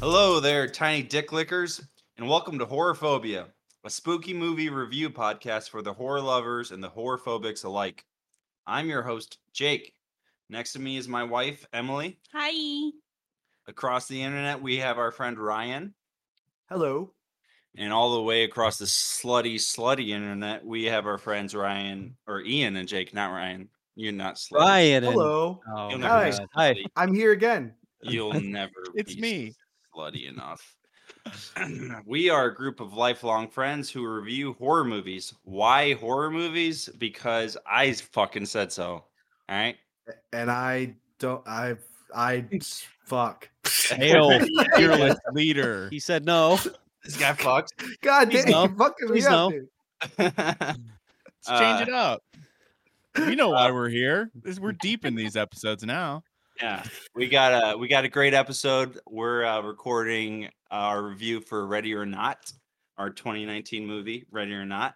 Hello there, tiny dick lickers, and welcome to Horrorphobia, a spooky movie review podcast for the horror lovers and the horrorphobics alike. I'm your host, Jake. Next to me is my wife, Emily. Hi. Across the internet, we have our friend Ryan. Hello. And all the way across the slutty, slutty internet, we have our friends Ryan or Ian and Jake, not Ryan. You're not slutty. Ryan. and- Hello. Oh, You'll my never, be God. Hi. slutty. I'm here again. You'll never It's be me. slutty enough. we are a group of lifelong friends who review horror movies. Why horror movies? Because I fucking said so. All right. And I don't I I fuck. Hail, fearless leader. He said no. This guy fucked. God Please damn no. you fucking me Please up, no. dude. Let's change it up. We know why Uh, Uh, we're here. This- We're deep in these episodes now. yeah. We got a we got a great episode. We're uh, recording our review for Ready or Not, our 2019 movie, Ready or Not.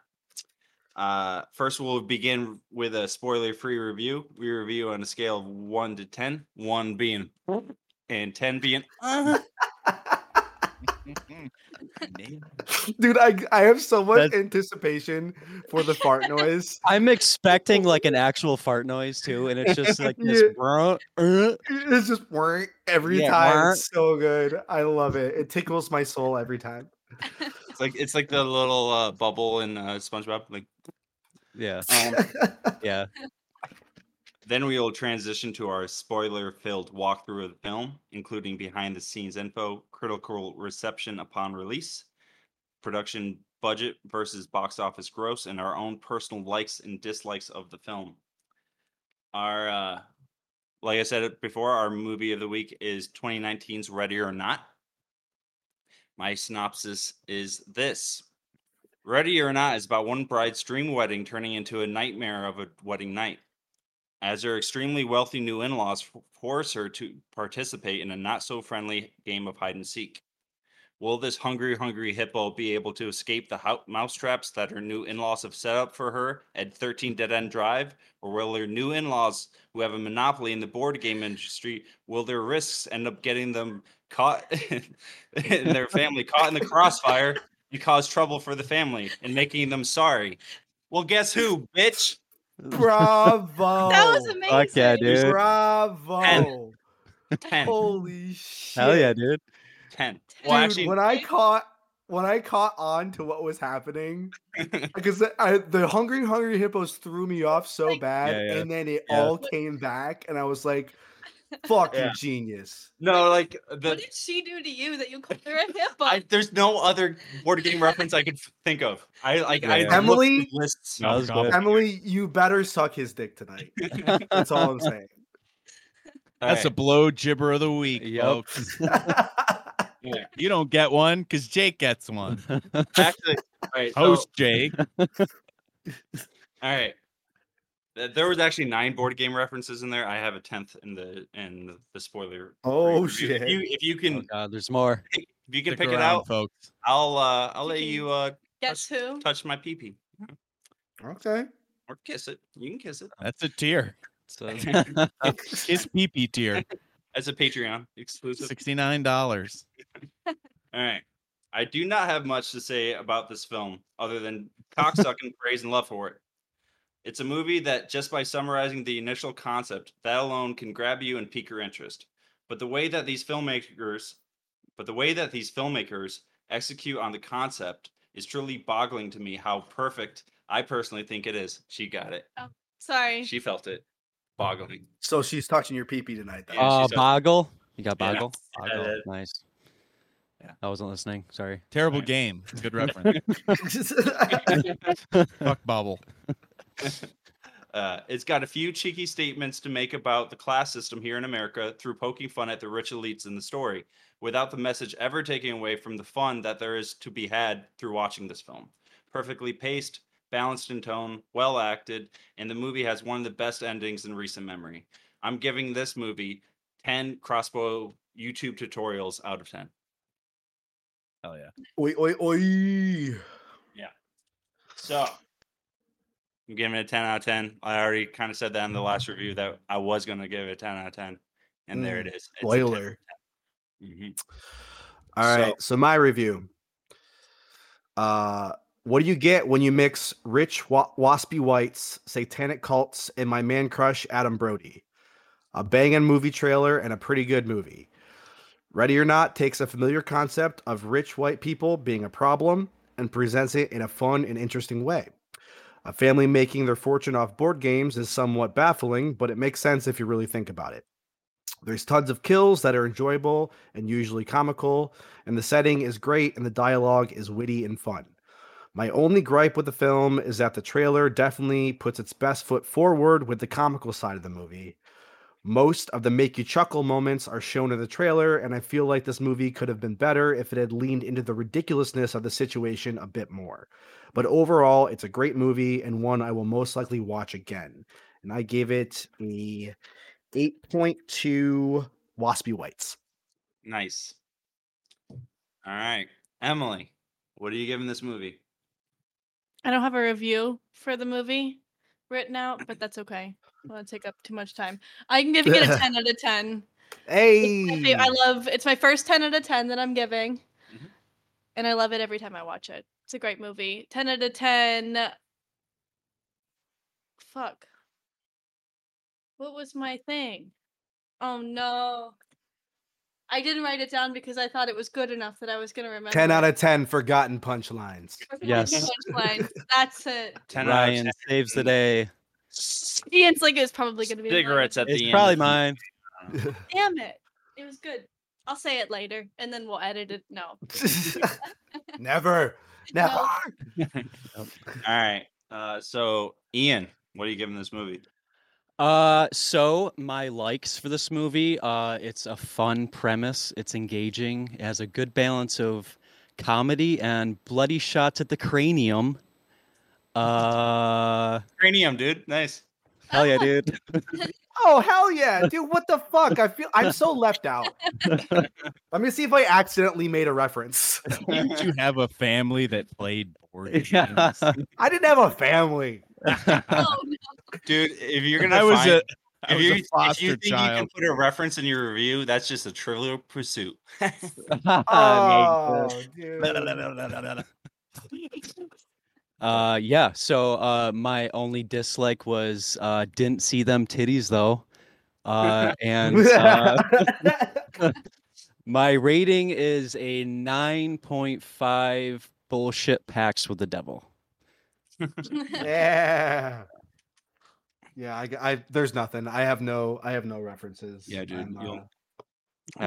Uh, first, we'll begin with a spoiler free review. We review on a scale of one to 10, one being and 10 being Dude, I I have so much That's- anticipation for the fart noise. I'm expecting like an actual fart noise too, and it's just like this. Yeah. brrr, Oh, uh, It's just work every Yeah, time. It's so good. I love it. It tickles my soul every time. It's like it's like the little uh, bubble in uh, SpongeBob. Like yeah, um, yeah. then we will transition to our spoiler-filled walkthrough of the film, including behind-the-scenes info, critical reception upon release, production budget versus box office gross, and our own personal likes and dislikes of the film. Our, uh, like I said it before, our movie of the week is 2019's Ready or Not. My synopsis is this. Ready or Not is about one bride's dream wedding turning into a nightmare of a wedding night. As her extremely wealthy new in laws force her to participate in a not so friendly game of hide and seek. Will this hungry, hungry hippo be able to escape the hou- mousetraps that her new in laws have set up for her at 13 Dead End Drive? Or will her new in laws, who have a monopoly in the board game industry, will their risks end up getting them caught and their family caught in the crossfire and cause trouble for the family and making them sorry? Well, guess who, bitch? Bravo. that was amazing. Oh, Fuck yeah, dude. Bravo. 10. Oh, Holy shit. Hell yeah, dude. 10. Dude, Well, actually, when I caught when I caught on to what was happening, because the, I, the hungry hungry hippos threw me off so Like- bad, Yeah, yeah. and then it Yeah. all came back, and I was like, "Fucking Yeah. genius!" no, like, What the, did she do to you that you called her a hippo? I, there's no other board game reference I could think of. I like, I Yeah. looked Emily? through lists. That was good. Emily, you better suck his dick tonight. That's all I'm saying. That's a Alright, blow gibber of the week, Yep. folks. Yeah. You don't get one because Jake gets one. actually, all right, so, Host Jake. all right. Th- There was actually nine board game references in there. I have a tenth in the in the spoiler. oh review. If you, shit! if you can Oh God, there's more. if you can Stick pick it around, out, folks. I'll uh I'll let Okay. you uh Guess who? touch my pee pee Okay. or kiss it. You can kiss it. That's a tier. Uh, So It's PP tier. as a Patreon exclusive. Sixty nine dollars. All right. I do not have much to say about this film other than cocksucking praise and love for it. It's a movie that just by summarizing the initial concept, that alone can grab you and pique your interest. But the way that these filmmakers but the way that these filmmakers execute on the concept is truly boggling to me how perfect I personally think it is. She got it. Sorry. She felt it. Boggling. So she's touching your pee pee tonight, though. Yeah, uh, she's up. Boggle. You got Yeah. Boggle. Yeah, Boggle. that- Nice. Yeah. I wasn't listening. Sorry. Terrible Terrible Right. game. Good reference. That's Fuck bobble. Uh, it's got a few cheeky statements to make about the class system here in America through poking fun at the rich elites in the story, without the message ever taking away from the fun that there is to be had through watching this film. Perfectly paced, balanced in tone, well acted, and the movie has one of the best endings in recent memory. I'm giving this movie 10 crossbow YouTube tutorials out of 10. Hell yeah. Oi, oi, oi. So I'm giving it a 10 out of 10. I already kind of said that in the last review that I was going to give it a 10 out of 10. And there it is. It's a 10. Mm, Spoiler. Mhm. All So- right. So, my review. Uh, what do you get when you mix rich wa- waspy whites, satanic cults, and my man crush Adam Brody? A banging movie trailer and a pretty good movie. Ready or Not takes a familiar concept of rich white people being a problem and presents it in a fun and interesting way. A family making their fortune off board games is somewhat baffling, but it makes sense if you really think about it. There's tons of kills that are enjoyable and usually comical, and the setting is great and the dialogue is witty and fun. My only gripe with the film is that the trailer definitely puts its best foot forward with the comical side of the movie. Most of the make you chuckle moments are shown in the trailer, and I feel like this movie could have been better if it had leaned into the ridiculousness of the situation a bit more. But overall, it's a great movie and one I will most likely watch again. And I gave it a 8.2 Waspy Whites. Nice. All right. Emily, what are you giving this movie? I don't have a review for the movie written out, but that's okay. I want to take up too much time. I'm giving it a 10 out of 10. It's my Hey, fav- I love it's my first 10 out of 10 that I'm giving. Mhm. And I love it every time I watch it. It's a great movie. 10 out of 10. Fuck. What was my thing? Oh no. I didn't write it down because I thought it was good enough that I was going to remember. 10 out of 10 forgotten punchlines. 10. Yes. That's it. 10 out Ryan of saves the day. Ian's like it was probably 10. going to be mine. Cigarettes at the It's end. probably mine. Damn it. It was good. I'll say it later and then we'll edit it. No. never, No. never. All right. Uh, so, Ian, what are you giving this movie? Uh, so my likes for this movie, uh, it's a fun premise. It's engaging. It has a good balance of comedy and bloody shots at the cranium. Uh, Cranium, dude. Nice. hell yeah, dude. Oh, hell yeah, dude. What the fuck? I feel I'm so left out. Let me see if I accidentally made a reference. Didn't you have a family that played board games? Yeah. I didn't have a family. Oh, no. Dude, if you're going to I was find, a, I if, was you, a if you foster think you can child. put a reference in your review, that's just a trivial pursuit. Oh, dude. uh, yeah. So uh, my only dislike was uh, didn't see them titties though. Uh, and uh, My rating is a 9.5 bullshit packs with the devil. yeah. Yeah, I, I there's nothing. I have no I have no references. Yeah, dude, I'm, you'll- uh,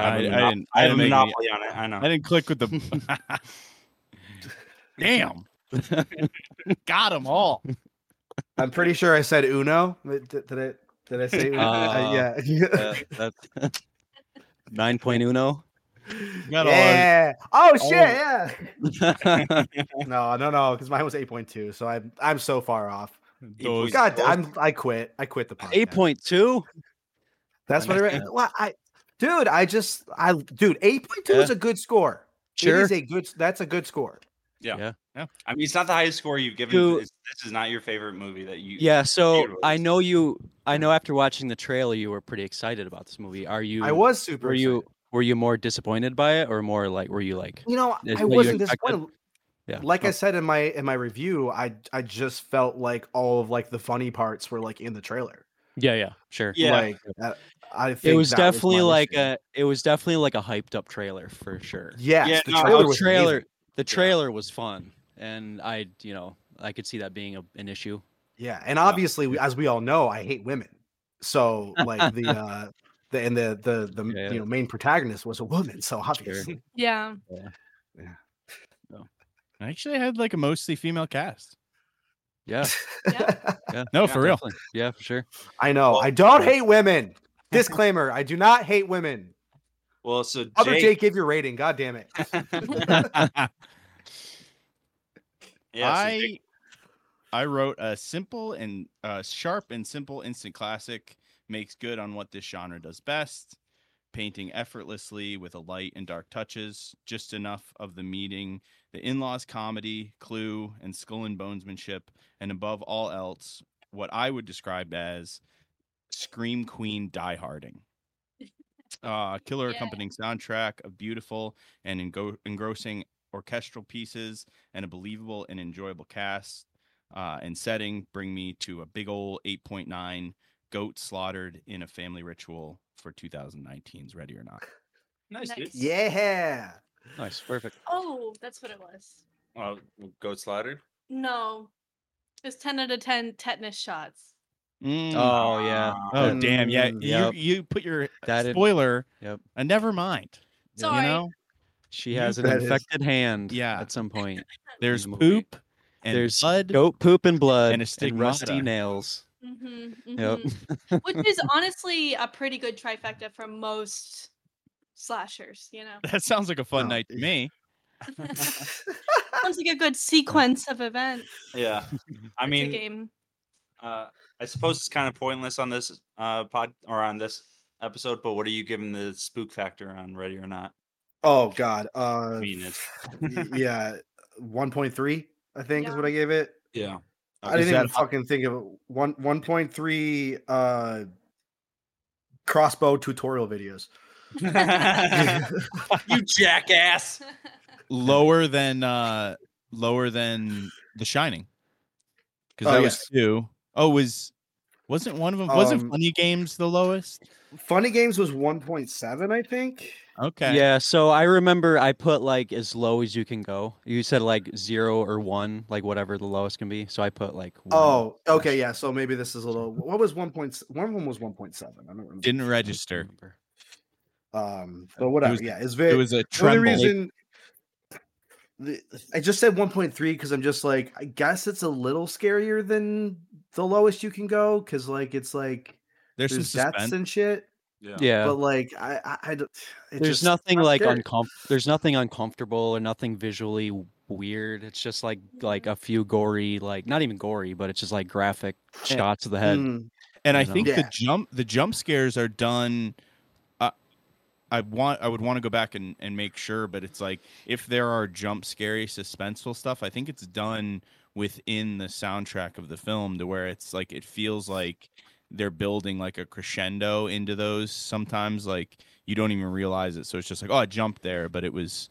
Um, I have a I- I monop- didn't- I I have a didn't make any- monopoly on it. I know. I didn't click with the. Damn. Got them all. I'm pretty sure I said Uno. Did, did did I did I say Uno? I- Uh, yeah. Uh, that's 9.1. Got yeah. Oh all shit. of Yeah. No, no, no. Because mine was 8.2, so I'm I'm so far off. Those- Those, God, I'm I quit. I quit the podcast. 8.2? That's what I read. Well, I, dude, I just I dude, 8.2 is a good score. It Sure. is a good. That's a good score. I mean, it's not the highest score you've given. Who- but it's- This is not your favorite movie that you. Yeah, so Dude, I know you I know after watching the trailer you were pretty excited about this movie. Are you Mm-hmm. I was super. were you excited. were you more disappointed by it or more like were you like You know, Is I what you wasn't expected? disappointed. yeah. Like I oh, said in my in my review, I I just felt like all of like the funny parts were like in the trailer. Yeah, yeah, sure. Yeah. Like, uh, I think It was that definitely my like issue. a it was definitely like a hyped up trailer for sure. Yes, Yeah, the no, trailer the was amazing. trailer the trailer was fun and i you know i could see that being a, an issue Yeah, and obviously, we- as we all know, I hate women. So like the uh the and the the the Yeah, you yeah. know main protagonist was a woman. So obviously, yeah. I actually had like a mostly female cast. Yeah. Yeah. No, for real. definitely. Yeah, for sure. I know. I don't hate women. Disclaimer: I do not hate women. Well, so Jake, Other Jake, give your rating. God damn it. yeah, so Jake- I I wrote a simple and uh, sharp and simple instant classic makes good on what this genre does best, painting effortlessly with a light and dark touches, just enough of the meeting, the in-laws comedy, clue, and skull and bonesmanship, and above all else, what I would describe as scream queen dieharding. Uh, killer Yeah. accompanying soundtrack of beautiful and engro- engrossing orchestral pieces and a believable and enjoyable cast uh, and setting bring me to a big ol' 8.9 goat slaughtered in a family ritual for 2019's Ready or Not. nice, dude. Nice. Yeah. Nice. Perfect. oh, that's what it was. Well, goat slaughtered. No, it's ten out of ten tetanus shots. Oh, Oh yeah. oh, damn. Yeah. Mm, yep. You, you put your That in- spoiler. Yep. And never mind. Yeah. Sorry. You know, She You- has an That is- infected hand. Yeah. At some point, there's the movie. poop and There's blood. goat poop and blood And a rusty stigmata. nails. Mm-hmm, Yep. Which is honestly a pretty good trifecta for most slashers. You know, That sounds like a fun No. night to me. sounds like a good sequence of events. Yeah. I It's a mean, game. uh, I suppose it's kind of pointless on this uh, pod or on this episode, but what are you giving the spook factor on Ready or Not? Oh God. Uh, I mean, it's y- yeah, one point three. I think is Yeah. what I gave it. yeah. I Uh, Is didn't even that- fucking think of it. one one point three uh, crossbow tutorial videos. you jackass. Lower than uh lower than The Shining. Because Oh, that yeah. was two. Oh, was wasn't one of them wasn't Um, funny games the lowest? Funny Games was one point seven, I think. Okay. Yeah. So I remember I put like as low as you can go. You said like zero or one, like whatever the lowest can be. So I put like. one. Oh, okay, yeah. So maybe this is a little. What was one point? One of them was one point seven. I don't remember. Didn't I don't register. remember. Um, but whatever. was- yeah, it's It very. was a the only tremble. reason. the- I just said 1.3 because I'm just like I guess it's a little scarier than the lowest you can go because like it's like There's some there's deaths suspense. and shit, Yeah. but like I I, I don't. It there's just- nothing not like scary. uncom- there's nothing uncomfortable or nothing visually w- weird it's just like like a few gory like not even gory but it's just like graphic shots of the head Mm, and I you know? think the Yeah. jump the jump scares are done. Uh, I want I would want to go back and, and make sure, but it's like if there are jump scary suspenseful stuff, I think it's done within the soundtrack of the film to where it's like it feels like they're building like a crescendo into those sometimes like you don't even realize it so it's just like oh i jumped there but it was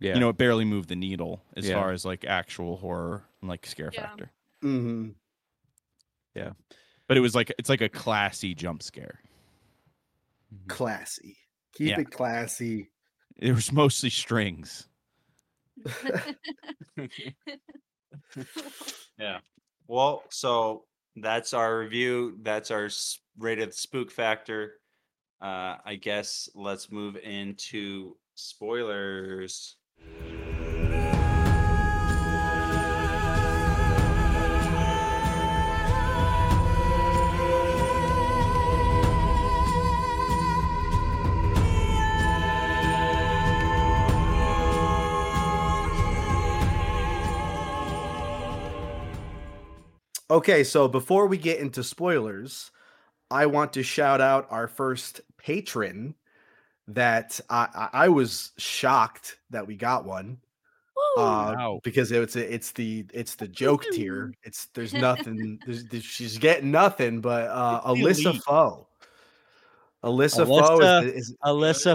yeah you know it barely moved the needle as Yeah. far as like actual horror and like scare Yeah. factor Mm-hmm. mhm. but it was like it's like a classy jump scare classy. Keep Yeah. it classy. it was mostly strings yeah. Well, so that's our review. That's our s- rated spook factor. Uh, I guess let's move into spoilers. Okay, so before we get into spoilers, I want to shout out our first patron that I, I I was shocked that we got one Woo! uh, Wow. because it's it's the it's the joke tier. Woo. It's there's nothing. There's, there's- she's getting nothing but uh, the Alyssa elite. Foe. Alyssa, Alyssa- Foe is, is- alyssa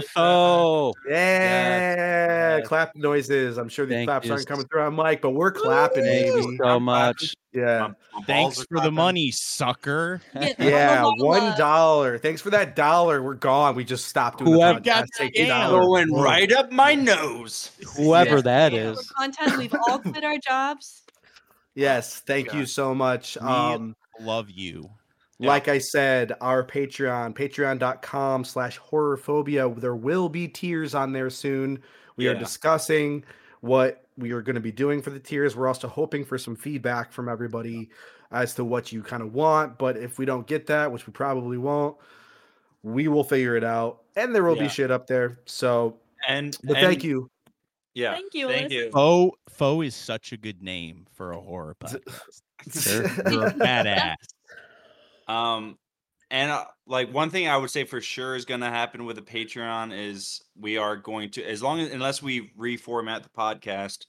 Alyssa. foe yeah, yes. clap noises. I'm sure these Thank claps you aren't coming through on mic, but we're clapping, thank baby. you so much Yeah. My- my balls Thanks are for the clapping. money, sucker. Get all Yeah, the one lava. dollar. Thanks for that dollar. We're gone. We just stopped doing Whoever- the podcast. Take the Goddamn. dollar. Going right up my nose. whoever that Yeah, For is content, we've all quit our jobs. Yes, thank Yeah. you so much. We- Um, Love you. Yeah. like I said, our Patreon, patreon.com slash horrorphobia. There will be tiers on there soon. We are Yeah. discussing what we are going to be doing for the tiers. We're also hoping for some feedback from everybody as to what you kind of want. But if we don't get that, which we probably won't, we will figure it out. And there will Yeah. be shit up there. So And, but and- thank you. Yeah. Thank you, Thank you. Alyssa. Foe Foe is such a good name for a horror podcast. Sir, you're a badass. Um, and uh, like one thing I would say for sure is going to happen with the Patreon is we are going to, as long as unless we reformat the podcast,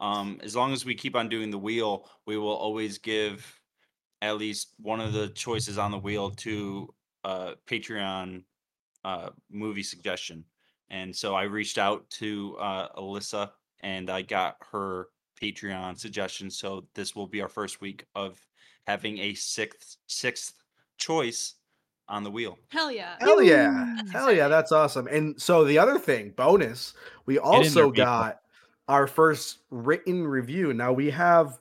um, as long as we keep on doing the wheel, we will always give at least one of the choices on the wheel to uh Patreon uh movie suggestion. And so I reached out to uh Alyssa and I got her Patreon suggestion. So this will be our first week of having a sixth sixth choice on the wheel. Hell yeah. Hell yeah. Hell yeah, that's awesome. And so the other thing, bonus, we also people. got our first written review. Now we have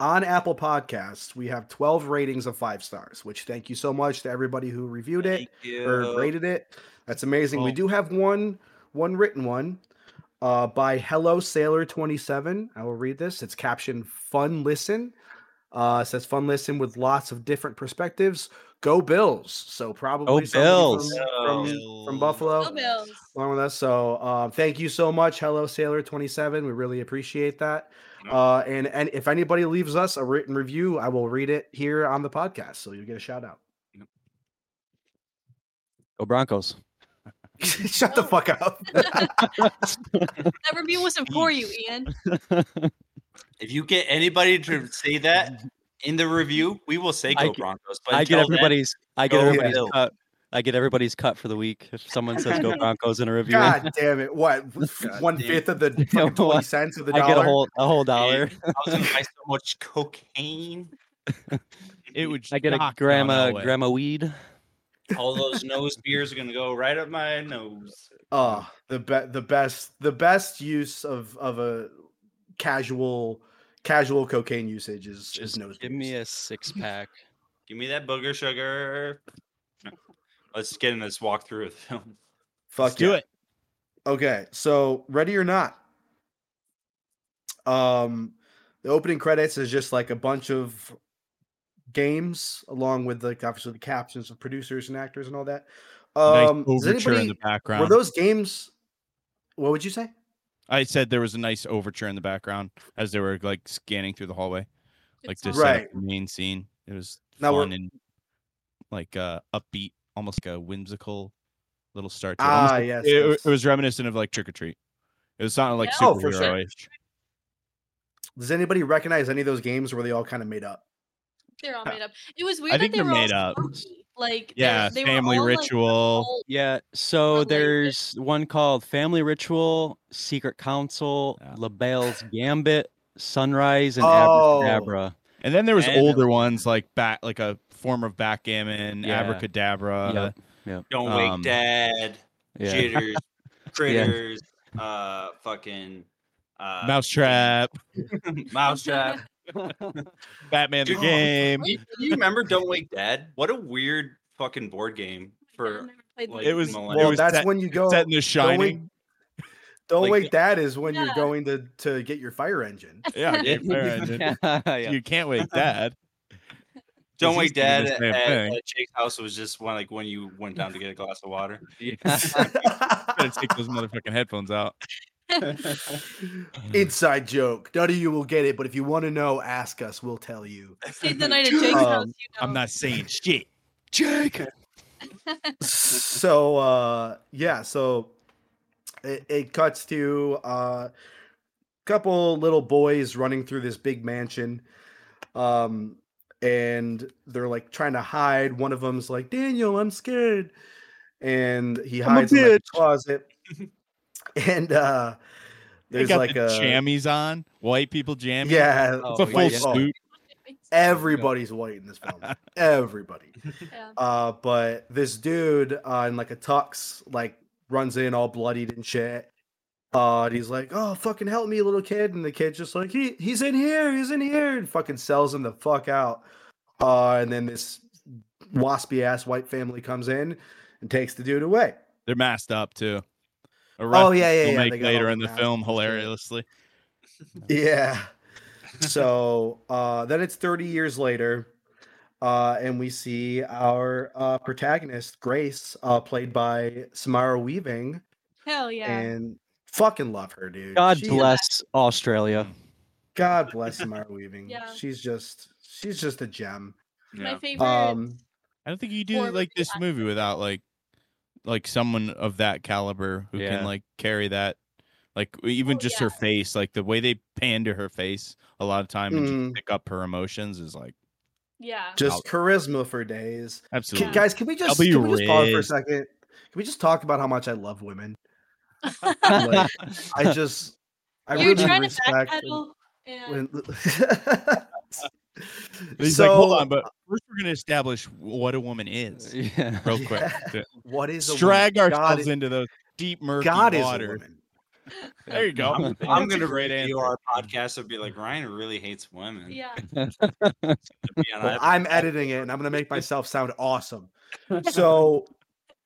on Apple Podcasts, we have 12 ratings of five stars, which thank you so much to everybody who reviewed it or rated it. That's amazing. We Oh. do have one one written one uh, by Hello Sailor 27. I will read this. It's captioned Fun Listen. Uh, it says Fun Listen with lots of different perspectives. Go Bills. So probably somebody Bills. From, from, from Buffalo Go Bills. along with us. So uh, thank you so much, Hello Sailor Twenty Seven. We really appreciate that. No. Uh, and and if anybody leaves us a written review, I will read it here on the podcast, so you get a shout out. Go Broncos. Shut the Oh. fuck up. That review wasn't for you, Ian. If you get anybody to say that in the review, we will say I go get- Broncos. But I get until then, everybody's. I get go everybody's Bills. cut. I get everybody's cut for the week. If someone says go Broncos in a review, I God damn it! What God one damn. fifth of the fucking Yeah, twenty what? cents of the dollar? get a whole a whole dollar. I was gonna buy so much cocaine. It would. I get a shock John grandma Elway. grandma weed. all those nose beers are gonna go right up my nose. Uh, the be- the best the best use of of a casual casual cocaine usage is is Just nose. give beers. me a six pack. Give me that booger sugar. Let's get in this walkthrough of the film. Fuck Let's do yeah. it. Okay, so ready or not. Um the opening credits is just like a bunch of games along with like obviously the captions of producers and actors and all that. Um nice does overture in anybody, the background. were those games what would you say? I said there was a nice overture in the background as they were like scanning through the hallway, like It's to all- set up Right. the main scene. It was Now we're- fun and like uh, upbeat, almost like a whimsical little start. To it. Almost Ah like- yes. it, yes. it was reminiscent of like Trick or Treat. It was not like Yeah. Oh, for superhero. sure. Does anybody recognize any of those games where they all kind of made up? They're all made up. It was weird Uh, think that they they're were made all up. spooky. Like they- Yeah, they were family all, like, ritual. old- Yeah, so Related. there's one called Family Ritual, Secret Council, Yeah. LaBelle's Gambit, Sunrise, and Oh. Abracadabra. and then there was And- older ones like bat, like a form of backgammon, Yeah. abracadabra. Yep, Don't wake Um, dad. yeah. Jitters, critters, uh, fucking uh, Mousetrap, mousetrap. Batman the Dude. game. you, you remember Don't Wake Dad? What a weird fucking board game I've for never played like, that. It was- millennia- Well, was that's set- when you go Set in the don't shining. wake, don't Like- wake that is when you're Yeah. going to to get your fire engine. Yeah, Yeah. Fire Engine. Yeah. you can't wake dad. Don't Wake It's basically Dad the at, same at, thing. at Jake's house was just one like when you went down to get a glass of water. Better take those motherfucking headphones out. Inside joke. None of you will get it, but if you want to know, ask us. We'll tell you. Stayed the night at Jake's house. Um, You know. I'm not saying shit. Jake. so uh yeah, so it, it cuts to uh couple little boys running through this big mansion. Um and they're like trying to hide. One of them's like, Daniel, I'm scared. And he I'm a hides in like, a bitch. closet. and uh They there's got like the a jammies on. White people jammies. yeah, Oh, It's a yeah, full yeah. suit. Everybody's white in this film. Everybody. Yeah. Uh, but this dude uh, in like a tux, like runs in all bloodied and shit. Uh, and he's like, "Oh, fucking help me, little kid!" And the kid's just like, "He he's in here, he's in here!" And fucking sells him the fuck out. Uh, and then this waspy ass white family comes in and takes the dude away. They're masked up too. A Oh, yeah, reference yeah, they'll yeah, they Make got all later the in the masks film and shit. hilariously. Yeah. so uh, then it's 30 years later, uh, and we see our uh, protagonist, Grace, uh, played by Samara Weaving, Hell yeah. and fucking love her, dude. God She- bless Australia. God bless Samara Weaving. Yeah. She's just she's just a gem. My favorite. Um, I don't think you do Or like with the this movie without like like someone of that caliber who Yeah. can like carry that like e, even Oh, just her face, like the way they pan to her face a lot of time and Mm. just pick up her emotions is like yeah. just charisma for days. Can- absolutely guys, can we just, I'll be can we just pause for a raised. second? Can we just talk about how much I love women? Like, I just, I You're really trying respect. to backpedal. And when- when- He's like, hold on, uh, but first we're gonna establish what a woman is yeah. real quick. Yeah. to what is a woman? Drag God ourselves is- into those deep murky God is a water. woman. There you go. I'm- That's I'm a gonna great rate answer. our podcast and be like Ryan really hates women. yeah. To be on Well, that- I'm editing it, and I'm gonna make myself sound awesome. So Oh,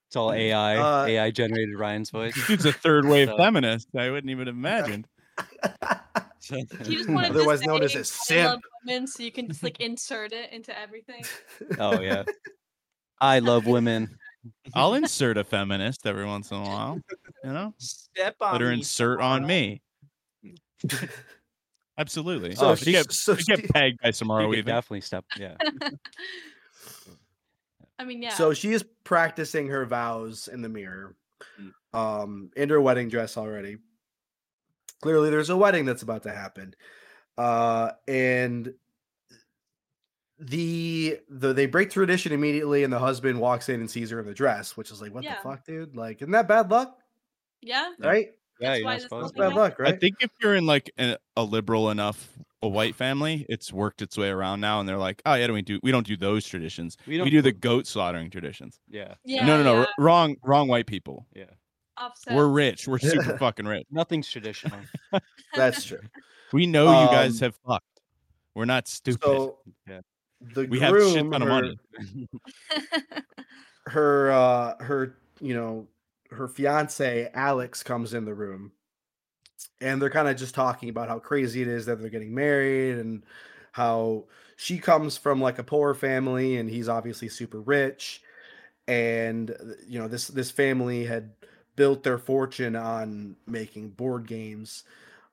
It's all AI. Uh, AI generated Ryan's voice. This dude's a third wave So- feminist. I wouldn't even have imagined. He just wanted Otherwise to known as say, a "I love women," so you can just like insert it into everything. oh yeah. I love women. I'll insert a feminist every once in a while. You know, Step on let her me, insert on Samara. me. Absolutely. so Oh, she, she get, so she she- get pegged by You Samara could Weaving. definitely step. Yeah. I mean, yeah. So she is practicing her vows in the mirror, Mm. um, in her wedding dress already. Clearly, there's a wedding that's about to happen, uh, and the, the they break tradition immediately, and the husband walks in and sees her in the dress, which is like, what Yeah. the fuck, dude? Like, isn't that bad luck? yeah. Right? Yeah, you're why not this supposed That's to. Yeah. bad luck, right? I think if you're in like a, a liberal enough a white family, it's worked its way around now, and they're like, oh yeah, we do we don't do those traditions. We We do the goat slaughtering traditions. yeah. Yeah. no, no, no. yeah, r- Wrong, wrong. White people. Yeah. Offset. We're rich. We're super fucking rich. Nothing's traditional. That's true. We know you guys Um, have fucked. We're not stupid. So Yeah. the we have groom, shit ton her- of money. her uh her you know her fiance alex comes in the room and they're kind of just talking about how crazy it is that they're getting married and how she comes from like a poor family and he's obviously super rich and th- you know this this family had built their fortune on making board games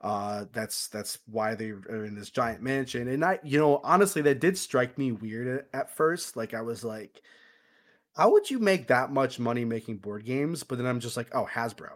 uh that's that's why they are in this giant mansion and i you know honestly that did strike me weird at, at first like i was like how would you make that much money making board games but then i'm just like oh hasbro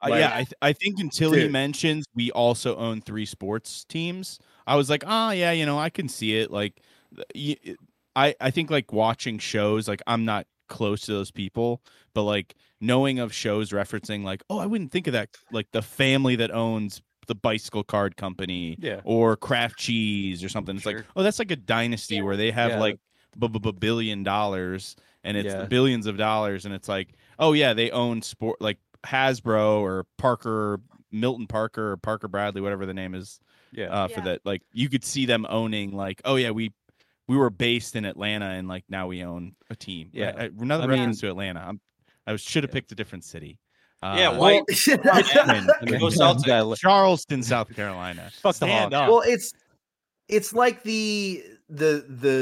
Uh, Like- yeah, I, th- I think until he Dude. mentions we also own three sports teams, I was like, oh yeah, you know, I can see it. Like, th- y- I I think like watching shows, like I'm not close to those people, but like knowing of shows referencing like, oh, I wouldn't think of that. Like the family that owns the bicycle card company yeah. or Kraft Cheese or something. It's like, Sure. oh, that's like a dynasty Yeah. where they have Yeah. like b- b- b- billion dollars and it's Yeah. billions of dollars, and it's like, oh yeah, they own sport like Hasbro or Parker, Milton Parker or Parker Bradley, whatever the name is Yeah. uh, for Yeah. that. Like you could see them owning like, oh yeah, we. We were based in Atlanta, and like now we own a team. I- Yeah. I- another I reference to Atlanta. I'm, I should have Yeah. picked a different city. Yeah, Uh, why- Richmond, I mean, Go you Celtics. gotta let- Charleston, South Carolina. Fuck the Stand Hawks. up. Well, it's it's like the the the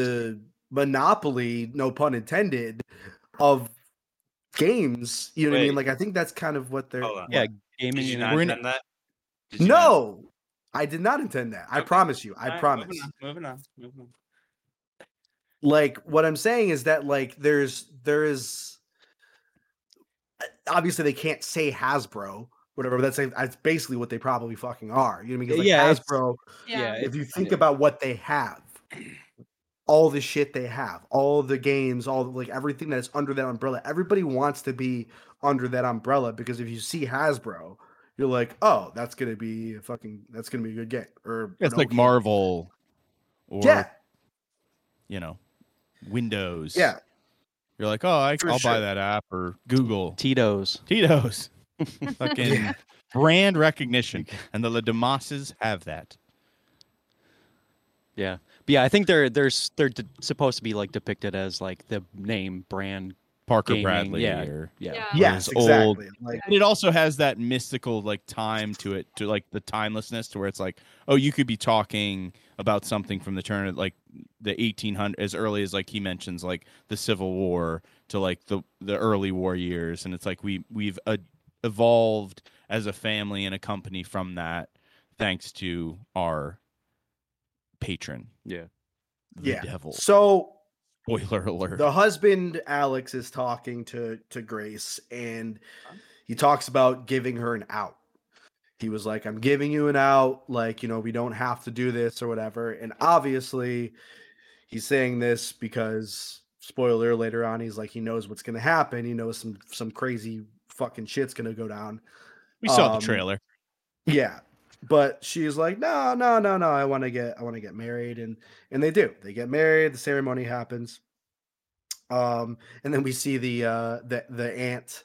monopoly, no pun intended, of games. You know what I mean? Wait. Like I think that's kind of what they're. Hold on. Yeah, Did gaming. you and- not we're in- intend that? Did you not- No, I did not intend that. I Okay. promise you. I All right, promise. Moving on. Moving on. Moving on. like what i'm saying is that like there's there is uh, obviously they can't say hasbro whatever but that's like, that's basically what they probably fucking are you know what i mean 'Cause, like Yeah, it's- hasbro yeah. yeah. if you think yeah. about what they have all the shit they have all the games all the- like everything that's under that umbrella everybody wants to be under that umbrella because if you see hasbro you're like oh that's gonna be a fucking that's gonna be a good game or It's an like okay- Marvel or yeah you know, Windows. yeah You're like, oh, I, For I'll sure. buy that app or Google. Tito's. Tito's. Fucking brand recognition. And the Ladamases have that. Yeah. But yeah, I think they're they're s- they're d- supposed to be like depicted as like the name brand Parker gaming, Bradley. yeah. Or, yeah. yes, Whereas old- exactly. Like, and it also has that mystical like time to it, to like the timelessness, to where it's like, oh, you could be talking about something from the turn of like the 1800 as early as like he mentions like the Civil War to like the the early war years, and it's like we we've uh, evolved as a family and a company from that, thanks to our patron. Yeah. The Yeah. devil. so Spoiler alert. the husband Alex is talking to to Grace, and he talks about giving her an out. He was like, "I'm giving you an out. Like, you know, we don't have to do this or whatever." And obviously, he's saying this because spoiler later on, he's like, he knows what's going to happen. He knows some some crazy fucking shit's going to go down. we saw um, the trailer. Yeah. But she's like, no, no, no, no. I want to get, I want to get married, and and they do. They get married. The ceremony happens. Um, and then we see the uh the the aunt,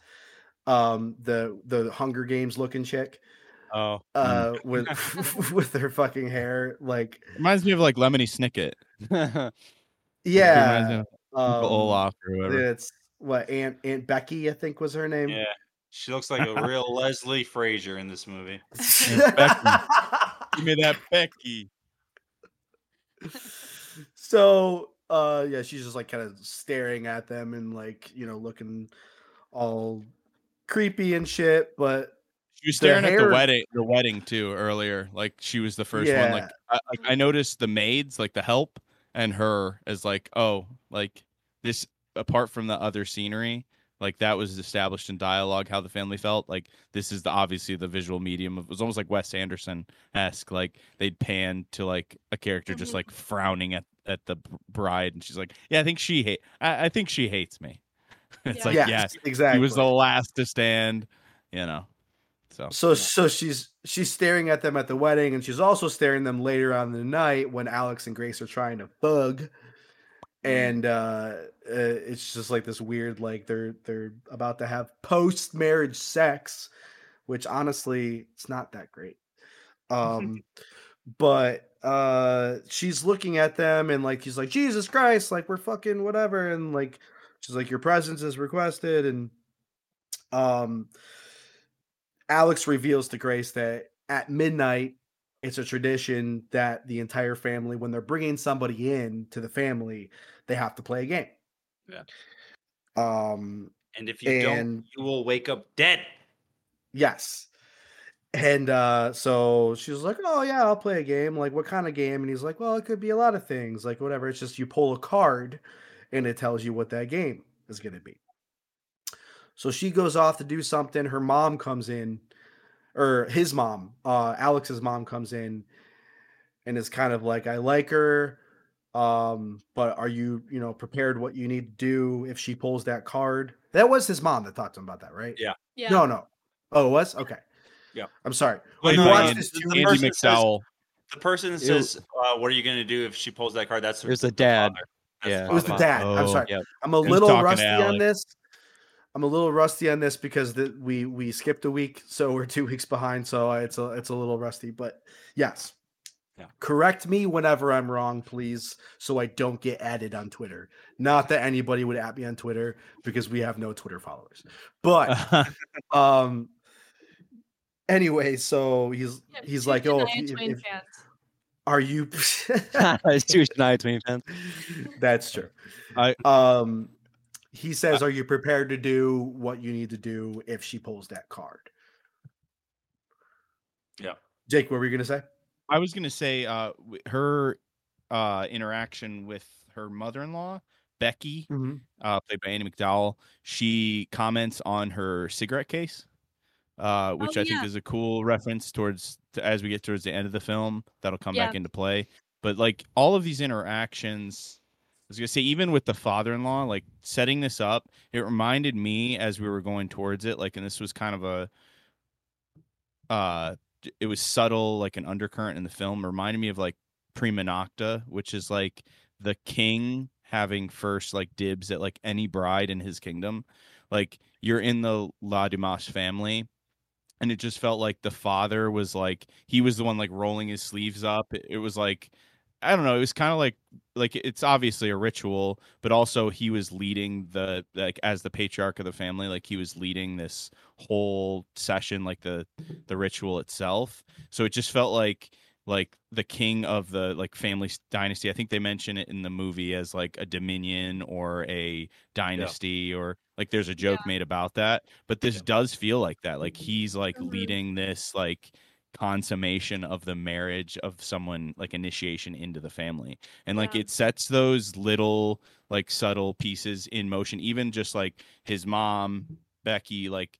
um, the the Hunger Games looking chick, Oh, uh, with with her fucking hair, like reminds me of like Lemony Snicket. Reminds me yeah, of um, Uncle Olaf or whoever. It's what Aunt Aunt Becky, I think, was her name. Yeah. She looks like a real Leslie Frazier in this movie. Aunt Becky. Give me that Becky. so uh yeah she's just like kind of staring at them and like you know looking all creepy and shit but She was Their staring at hair- the wedding, the wedding too earlier. Like she was the first one. Like I, like I noticed the maids, like the help, and her as like, oh, like this. Apart from the other scenery, like that was established in dialogue how the family felt. Like this is the obviously the visual medium. Of, it was almost like Wes Anderson esque. Like they'd pan to like a character just Mhm. like frowning at at the b- bride, and she's like, yeah, I think she hate. I, I think she hates me. it's Yeah. like yes, yeah, exactly he was the last to stand, you know. So so so she's she's staring at them at the wedding and she's also staring them later on in the night when alex and grace are trying to Mm. bug and uh, uh it's just like this weird like they're they're about to have post marriage sex which honestly it's not that great um but uh she's looking at them and like she's like jesus christ like we're fucking whatever and like she's like your presence is requested and um alex reveals to grace that at midnight it's a tradition that the entire family when they're bringing somebody in to the family they have to play a game Yeah. um And if you And- don't, you will wake up dead. Yes. And uh, so she was like, "Oh yeah, I'll play a game. Like, what kind of game?" And he's like, "Well, it could be a lot of things. Like, whatever. It's just you pull a card, and it tells you what that game is going to be." So she goes off to do something. Her mom comes in, or his mom, uh, Alex's mom comes in, and is kind of like, "I like her, um, but are you, you know, prepared what you need to do if she pulls that card?" That was his mom that talked to him about that, right? Yeah. No, no. Oh, it was okay. Yep. I'm sorry. Wait, When you no, watch Ian, this, the you Andy first remember- person says- McDowell. The person that Ew. says, uh, "What are you going to do if she pulls that card?" That's There's the the dad. father. That's Yeah. it was the father. dad. I'm Oh, sorry. yep. I'm a Who's little talking to rusty on Alex? this. I'm a little rusty on this because the, we we skipped a week, so we're two weeks behind. So I- it's a it's a little rusty, but yes. Yeah. Correct me whenever I'm wrong, please, so I don't get added on Twitter. Not that anybody would at me on Twitter because we have no Twitter followers. But um anyway, so he's Yeah, he's two like, oh, if, Shania you- if- Twain if- fans. are you it's two Shania Twain fans. That's true. I- um he says, Are you prepared to do what you need to do if she pulls that card? Yeah. Jake, what were you gonna say? I was gonna say, uh, w- her uh interaction with her mother-in-law Becky, uh, played by Andy McDowell. She comments on her cigarette case, uh, which I think Oh, yeah. is a cool reference towards to, as we get towards the end of the film. That'll come Yeah. back into play. But like all of these interactions, I was gonna say, even with the father-in-law, like setting this up, it reminded me as we were going towards it, like, and this was kind of a uh d- it was subtle like an undercurrent in the film reminded me of like prima nocta which is like the king having first like dibs at like any bride in his kingdom like you're in the la dimash family and it just felt like the father was like he was the one like rolling his sleeves up it, it was like I don't know. It was kind of like like it's obviously a ritual, but also he was leading the like as the patriarch of the family, like he was leading this whole session, like the the ritual itself. So it just felt like like the king of the like family s- dynasty. I think they mention it in the movie as like a dominion or a dynasty or like there's a joke made about that. But this does feel like that. Like he's like Mhm. leading this like consummation of the marriage of someone like initiation into the family. And like Yeah. it sets those little like subtle pieces in motion, even just like his mom, Becky, like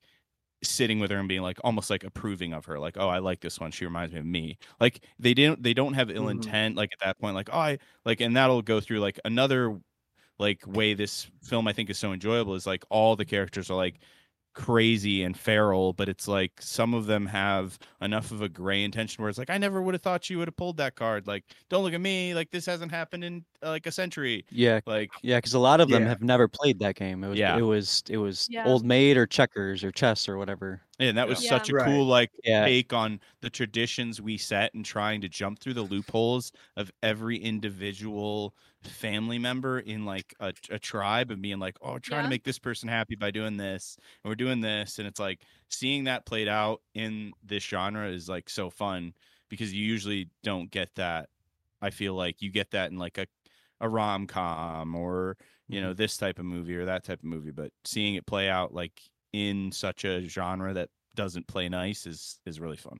sitting with her and being like almost like approving of her like oh i like this one she reminds me of me like they didn't they don't have ill Mhm. intent like at that point like oh i like and that'll go through like another like way this film i think is so enjoyable is like all the characters are like crazy and feral but it's like some of them have enough of a gray intention where it's like i never would have thought you would have pulled that card like don't look at me like this hasn't happened in uh, like a century Yeah, like yeah, because a lot of them Yeah. have never played that game. It was Yeah. it was it was Yeah. old maid or checkers or chess or whatever. and that was Yeah. such a Right. cool like Yeah. take on the traditions we set and trying to jump through the loopholes of every individual family member in like a, a tribe and being like, oh, we're trying Yeah. to make this person happy by doing this and we're doing this. And it's like seeing that played out in this genre is like so fun because you usually don't get that. I feel like you get that in like a, a rom com or, you know, this type of movie or that type of movie. But seeing it play out like in such a genre that doesn't play nice is is really fun.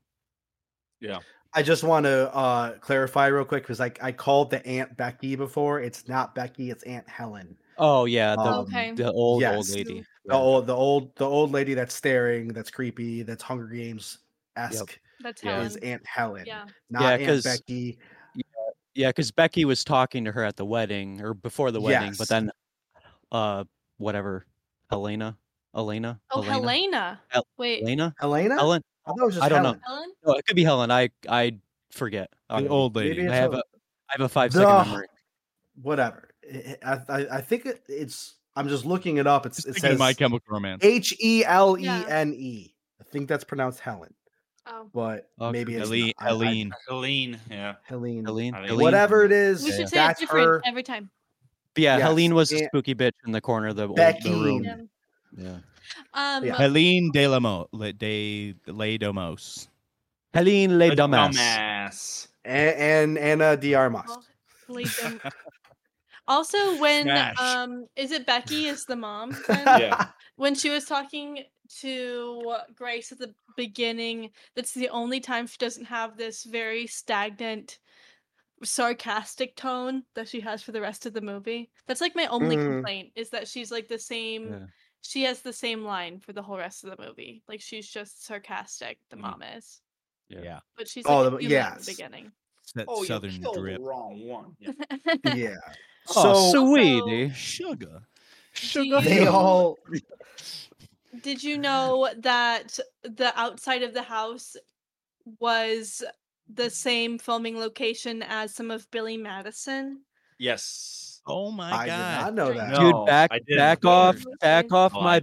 I just want to uh, clarify real quick because I, I called the Aunt Becky before. It's not Becky, it's Aunt Helen. Oh yeah, the, Um, okay. the old old yes. lady. The old the old the old lady that's staring, that's creepy, that's Hunger Games esque That's Yeah. Helen. is Aunt Helen. Yeah. Not Yeah, Aunt 'cause- Becky. Yeah, because Becky was talking to her at the wedding or before the wedding, Yes. but then, uh, whatever, Helena, Elena, Oh, Helena. Hel- Wait, Elena, Helena? Helen. I thought it was just I don't know. Helen. Helen? No, it could be Helen. I I forget. The already. old Maybe lady. it's I have Helen. a I have a five second The- memory. Whatever. I- I, I, I think it, it's I'm just looking it up. It's, Just it thinking of says my chemical romance. H E L E N E. I think that's pronounced Helen, Oh. but Oh, maybe it's Helene, not. I- I- Helene. Helene, yeah. Helene. Helene, I mean- Helene. Whatever it is, We should say it that's different her. every time. Yeah, yes, Helene was the Aunt spooky bitch in the corner of the, old, the room. Becky. Yeah. Yeah. Um, Yeah. Helene de Lamo, Le, de Le Domos. Helene Le A Dumbass. dumbass. and, and Anna Diarmas. well, lead them- also, when Smash. um, is it Becky? Is the mom? friend? Yeah. when she was talking to Grace at the beginning, that's the only time she doesn't have this very stagnant, sarcastic tone that she has for the rest of the movie. That's like my only Mm. complaint is that she's like the same. Yeah. She has the same line for the whole rest of the movie. Like she's just sarcastic. The Mhm. mom is, Yeah. but she's Mm. Oh, like the- a human at yes. the beginning. It's that Oh, you southern killed the drip. wrong one. Yeah. yeah. Oh, So sweetie. Sugar. Sugar. they Oh all Did you know that the outside of the house was the same filming location as some of Billy Madison? Yes. Oh my I did god. not know that. No. Dude, back I didn't. back off, Really? back off Oh, I- my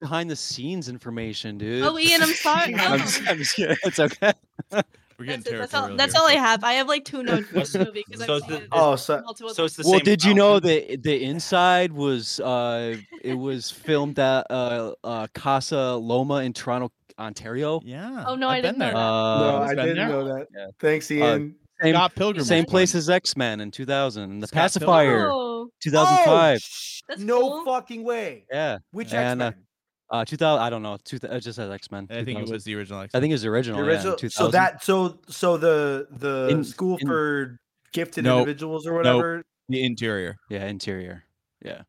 behind the scenes information, dude. Oh, Ian, I'm sorry. I'm Oh. just, I'm just kidding. It's okay. We're getting That's, it, territorial. that's all. That's here. all I have. I have like two notes for this movie because So I've it's seen the- it Oh, so multiple So it's the well, same. did you know mountain? that the inside was uh it was filmed at uh, uh Casa Loma in Toronto, Ontario? Yeah. Oh, no, I I've been didn't know there. that. no, Uh, it's I been didn't there. know that. Yeah. Uh, Thanks, Ian. same, Scott Pilgrim. same was place one. as X Men in 2000, and The Scott Pilgrim. Pacifier Oh, 2005. That's no cool. fucking way. Yeah, Which And, uh, X-Men? uh, 2000. I don't know. Two, it just says X Men. I think it was the original. I think it was the The original. yeah, in original. so 2000. that so so the the In- school in- for gifted Nope. individuals or whatever. the interior. yeah, interior. Yeah,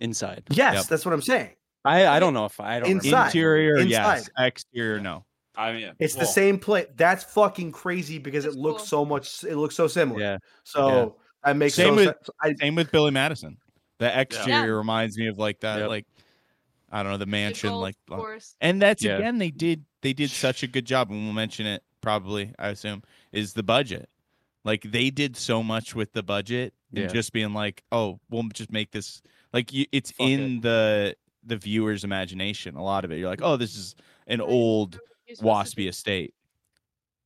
inside. Yes, Yep. that's what I'm saying. I I don't know if I don't. remember. Inside. Interior, yes. Inside. Exterior, no. I mean, It's the well, same play. That's fucking crazy because That's it looks cool. so much. It looks so similar. Yeah. So that makes Same so with- sense. I, Same with Billy Madison. The exterior reminds me of like that, Yep. like I don't know, the mansion, gold like uh, forest. and that's Yeah. again they did they did such a good job, and we'll mention it probably, I assume, is the budget. Like they did so much with the budget Yeah. and just being like, oh, we'll just make this like you, it's Fuck it. in the the viewer's imagination. A lot of it, you're like, oh, this is an Right. old You're supposed to waspy be- estate.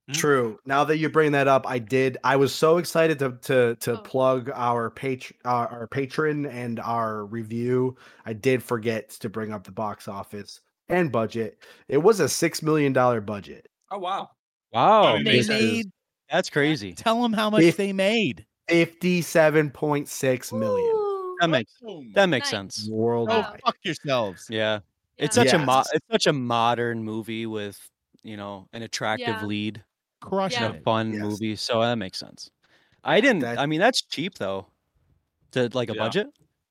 Hmm? True. Now that you bring that up, I did. I was so excited to to to Oh. plug our patr our, our patron and our review. I did forget to bring up the box office and budget. It was a six million dollar budget. Oh wow. Wow, mean, they this is- made that's crazy. Tell them how much If- they made. Fifty seven point six million Ooh, That makes Boom. that makes Nice. sense. worldwide. Wow. Oh, Fuck yourselves. Yeah. It's yeah. such a mo- Yes. it's such a modern movie with you know an attractive Yeah. lead Crush Yeah. and a fun Yes. movie, so that makes sense. I didn't. That- I mean, that's cheap though. To like a Yeah. budget.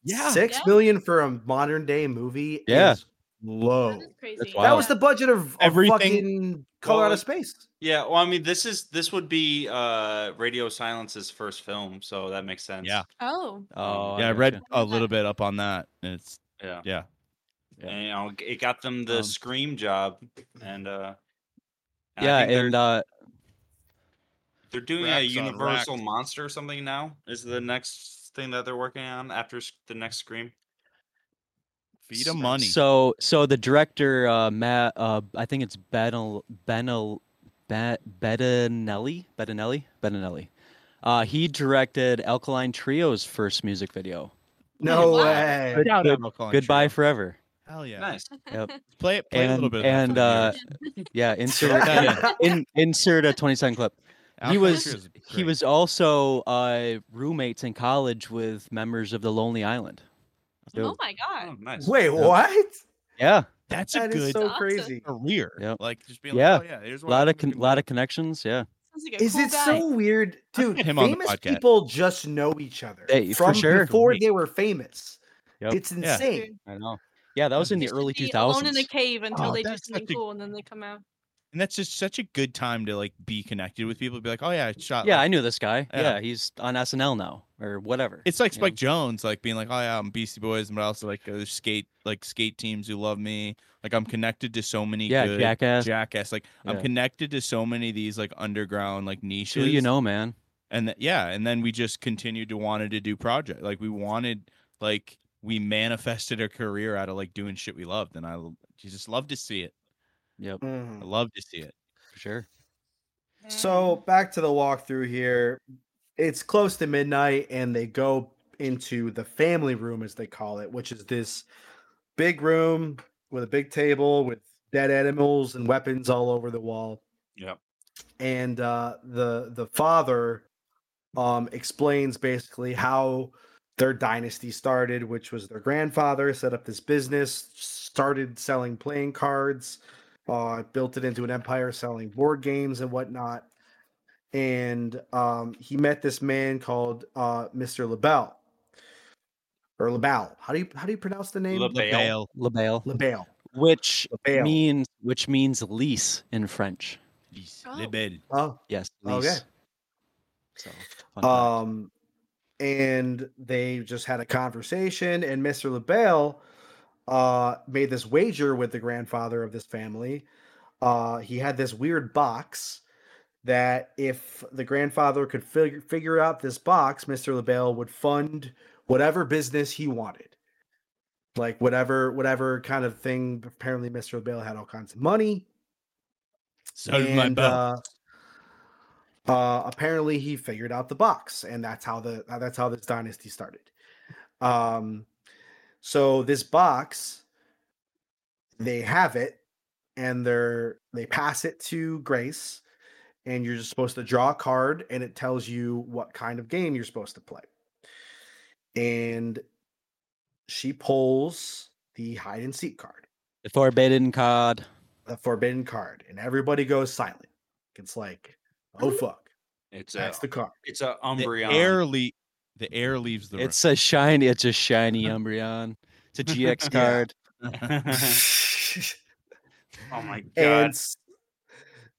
Yeah. Six Yeah. million for a modern day movie. Yeah. is low. That is crazy. Oh, That's That wild. was the budget of, of Everything- fucking Colorado Well, Space. Yeah, well, I mean, this is this would be uh Radio Silence's first film, so that makes sense. Yeah. Oh, Oh, yeah, I gotcha. read a little bit up on that. and It's yeah, yeah. Yeah. And, you know, it got them the Um, Scream job, and uh, and I Yeah, think they're- and uh, They're doing a Racks on Universal racks. Monster or something now. Is the next thing that they're working on after s- the next Scream? Feed 'em money. so so the director uh, Matt, uh, I think it's Benel Benel Be- Bedinelli Bedinelli Bedinelli. Uh, he directed Alkaline Trio's first music video, No wow. way. Good- Shout out good- Alkaline "Goodbye Trio. Forever." Hell yeah. Nice. Yep. Play it. Play a little And- bit. and, uh, Yeah, insert Yeah. in, insert a twenty second clip. uh, he was he was also uh, roommates in college with members of the Lonely Island. oh So, my Oh, god. nice. Wait, Yeah. what? yeah, That's a That is good so Awesome. crazy. career. Yep. Like just being Yeah. like, oh yeah, here's a lot of con- lot of connections. Yeah, Sounds like a Is cool it guy. so weird, Let's dude? get him on the famous podcast. people just know each other They- for from sure. before Wait. they were famous. Yep. It's Yeah. insane. I know. Yeah, that was in They the should early two be alone in thousands. a cave until Oh, they do that's something such a- cool and then they come out. and that's just such a good time to like be connected with people. Be like, oh yeah, I shot. Yeah, like- I knew this guy. Yeah. Yeah. he's on SNL now or whatever. it's like you know? Spike Jones, like being like, oh yeah, I'm Beastie Boys, and but also like uh, there's skate like skate teams who love me. Like I'm connected to so many yeah, good jackass. jackass. Like I'm Yeah. connected to so many of these like underground like niches. Who you know, man? and th- yeah and then we just continued to wanted to do project like we wanted like we manifested a career out of like doing shit we loved and i l- you just love to see it Yep, i Mhm. love to see it for sure. So back to the walkthrough here. It's close to midnight, and they go into the family room, as they call it, which is this big room with a big table with dead animals and weapons all over the wall. Yep. and uh, the the father um, explains basically how their dynasty started, which was their grandfather set up this business, started selling playing cards, uh, built it into an empire selling board games and whatnot. And um, he met this man called uh, Mr. Labelle or Labelle. How do you how do you pronounce the name? Labelle. Bale. Labelle, Labelle. which Labelle. means which means lease in French. Yes, Oh. Lebel. Oh, Yes. Okay. Lease. So. fun fact. um and they just had a conversation and mr labelle uh made this wager with the grandfather of this family uh he had this weird box that if the grandfather could figure figure out this box mr labelle would fund whatever business he wanted like whatever whatever kind of thing apparently mr labelle had all kinds of money so did my and, belt Uh, uh, apparently, he figured out the box, and that's how the that's how this dynasty started. Um, so this box, they have it, and they're they pass it to Grace, and you're just supposed to draw a card, and it tells you what kind of game you're supposed to play. And she pulls the hide and seek card the forbidden card. the forbidden card and everybody goes silent. It's like, oh fuck, It's a that's the card. it's a the Umbreon. air le- the air leaves the room It's a shiny. It's a shiny Umbreon. It's a GX card. oh my god! and s-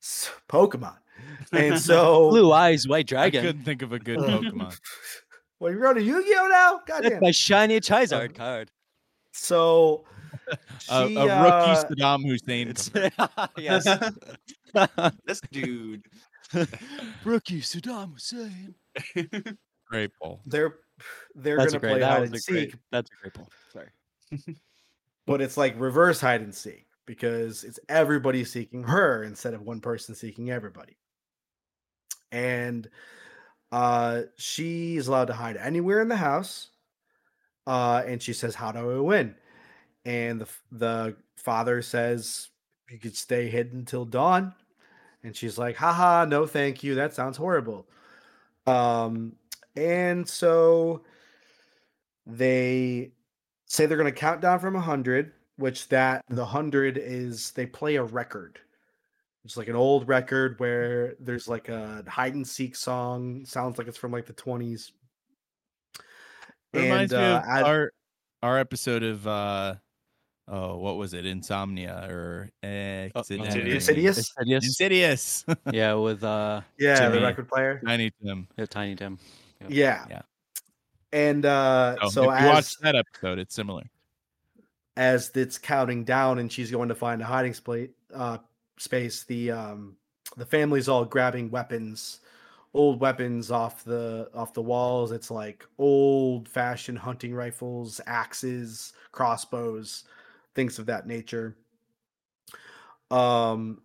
s- Pokemon. And so, Blue eyes, white i dragon. couldn't think of a good Uh, pokemon well, you're on a Yu-Gi-Oh now. That's Goddamn. my shiny Um, Charizard card. So, a, a she, rookie uh, saddam hussein It's, cover. yes. this dude. Rookie Saddam Hussein. great poll they're they're That's a gonna great. play That hide was a and seek, great. That's a great poll. Sorry. but it's like reverse hide and seek because it's everybody seeking her instead of one person seeking everybody. and uh, she is allowed to hide anywhere in the house. Uh, and she says, "How do I win?" And the f- the father says, "You could stay hidden till dawn." And she's like, "Haha, no, thank you. That sounds horrible." Um, and so they say they're going to count down from 100 which that the 100 is they play a record it's like an old record where there's like a hide and seek song sounds like it's from like the 20s It reminds and me uh, of as- our our episode of uh oh what was it insomnia or Insidious? Uh, Insidious. Uh, insidious Insidious. Insidious. yeah, with uh, yeah the Jimmy. record player Tiny Tim. yeah, Tiny Tim. yeah Yeah. and uh So, so if as you watch that episode, it's similar. as it's counting down and she's going to find a hiding spla- uh, space the um the family's all grabbing weapons old weapons off the off the walls it's like old fashioned hunting rifles axes crossbows things of that nature um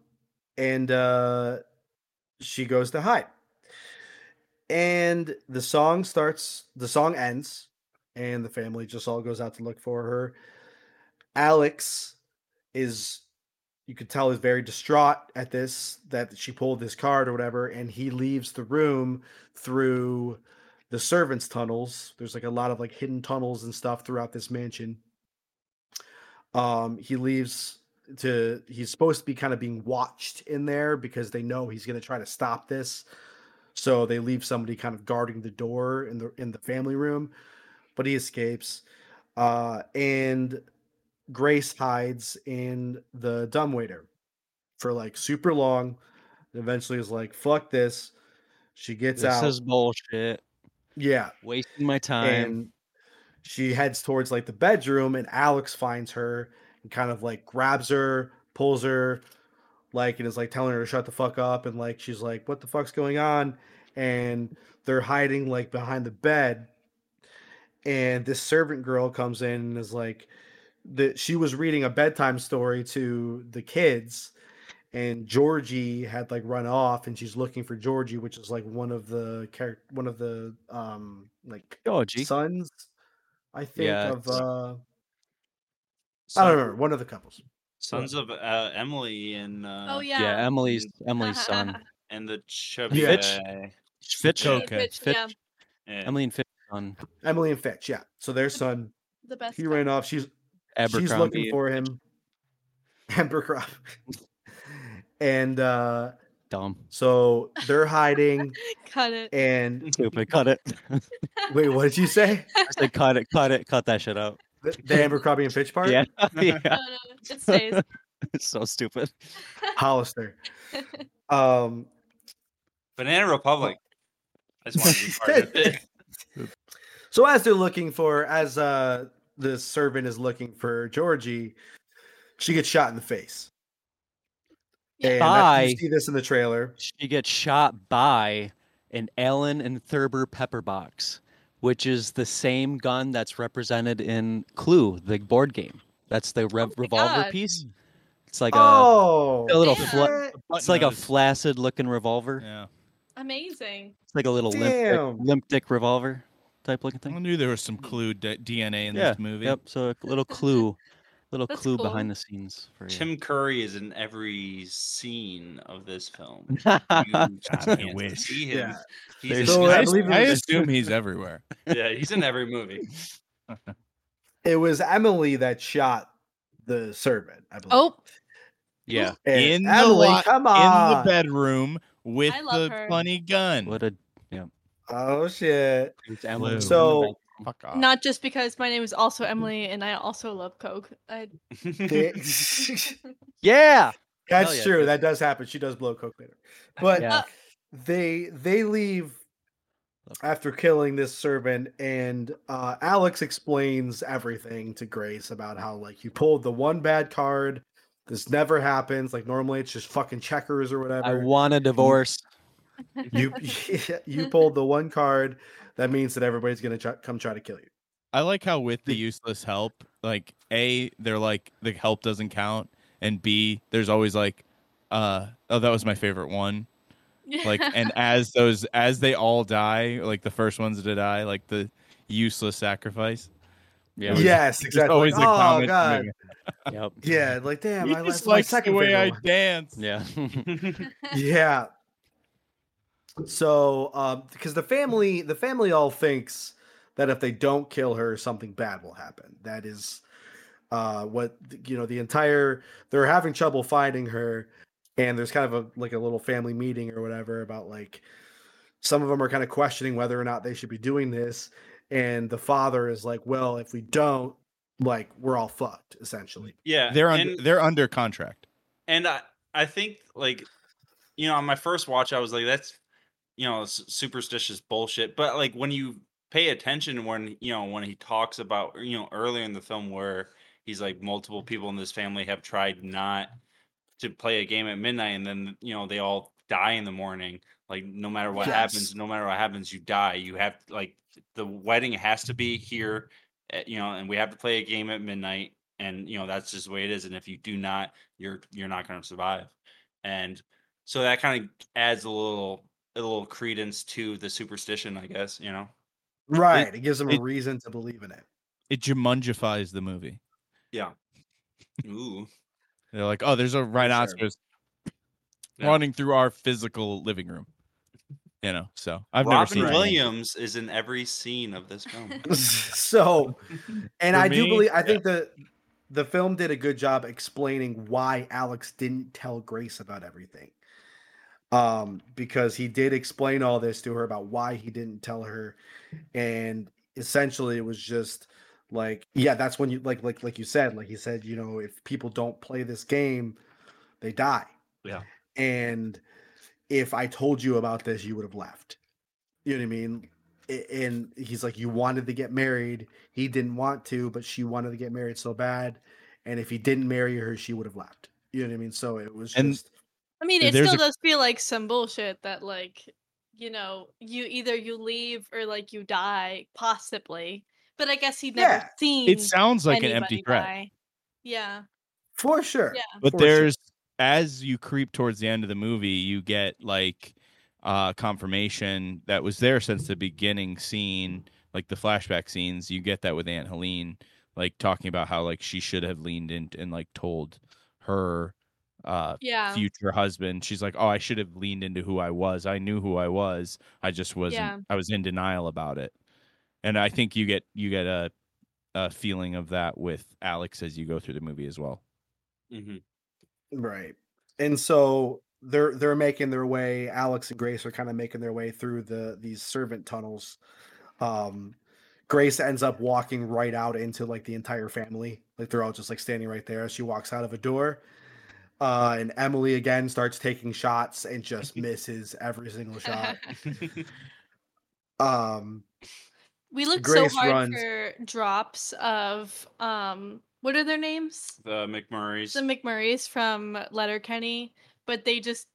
and uh she goes to hide and the song starts the song ends and the family just all goes out to look for her Alex is you could tell is very distraught at this that she pulled this card or whatever and he leaves the room through the servants tunnels there's like a lot of like hidden tunnels and stuff throughout this mansion um he leaves to he's supposed to be kind of being watched in there because they know he's going to try to stop this so they leave somebody kind of guarding the door in the in the family room but he escapes uh and Grace hides in the dumbwaiter for like super long. Eventually is like, fuck this. She gets this out. is bullshit. yeah. Wasting my time. And she heads towards like the bedroom and Alex finds her and kind of like grabs her, pulls her, like and is like telling her to shut the fuck up and like she's like, What the fuck's going on? And they're hiding like behind the bed. And this servant girl comes in and is like that she was reading a bedtime story to the kids and Georgie had like run off and she's looking for Georgie, which is like one of the character one of the um like Georgie. sons, I think Yeah, of it's- uh I don't remember one of the couples. Sons of uh, Emily and uh, Oh yeah. Yeah, Emily's Emily's son. and the chubby Fitch? guy. Fitch. Fitch, Fitch. yeah. Yeah. Emily and Fitch's son. Emily and Fitch, yeah. So their son, The best. he guy. ran off. She's she's Abercrombie. looking for him. Abercrombie. and uh Dumb. so they're hiding Cut it. and Stupid. Cut it. wait, what did you say? I said cut it. Cut it. Cut that shit out. The, the Abercrombie and Fitch part? Yeah. yeah. No, no, no, it stays. It's so stupid. Hollister. Um Banana Republic. I just wanted to be part of it. So as they're looking for, as uh the servant is looking for Georgie, she gets shot in the face. Yeah. And that's- Bye. you see this in the trailer. She gets shot by an Allen and Thurber pepper box, which is the same gun that's represented in Clue, the board game. That's the rev- my revolver God. piece. It's like uh, a, oh, a little damn. fl- eh, it's like a flaccid looking revolver. Yeah. Amazing. It's like a little limp dick, Damn. limp dick revolver type looking I thing. knew there was some clue d- DNA in Yeah, this movie. Yep. So a little clue, little That's clue cool. behind the scenes for you. Tim Curry is in every scene of this film. You just I can't wish. see him. Yeah. He's in There's- So I, I every- just- believe it I was- assume he's everywhere. yeah, he's in every movie. it was Emily that shot the servant, I believe. Oh, yeah. And In the Emily, lo- come In the on. bedroom with I love the her. funny gun. What a oh shit. Emily. So Fuck off. not just because my name is also Mm. Emily and I also love Coke. I, they- yeah. that's yeah, true. dude. That does happen. She does blow coke later. But Yeah. they they leave Love after killing this servant and uh alex explains everything to grace about how like you pulled the one bad card this never happens like normally it's just fucking checkers or I whatever want a divorce. you you pulled the one card that means that everybody's gonna try, come try to kill you I like how with the useless help, like A, they're like the help doesn't count, and B, there's always like, uh, oh, that was my favorite one. like and as those as they all die like the first ones to die like the useless sacrifice Yeah. was- yes, there's exactly. always a Like, oh comment god. Yep. Yeah, like damn, he I just that's my likes the second way favorite i one. dance Yeah. yeah so um because the family the family all thinks that if they don't kill her something bad will happen that is uh what you know the entire they're having trouble finding her and there's kind of a like a little family meeting or whatever about like some of them are kind of questioning whether or not they should be doing this and the father is like well if we don't like we're all fucked essentially yeah, they're under Uh, and- they're under contract and I, I think like you know on my first watch i was like that's you know s- superstitious bullshit but like when you pay attention when you know when he talks about you know earlier in the film where he's like multiple people in this family have tried not to play a game at midnight and then you know they all die in the morning like no matter what happens Yes. no matter what happens you die you have like the wedding has to be here at, you know and we have to play a game at midnight and you know that's just the way it is and if you do not you're you're not going to survive and so that kind of adds a little a little credence to the superstition i guess you know right it, gives them a it- reason to believe in it it jumungifies the movie ooh they're like oh there's a rhinoceros Yeah. running through our physical living room you know so i've never robin seen anything. williams is in every scene of this film so and For i do me, believe i yeah. think the the film did a good job explaining why alex didn't tell grace about everything um because he did explain all this to her about why he didn't tell her and essentially it was just like yeah that's when you like like like you said like he said you know if people don't play this game they die Yeah. and if i told you about this you would have left you know what i mean A- and he's like you wanted to get married he didn't want to but she wanted to get married so bad and if he didn't marry her she would have left you know what i mean so it was And- just I mean, it There's still a- does feel like some bullshit that like, you know, you either you leave or like you die, possibly. But I guess he'd never Yeah, seen it sounds like an anybody empty threat die. Yeah. for sure Yeah. but for sure. there's as you creep towards the end of the movie you get like uh confirmation that was there since the beginning scene like the flashback scenes you get that with aunt helene like talking about how like she should have leaned in and like told her uh Yeah. future husband she's like oh i should have leaned into who i was i knew who i was i just wasn't Yeah. i was in denial about it and i think you get you get a a feeling of that with alex as you go through the movie as well Mhm. Right. And so they're they're making their way, Alex and Grace are kind of making their way through the these servant tunnels. Um Grace ends up walking right out into like the entire family. Like they're all just like standing right there. She walks out of a door. Uh and Emily again starts taking shots and just misses every single shot. Mm-hmm. Um we looked Grace so hard runs- for drops of um what are their names? the mcmurrays The McMurrays from Letterkenny, but they just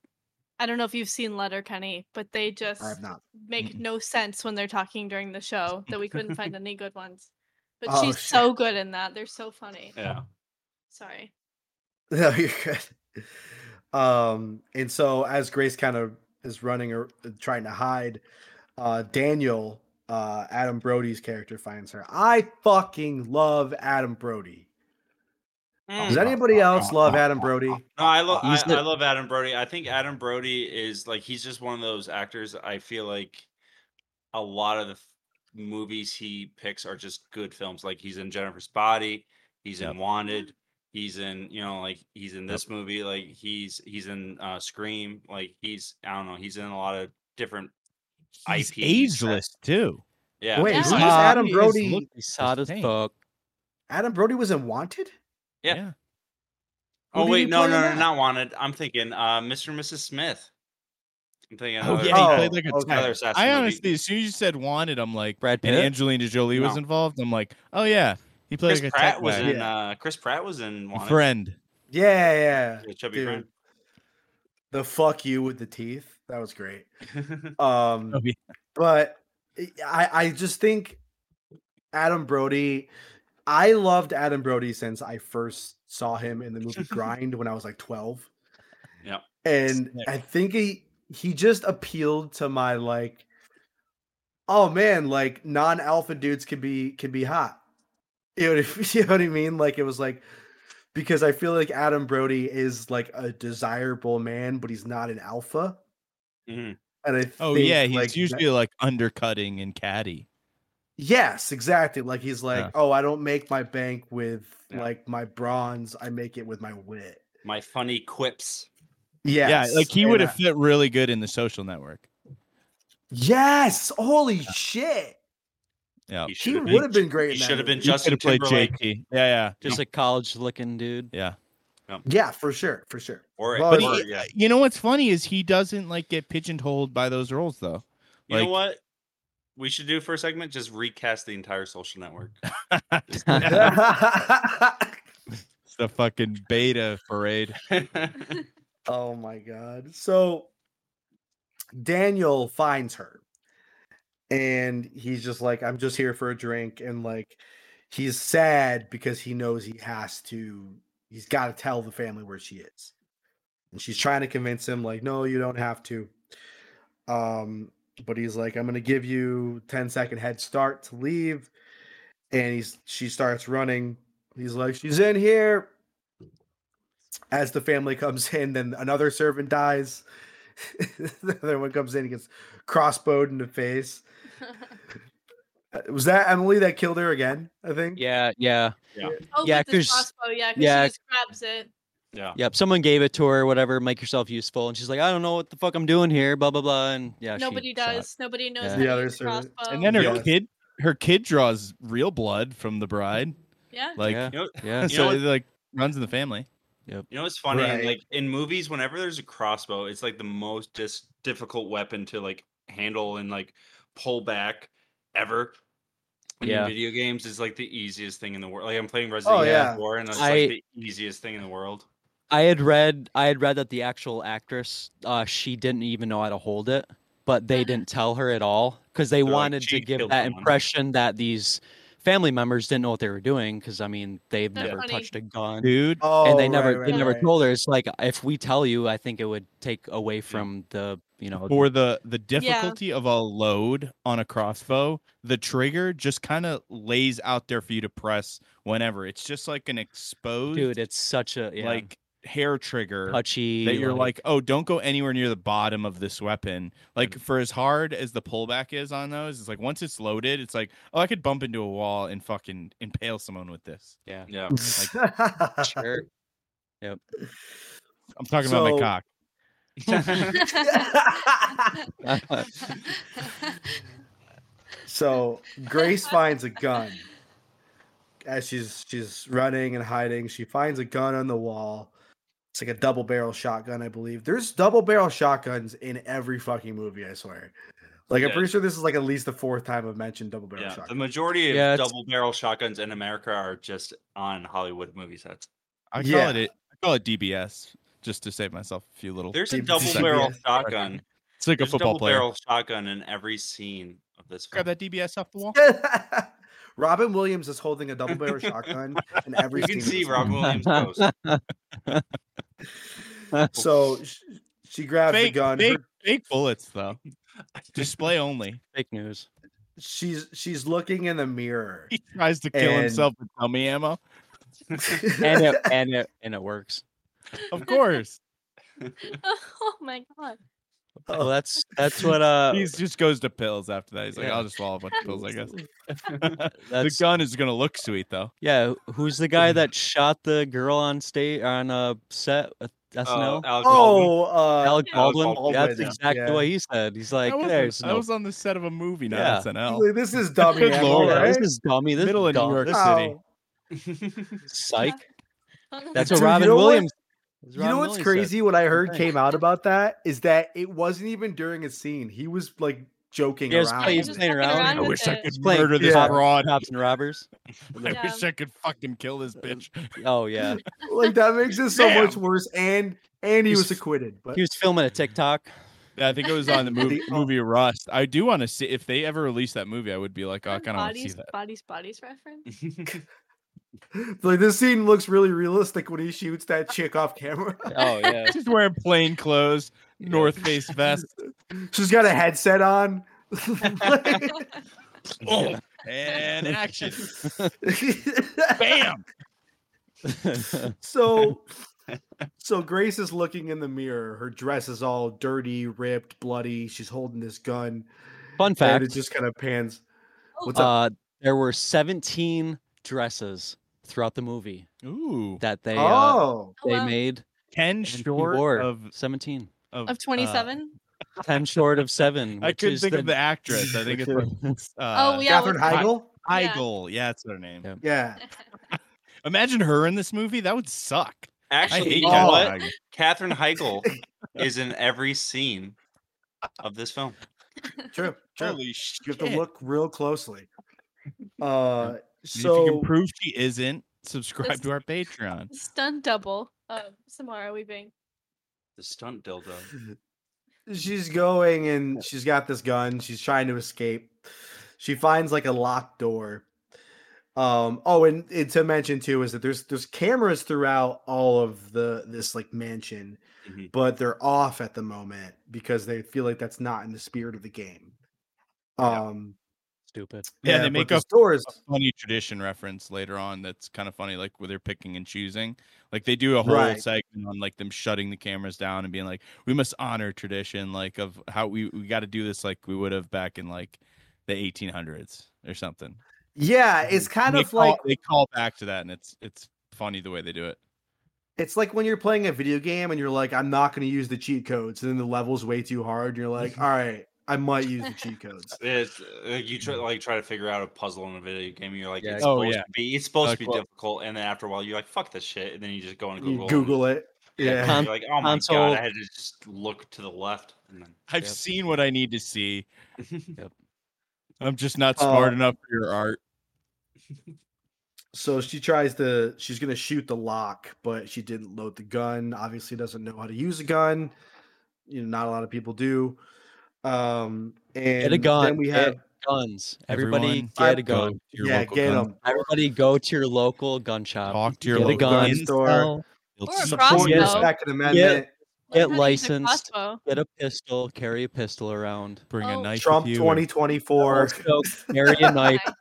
I don't know if you've seen Letterkenny, but they just I have not. make Mm-mm. no sense when they're talking during the show that we couldn't find any good ones. But Oh, she's shit. so good in that. They're so funny. yeah Sorry. No, you're good. Um, and so as Grace kind of is running or trying to hide, uh, Daniel, uh, Adam Brody's character finds her. I fucking love Adam Brody. Does Mm. anybody else love Adam Brody? No, I love I, He's the- I love Adam Brody. I think Adam Brody is like he's just one of those actors. I feel like a lot of the f- movies he picks are just good films. Like he's in Jennifer's Body, he's Yep. in Wanted, he's in you know like he's in this movie. Like he's he's in uh, Scream. Like he's I don't know. He's in a lot of different. He's IP ageless too. Yeah. Wait, Yeah. who's Uh, Adam He is Brody? looking sad as insane. fuck. Adam Brody was in Wanted? Yeah. Who Oh did he wait, no, play no, in no, that? not Wanted. I'm thinking uh, Mr. and Mrs. Smith. I'm thinking. Oh another- yeah, he Oh, played like a okay. another tag. assassin I movie. honestly, as soon as you said wanted, I'm like, Brad and Pitt? Angelina Jolie was No. involved. I'm like, oh yeah, he played Chris like a Pratt tech was guy. in. Yeah. Uh, Chris Pratt was in. Wanted. friend. Yeah, The yeah. chubby Dude, the fuck you with the teeth. That was great. friend. Um Oh, yeah. but I- I I just think Adam Brody. I loved Adam Brody since I first saw him in the movie Grind when I was like twelve. Yep. and Sick. I think he he just appealed to my like oh man like non-alpha dudes can be can be hot you know, what I- you know what i mean like it was like because i feel like adam brody is like a desirable man but he's not an alpha Mhm. and i Oh think, yeah, he's like, that- usually like undercutting and catty. yes exactly like he's like Yeah. oh i don't make my bank with Yeah. like my bronze i make it with my wit My funny quips. yes. Yeah, like he and uh, would I- have fit really good in the social network. yes holy shit Yeah. He he should've would have been great He in that should have been movie. He Justin could've played Timberlake. JT. Yeah, yeah. Just a college looking dude. Yeah. yeah for sure for sure Or, Well, or But he- Oh, yeah. you know what's funny is he doesn't like get pigeonholed by those roles though. You like- know what? We should do for a segment just recast the entire social network. It's the fucking beta parade. oh my god. So Daniel finds her and he's just like, I'm just here for a drink. And like he's sad because he knows he has to, he's got to tell the family where she is. And she's trying to convince him, like, no, you don't have to. Um, but he's like, I'm gonna give you 10 second head start to leave. And he's she starts running. He's like, She's in here as the family comes in, then another servant dies. the other one comes in, and gets crossbowed in the face. Uh, Was that Emily that killed her again? I think. Yeah, yeah. oh, Yeah, with the 'cause- crossbow, yeah, 'cause yeah. she just grabs it. yeah. Yep. Someone gave it to her, whatever, make yourself useful. And she's like, I don't know what the fuck I'm doing here, blah blah blah. And yeah, she Nobody shot. does. Nobody knows. Yeah. how to Yeah, use there's a sort of- crossbow. And then her Yeah. kid her kid draws real blood from the bride. yeah. Like yeah, You know, yeah. You so know it like runs in the family. you know what's funny? Right. Like in movies, whenever there's a crossbow, it's like the most dis- difficult weapon to like handle and like pull back ever. And Yeah. In video games, it's like the easiest thing in the world. Like I'm playing Resident Evil Oh, yeah. 4, and it's I- like the easiest thing in the world. I had read I had read that the actual actress uh she didn't even know how to hold it, but Mm-hmm. they didn't tell her at all because they like, wanted to "She give killed that someone." impression that these family members didn't know what they were doing because I mean they've That's never funny. touched a gun Dude. Oh, and they never right, right, they never right. told her. It's like if we tell you, I think it would take away from the you know for the the difficulty of a load on a crossbow the trigger just kind of lays out there for you to press whenever it's just like an exposed dude. It's such a yeah, like hair trigger touchy that you're like, oh don't go anywhere near the bottom of this weapon like Mm. for as hard as the pullback is on those it's like once it's loaded it's like oh i could bump into a wall and fucking impale someone with this yeah Yeah. "Ah, sure. i'm talking about my So- cock so Grace finds a gun as she's she's running and hiding. She finds a gun on the wall. It's like a double barrel shotgun, I believe. There's double barrel shotguns in every fucking movie, I swear. Like I'm Yeah. pretty sure this is like at least the fourth time I've mentioned double barrel Yeah, the shotgun. majority of Yeah, it's- double barrel shotguns in America are just on Hollywood movie sets. i call Yeah. it it i call it dbs just to save myself a few little There's a Deep double inside. barrel Yeah. shotgun. it's like a There's a football double player barrel shotgun in every scene of this film. grab that dbs off the wall Robin Williams is holding a double barrel shotgun in every You can scene of see this Robin Williams' post. movie. So sh- she grabs the fake, gun. fake, her- fake bullets though. Display only. Fake news. she's she's looking in the mirror. He tries to kill And- himself with dummy ammo. And it and it and it works. Of course, oh my god. Oh. Well, that's that's what Oh. uh he just goes to pills after that. He's like, Yeah. I'll just swallow a bunch of pills, I guess. the that's gun is gonna look sweet though. Yeah, wh- who's the guy that shot the girl on stage on a set with Uh, SNL? Alec Baldwin. oh, uh, Alec yeah. Alec Baldwin. Baldwin, That's yeah. exactly Yeah. what he said. He's like, I, was "There's on, no, the set of a movie, not Yeah. SNL. Like, this is dumb. Good ammo, lord, yeah, right? this is dummy. This Middle is of New dumb. York This City. Wow. is psych." That's Dude, what you Robin know what- Williams. that's You Robin know what's Williams said. crazy? What I heard thing. came out about that is that it wasn't even during a scene. He was like joking Yeah, it's around. probably he's playing around. I with wish I it. could He's playing murder this Yeah. broad. Cops and robbers. I Yeah. wish I could fucking kill this bitch. Oh yeah, Like that makes it so much Damn. worse. And and he He's- was acquitted. But he was filming a TikTok. Yeah, I think it was on the movie The- movie Rust. I do want to see if they ever release that movie. I would be like, oh, I kind of want to see bodies, that. bodies, bodies reference. like this scene looks really realistic when he shoots that chick off camera. Oh yeah. She's wearing plain clothes, North Face vest. She's got a headset on. Oh, and action. Bam. So so Grace is looking in the mirror. Her dress is all dirty, ripped, bloody. She's holding this gun. Fun fact. And it just kind of pans. What's up? Uh, there were 17 dresses throughout the movie Ooh. that they uh, oh. Oh, they wow. made uh, Ten and he short wore of, 17. of, uh, of 27 10 short of 7. I which couldn't is think the, of the actress. I think it's like, uh, oh yeah Catherine with- Heigl? yeah. Heigl. Yeah, that's her name. Yeah. Yeah. Imagine her in this movie. That would suck. I Actually, you hate know Catherine Oh. what? Heigl. Katherine Heigl is in every scene of this film. True. True. Holy shit! you have to Oh, look real closely. Uh And if you so can prove she isn't, subscribe This- to our Patreon. stunt double of samara weaving The stunt dildo. she's going and she's got this gun. She's trying to escape. She finds like a locked door. Um, oh, and, and to mention too is that there's there's cameras throughout all of the this like mansion, Mhm. but they're off at the moment because they feel like that's not in the spirit of the game. Um, stupid. Yeah, they make up doors. a funny tradition reference later on that's kind of funny, like where they're picking and choosing. Like they do a whole Right. segment on like them shutting the cameras down and being like, we must honor tradition, like of how we, we got to do this like we would have back in like the 1800s or something. Yeah, it's kind they of call, like they call back to that, and it's it's funny the way they do it. It's like when you're playing a video game and you're like, I'm not going to use the cheat codes, and then the level's way too hard. And you're like, all right, I might use the cheat codes. It's uh, you try like try to figure out a puzzle in a video game. You're like, Mm. Yeah, it's oh, supposed yeah. to be it's supposed Like, to be well- difficult, and then after a while, you're like, fuck this shit, and then you just go and Google. You and Google it. Yeah, Yeah. con- you're like, oh my console- god, I had to just look to the left, and then I've Yep. seen what I need to see. Yep. I'm just not Uh, smart enough for your art. So she tries to, she's going to shoot the lock, but she didn't load the gun. Obviously, doesn't know how to use a gun. You know, not a lot of people do. Um, and gun, Then we get- have, Guns. Everybody Everyone, get a Go gun. to your yeah, local get gun. 'em. Everybody go to your local gun shop. Talk to your get a local gun. gun store. They'll Or a teach you. crossbow. Support your Crossbow. Second Amendment. Get Learn how to use a licensed. crossbow. Get a pistol. Carry a pistol around. Bring Oh. a knife. Trump with you and 2024. Also, carry a knife. Okay.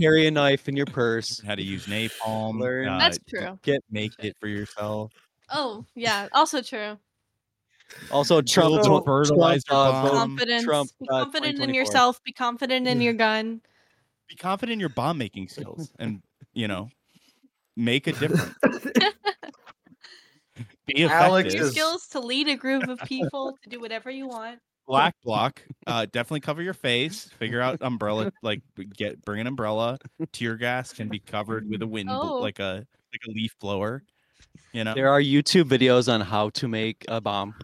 Carry a knife in your purse. learn How to use napalm. Learn- uh, that's true Get make it for yourself. oh yeah also true Also, Trump. Build a Trump, fertilizer uh, vote- bomb. confidence Trump, be uh, confident in 2024. yourself be confident in your gun Be confident in your bomb making skills, and you know, make a difference. Be Alex effective. your Yes. skills to lead a group of people to do whatever you want black block. Uh, definitely cover your face. Figure out umbrella. Like b- get bring an umbrella. Tear gas can be covered with a wind, bl- Oh. like a like a leaf blower. You know, There are YouTube videos on how to make a bomb.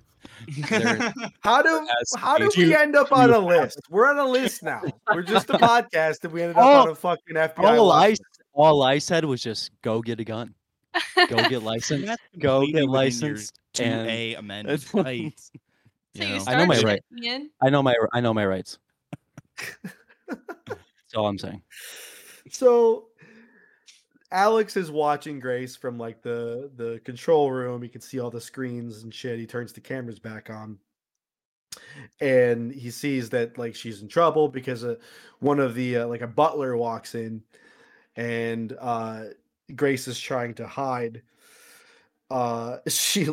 They're- How do As how do you- we end up on you a list? We're on a list now. We're just a podcast, and we ended up All- on a fucking FBI. all watch Oh. I list. all I said was just go get a gun. Go get licensed. That's go completely get within your licensed. Two And A amendment. rights, so you you know? start know my shit, right. man. I know my I know my rights. That's all I'm saying. So Alex is watching Grace from like the the control room. He can see all the screens and shit. He turns the cameras back on, and he sees that like she's in trouble because uh, one of the uh, like a butler walks in, and uh, Grace is trying to hide. Uh, she.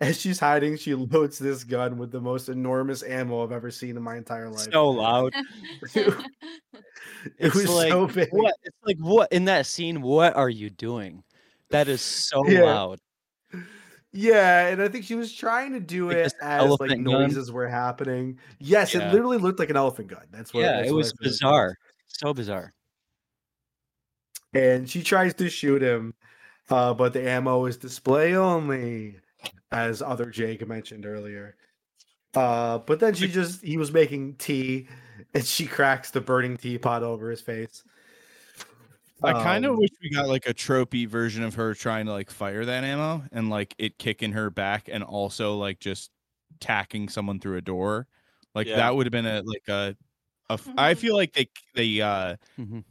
As she's hiding, she loads this gun with the most enormous ammo I've ever seen in my entire life. So loud. it It's was like, so big. What it's like what in that scene, what are you doing? That is so Yeah. loud. Yeah, and I think she was trying to do Like it this as like elephant gun? noises were happening. Yes, Yeah. it literally looked like an elephant gun. That's what. Yeah, that's it what I was feel like bizarre. So bizarre. And she tries to shoot him, uh, but the ammo is display only, as other Jake mentioned earlier. Uh, but then she just he was making tea, and she cracks the burning teapot over his face. I kind of Um, wish we got like a tropey version of her trying to like fire that ammo and like it kicking her back and also like just tacking someone through a door. Like Yeah. that would have been a like a, a f- I Mhm. feel like they they uh Mhm.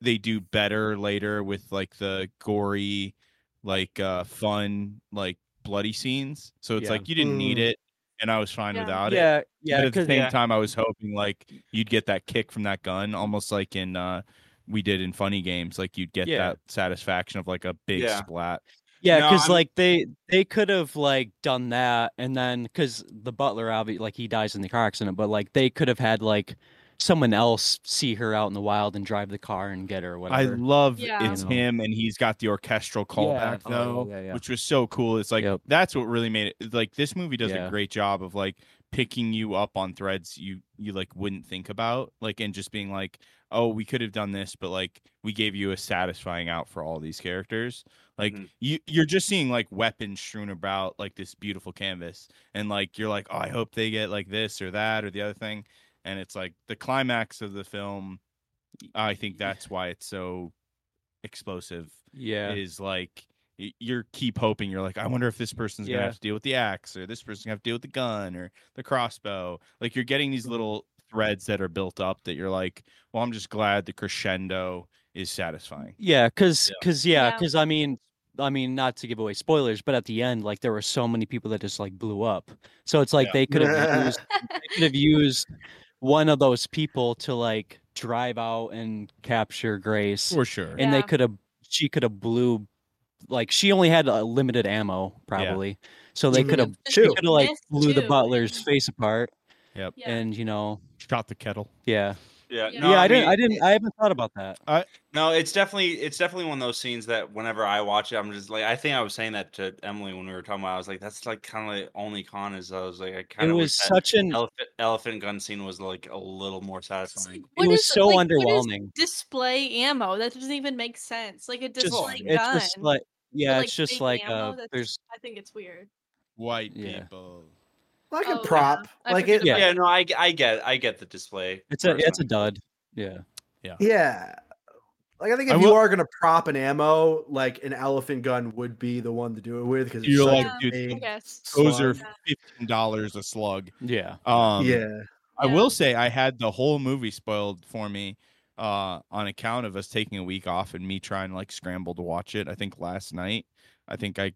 they do better later with like the gory, like uh fun, like bloody scenes. So it's Yeah. like you didn't need Mm. it, and I was fine Yeah. without it. Yeah, but yeah, at the 'cause- same yeah. time, I was hoping like you'd get that kick from that gun, almost like in uh we did in funny games, like you'd get Yeah. that satisfaction of like a big Yeah. splat. Yeah, No, because I'm- like they they could have like done that, and then because the butler obviously like he dies in the car accident, but like they could have had like someone else see her out in the wild and drive the car and get her or I whatever. love Yeah. it's You know. him and he's got the orchestral callback oh, yeah, though, yeah, yeah. which was so cool. It's like Yep. that's what really made it like this movie does Yeah. a great job of like picking you up on threads you you like wouldn't think about, like and just being like, oh, we could have done this, but like we gave you a satisfying out for all these characters. Like Mhm. you you're just seeing like weapons strewn about like this beautiful canvas, and like you're like, oh, I hope they get like this or that or the other thing, and it's like the climax of the film. I think that's why it's so explosive yeah. is like y- you're keep hoping you're like i wonder if this person's gonna Yeah. have to deal with the axe or this person's gonna have to deal with the gun or the crossbow like you're getting these little threads that are built up that you're like well i'm just glad the crescendo is satisfying Yeah, cause, Yeah. cause, yeah, Yeah. cause. I mean, I mean, not to give away spoilers, but at the end, like there were so many people that just like blew up. So it's like Yeah. they could have used, they could have used one of those people to like drive out and capture Grace, for sure and they Yeah. could have, she could have blew, like she only had a limited ammo probably, so they could have, Just Two. could have like missed blew the two. butler's face apart, Yeah. and you know, shot the kettle yeah, Yeah, Yeah. no, yeah. I, I didn't, mean- I didn't, I haven't thought about that. No, it's definitely it's definitely one of those scenes that whenever I watch it, I'm just like I think I was saying that to Emily when we were talking about. it, I was like, that's like kind of the only con is I was like, I It kind of was wish that such an, elephant elephant gun scene was like a little more It's like, satisfying. it what was is- so like, what is underwhelming. display ammo that doesn't even make sense. Like a just display fine. it's gun. just like yeah, like, it's just big like ammo uh, that's- there's I think it's weird. white Yeah. people like Oh, a yeah. prop, I like forget it. Yeah. Yeah, no, I, g- I get I get the display. it's a it's a personally. dud. Yeah, Yeah. Like I think I if you will- are gonna prop an ammo, like an elephant gun would be the one to do it with because You're it's such like, a dude, I big guess. those slug. are fifteen dollars a slug yeah. um yeah. I Yeah. will say I had the whole movie spoiled for me uh on account of us taking a week off and me trying to like scramble to watch it. I think last night. I think I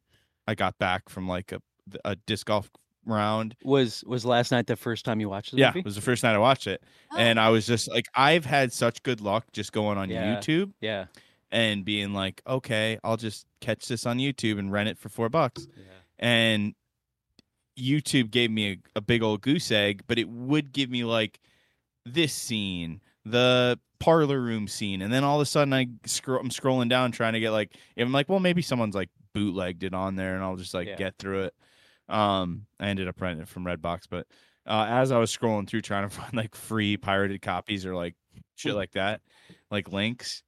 I got back from like a a disc golf round. Was was last night the first time you watched the Yeah, it movie? was the first night I watched it. Oh, And I was just like I've had such good luck just going on Yeah. YouTube Yeah, and being like, "Okay, I'll just catch this on YouTube and rent it for 4 bucks." and YouTube gave me a, a big old goose egg, but it would give me like this scene, the parlor room scene, and then all of a sudden I scroll, I'm scrolling down trying to get like, I'm like, well, maybe someone's like bootlegged it on there, and I'll just like Yeah. get through it. Um, I ended up renting it from Redbox, but uh, as I was scrolling through trying to find like free pirated copies or like shit like that, like links.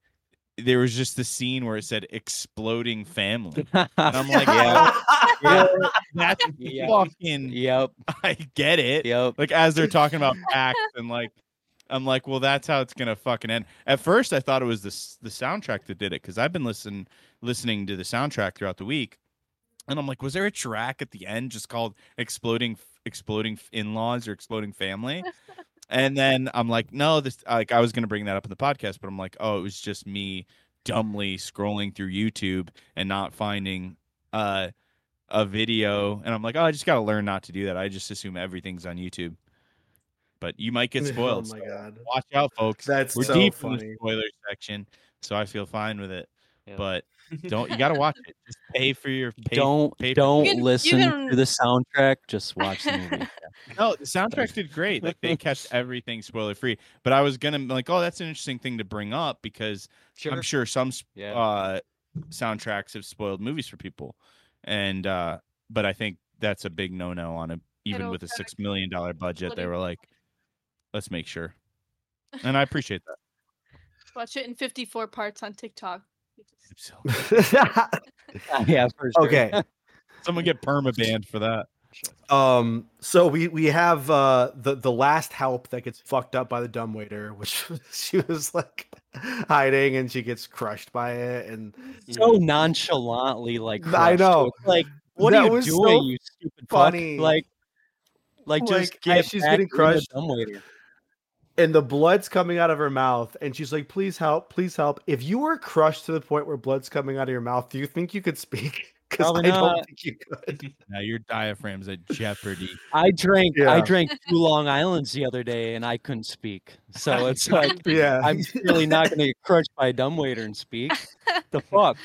There was just the scene where it said exploding family. yeah. And I'm like, yeah, that's Yeah. fucking. yep, I get it. yep. Like as they're talking about facts and like, I'm like, well, that's how it's gonna fucking end. At first, I thought it was the s- the soundtrack that did it because I've been listening listening to the soundtrack throughout the week, and I'm like, was there a track at the end just called "Exploding F- Exploding In Laws" or "Exploding Family"? and then I'm like, no, this like I was gonna bring that up in the podcast, but I'm like, oh, it was just me dumbly scrolling through YouTube and not finding uh a video and I'm like, oh, I just gotta learn not to do that. I just assume everything's on YouTube. But you might get spoiled. Oh my so god. watch out, folks. That's We're so deep in funny. the spoiler section, so I feel fine with it. Yeah. But don't you gotta watch it. Just pay for your pay. don't paper- don't You can- you listen to can- the soundtrack. Just watch the movie. No, the soundtrack did great. Like they kept everything spoiler free. But I was gonna be like, oh, that's an interesting thing to bring up because I'm sure some s- Yeah. uh, soundtracks have spoiled movies for people, and uh, but I think that's a big no-no on a even It'll with a affect six million dollar budget. They quality. were like, let's make sure, and I appreciate that. Watch it in 54 parts on TikTok. yeah. For sure. okay. Someone get perma banned for that. Um, so we we have uh the the last help that gets fucked up by the dumbwaiter, which she was like hiding and she gets crushed by it and So nonchalantly, like Mm. I crushed. know. It's Like, what That are you was so doing? you stupid fuck? funny. Like, like just Like, get as she's back getting in the crushed- dumbwaiter. and the blood's coming out of her mouth, and she's like, "Please help, please help." If you were crushed to the point where blood's coming out of your mouth, do you think you could speak? Because I Probably don't not. think you could. Now your diaphragm's at jeopardy. I drank Yeah. I drank two Long Islands the other day and I couldn't speak. So it's like Yeah, I'm really not going to get crushed by a dumbwaiter and speak. The fuck?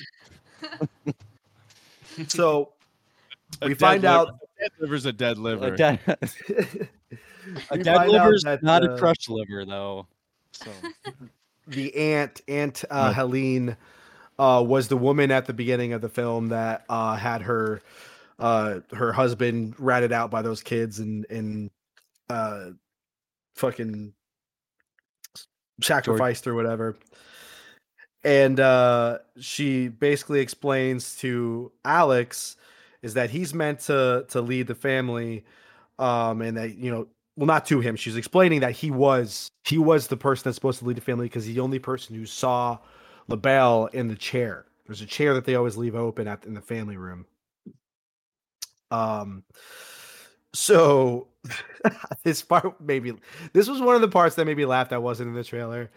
so we A dead find liver- out a dead liver's a dead liver. A dead, a we dead find out liver's that, not uh, a crushed liver though. So the aunt, Aunt uh, Right. Helene, uh, was the woman at the beginning of the film that uh, had her uh, her husband ratted out by those kids and and uh, fucking sacrificed or whatever. And uh, she basically explains to Alex is that he's meant to to lead the family, um, and that you know well not to him she's explaining that he was he was the person that's supposed to lead the family because he's the only person who saw labelle in the chair there's a chair that they always leave open at in the family room um so this part maybe this was one of the parts that made me laugh that wasn't in the trailer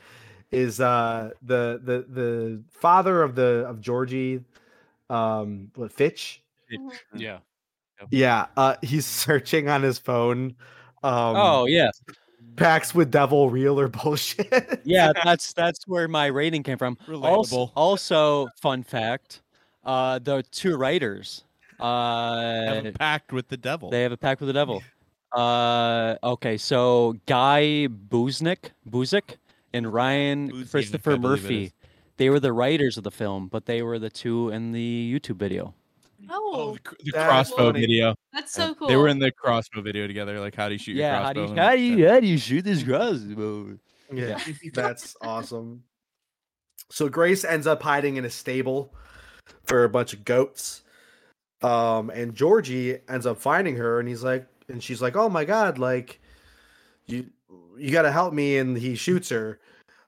is uh the the the father of the of georgie um what fitch Mm-hmm. yeah. yeah uh he's searching on his phone um oh yes. packs with devil real or bullshit. Yeah, that's that's where my rating came from. Also, Relatable. also fun fact, uh the two writers uh Have a pact with the devil. They have a pact with the devil. Uh, okay, so Guy Buznick, Buzik, and Ryan Buzniak, I Christopher believe it Murphy. is. They were the writers of the film, but they were the two in the YouTube video. Oh, Oh, the, cr- the That's crossbow funny. video. that's so cool. They were in the crossbow video together, like how do you shoot yeah, how your do you crossbow? how do you, how do you shoot this crossbow? Yeah, that's awesome. So Grace ends up hiding in a stable for a bunch of goats. Um, and Georgie ends up finding her, and he's like, and she's like, "Oh my god, like, you, you gotta help me!" And he shoots her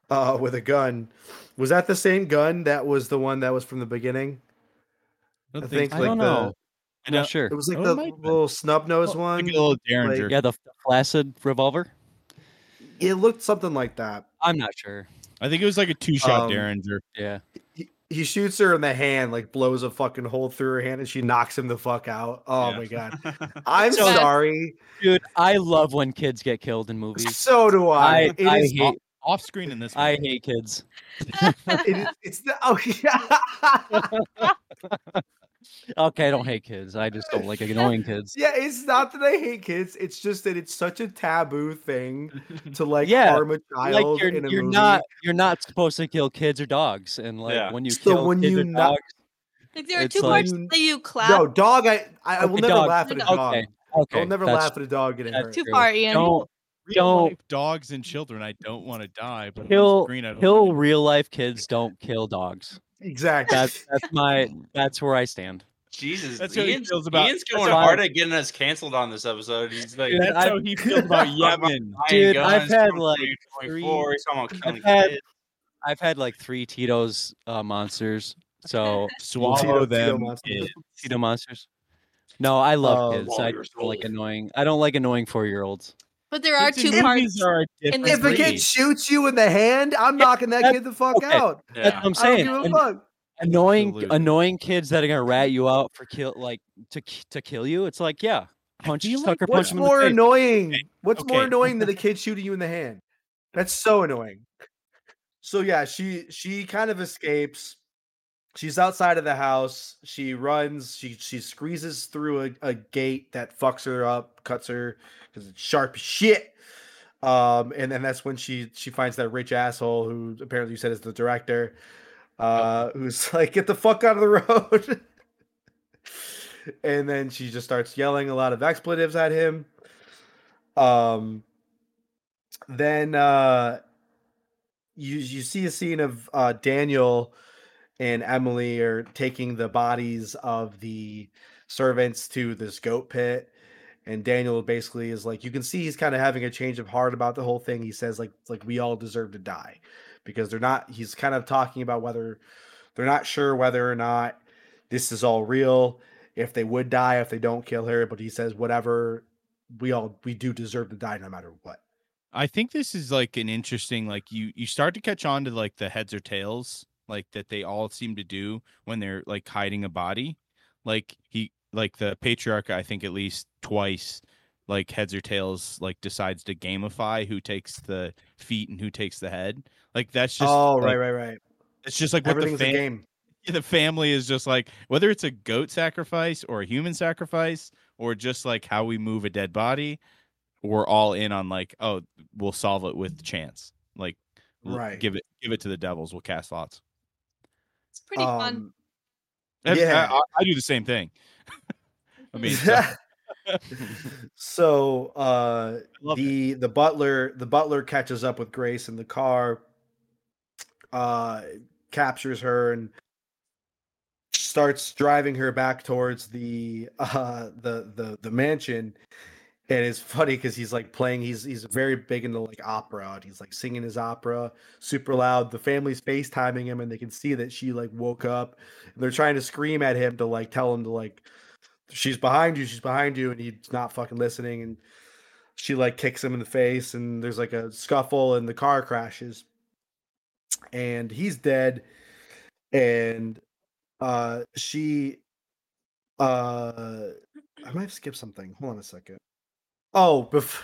uh, with a gun. Was that the same gun that was the one that was from the beginning? I don't I think think so. I like don't the know. I'm No, not sure. it was like Oh, it the might have been. little snub nosed one. Like a little Derringer. Yeah, the f- flaccid revolver. It looked something like that. I'm not sure. I think it was like a two shot Um, Derringer. Yeah, he- he shoots her in the hand, like blows a fucking hole through her hand, and she knocks him the fuck out. Oh Yeah. my god, I'm So- sorry. dude, I love when kids get killed in movies. So do I. I It I is- hate Off screen in this. I one. hate kids. it is- it's the oh yeah, Okay, I don't hate kids. I just don't like annoying kids. yeah. It's not that I hate kids. It's just that it's such a taboo thing to like Yeah, harm a child like you're, in a you're movie. not you're not supposed to kill kids or dogs and like Yeah. when you So kill when kids you or not- dogs like there are it's two like- parts that you clap. no dog. I I, I Okay, will never dog. laugh at a Okay. dog. okay I'll never that's- laugh at a dog getting that's hurt. too true. far, Ian. don't Real Don't- life dogs and children. I don't want to die, but on He'll- screen, I don't kill wanna- real life kids don't kill dogs Exactly. that's that's my that's where i stand Jesus, That's how he Ian's, feels about- Ian's that's going how- hard at getting us canceled on this episode. He's like, Dude, "Ryan That's I- how he feels about I'm a- Yemen. dude, Guns, I've had, Tom like, Brady three- 24, he's talking about killing had- kids. i've had like three tito's uh monsters so Swallow Tito them. monster. kids. tito monsters no i love Uh, kids i Warriors just don't like old. annoying i don't like annoying four-year-olds But there are Kids two in movies parts. are a in different this If a breed. kid shoots you in the hand, I'm knocking that that's- kid the fuck okay. out. Yeah. that's what i'm I saying don't give a An- fuck. annoying Absolutely. annoying kids that are gonna rat you out for kill like to k- to kill you it's like yeah punch feel like sucker punch What's them in the more face. annoying? Okay, What's more okay. annoying than a kid shooting you in the hand? That's so annoying. So yeah, she she kind of escapes. She's outside of the house. She runs. She she squeezes through a, a gate that fucks her up, cuts her because it's sharp as shit. Um, and then that's when she she finds that rich asshole who apparently you said is the director, uh, who's like, "Get the fuck out of the road." and then she just starts yelling a lot of expletives at him. Um, then uh, you you see a scene of uh, Daniel and Emily are taking the bodies of the servants to this goat pit, and Daniel basically is like, you can see he's kind of having a change of heart about the whole thing. He says like like we all deserve to die because they're not. He's kind of talking about whether they're not sure whether or not this is all real if they would die if they don't kill her but he says whatever we all we do deserve to die no matter what I think this is like an interesting like you you start to catch on to like the heads or tails like that they all seem to do when they're like hiding a body. Like he like the patriarch I think at least twice like heads or tails like decides to gamify who takes the feet and who takes the head. Like that's just oh, like, right, right, right. It's just like what the Everything's a fan- game. the family is just like whether it's a goat sacrifice or a human sacrifice or just like how we move a dead body we're all in on like oh we'll solve it with chance like l- Right. give it give it to the devils we'll cast lots It's pretty fun. Um, And I- Yeah. I, I do the same thing i mean so- so uh Love it. the the butler the butler catches up with grace in the car uh captures her and starts driving her back towards the uh the the the mansion and it's funny because he's like playing he's he's very big into like opera and he's like singing his opera super loud the family's facetiming him and they can see that she like woke up and they're trying to scream at him to like tell him to like she's behind you she's behind you and he's not fucking listening and she like kicks him in the face and there's like a scuffle and the car crashes and he's dead and uh she uh i might have skipped something hold on a second oh bef-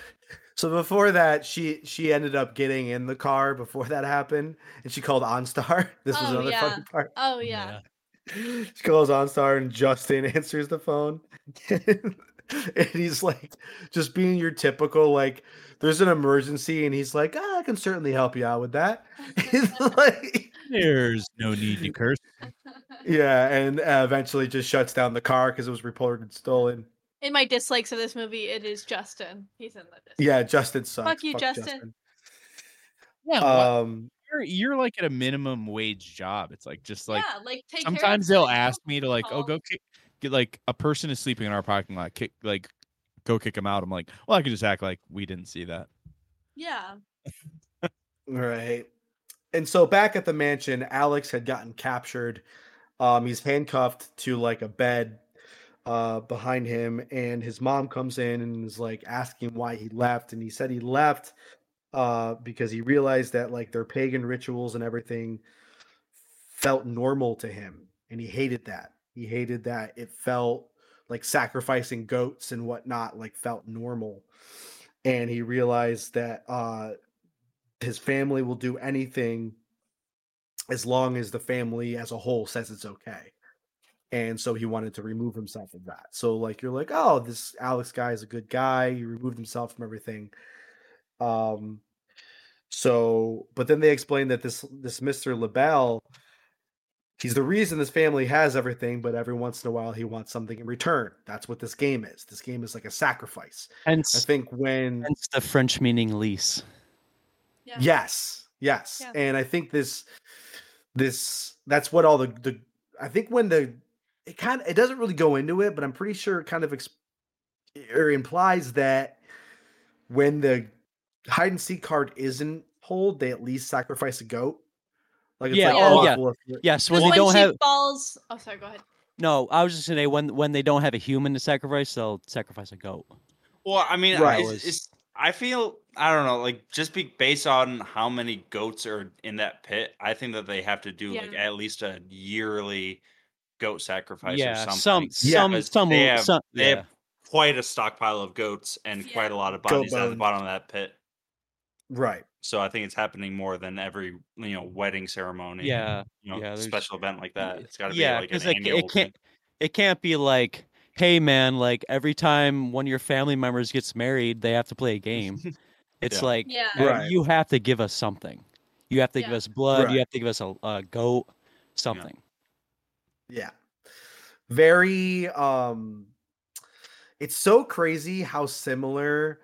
so before that she she ended up getting in the car before that happened and she called onstar this was Oh, another yeah. funny part Oh yeah. she calls OnStar and Justin answers the phone. and he's like, just being your typical, like, there's an emergency, and he's like, ah, I can certainly help you out with that. It's like, there's no need to curse yeah, and uh, eventually just shuts down the car because it was reported stolen. In my dislikes of this movie, it is Justin. He's in the dislike. Yeah, Justin sucks. you, Justin. yeah well, Um, you're, you're like at a minimum wage job it's like just like yeah, like take care of sometimes they'll yourself. ask me to like, oh, call. go kick, get like a person is sleeping in our parking lot, kick like, go kick them out. I'm like, well, I could just act like we didn't see that. Yeah. Right. And so back at the mansion, Alex had gotten captured. Um, he's handcuffed to like a bed uh, behind him, and his mom comes in and is like asking why he left. And he said he left uh, because he realized that like their pagan rituals and everything felt normal to him. And he hated that. He hated that it felt like sacrificing goats and whatnot, like felt normal. And he realized that uh, his family will do anything as long as the family as a whole says it's okay. And so he wanted to remove himself from that. So like you're like, oh, this Alex guy is a good guy. He removed himself from everything. Um so but then they explain that this this Mr. LaBelle, he's the reason this family has everything, but every once in a while he wants something in return. That's what this game is. This game is like a sacrifice. I Hence, think when hence the French meaning lease. Yeah. Yes. Yes. Yeah. And I think this this that's what all the the I think when the it kind of it doesn't really go into it, but I'm pretty sure it kind of exp- or implies that when the hide and seek card isn't pulled, they at least sacrifice a goat. Like it's Yeah, like yeah, oh yeah. well, if you're- Yes, Because when they don't she have falls. Oh, sorry. Go ahead. no, I was just gonna say when when they don't have a human to sacrifice, they'll sacrifice a goat. Well, I mean, Right. I, it's, it's- I feel I don't know, like just be based on how many goats are in that pit. I think that they have to do like Yeah. at least a yearly goat sacrifice or Yeah, some something. some because some, they will- have- some they yeah. have quite a stockpile of goats and quite a lot of Goat bodies at the bones. bottom of that pit. right. So I think it's happening more than every you know wedding ceremony. yeah. you know, yeah, there's- special event like that. It's got to yeah, be like 'cause, an like, it annual. can't- thing. It can't be like, hey man, like every time one of your family members gets married, they have to play a game. It's Yeah. like Yeah. uh, Right. you have to give us something. You have to give Yeah. us blood. Right. You have to give us a, a goat. Something. Yeah. Very um it's so crazy how similar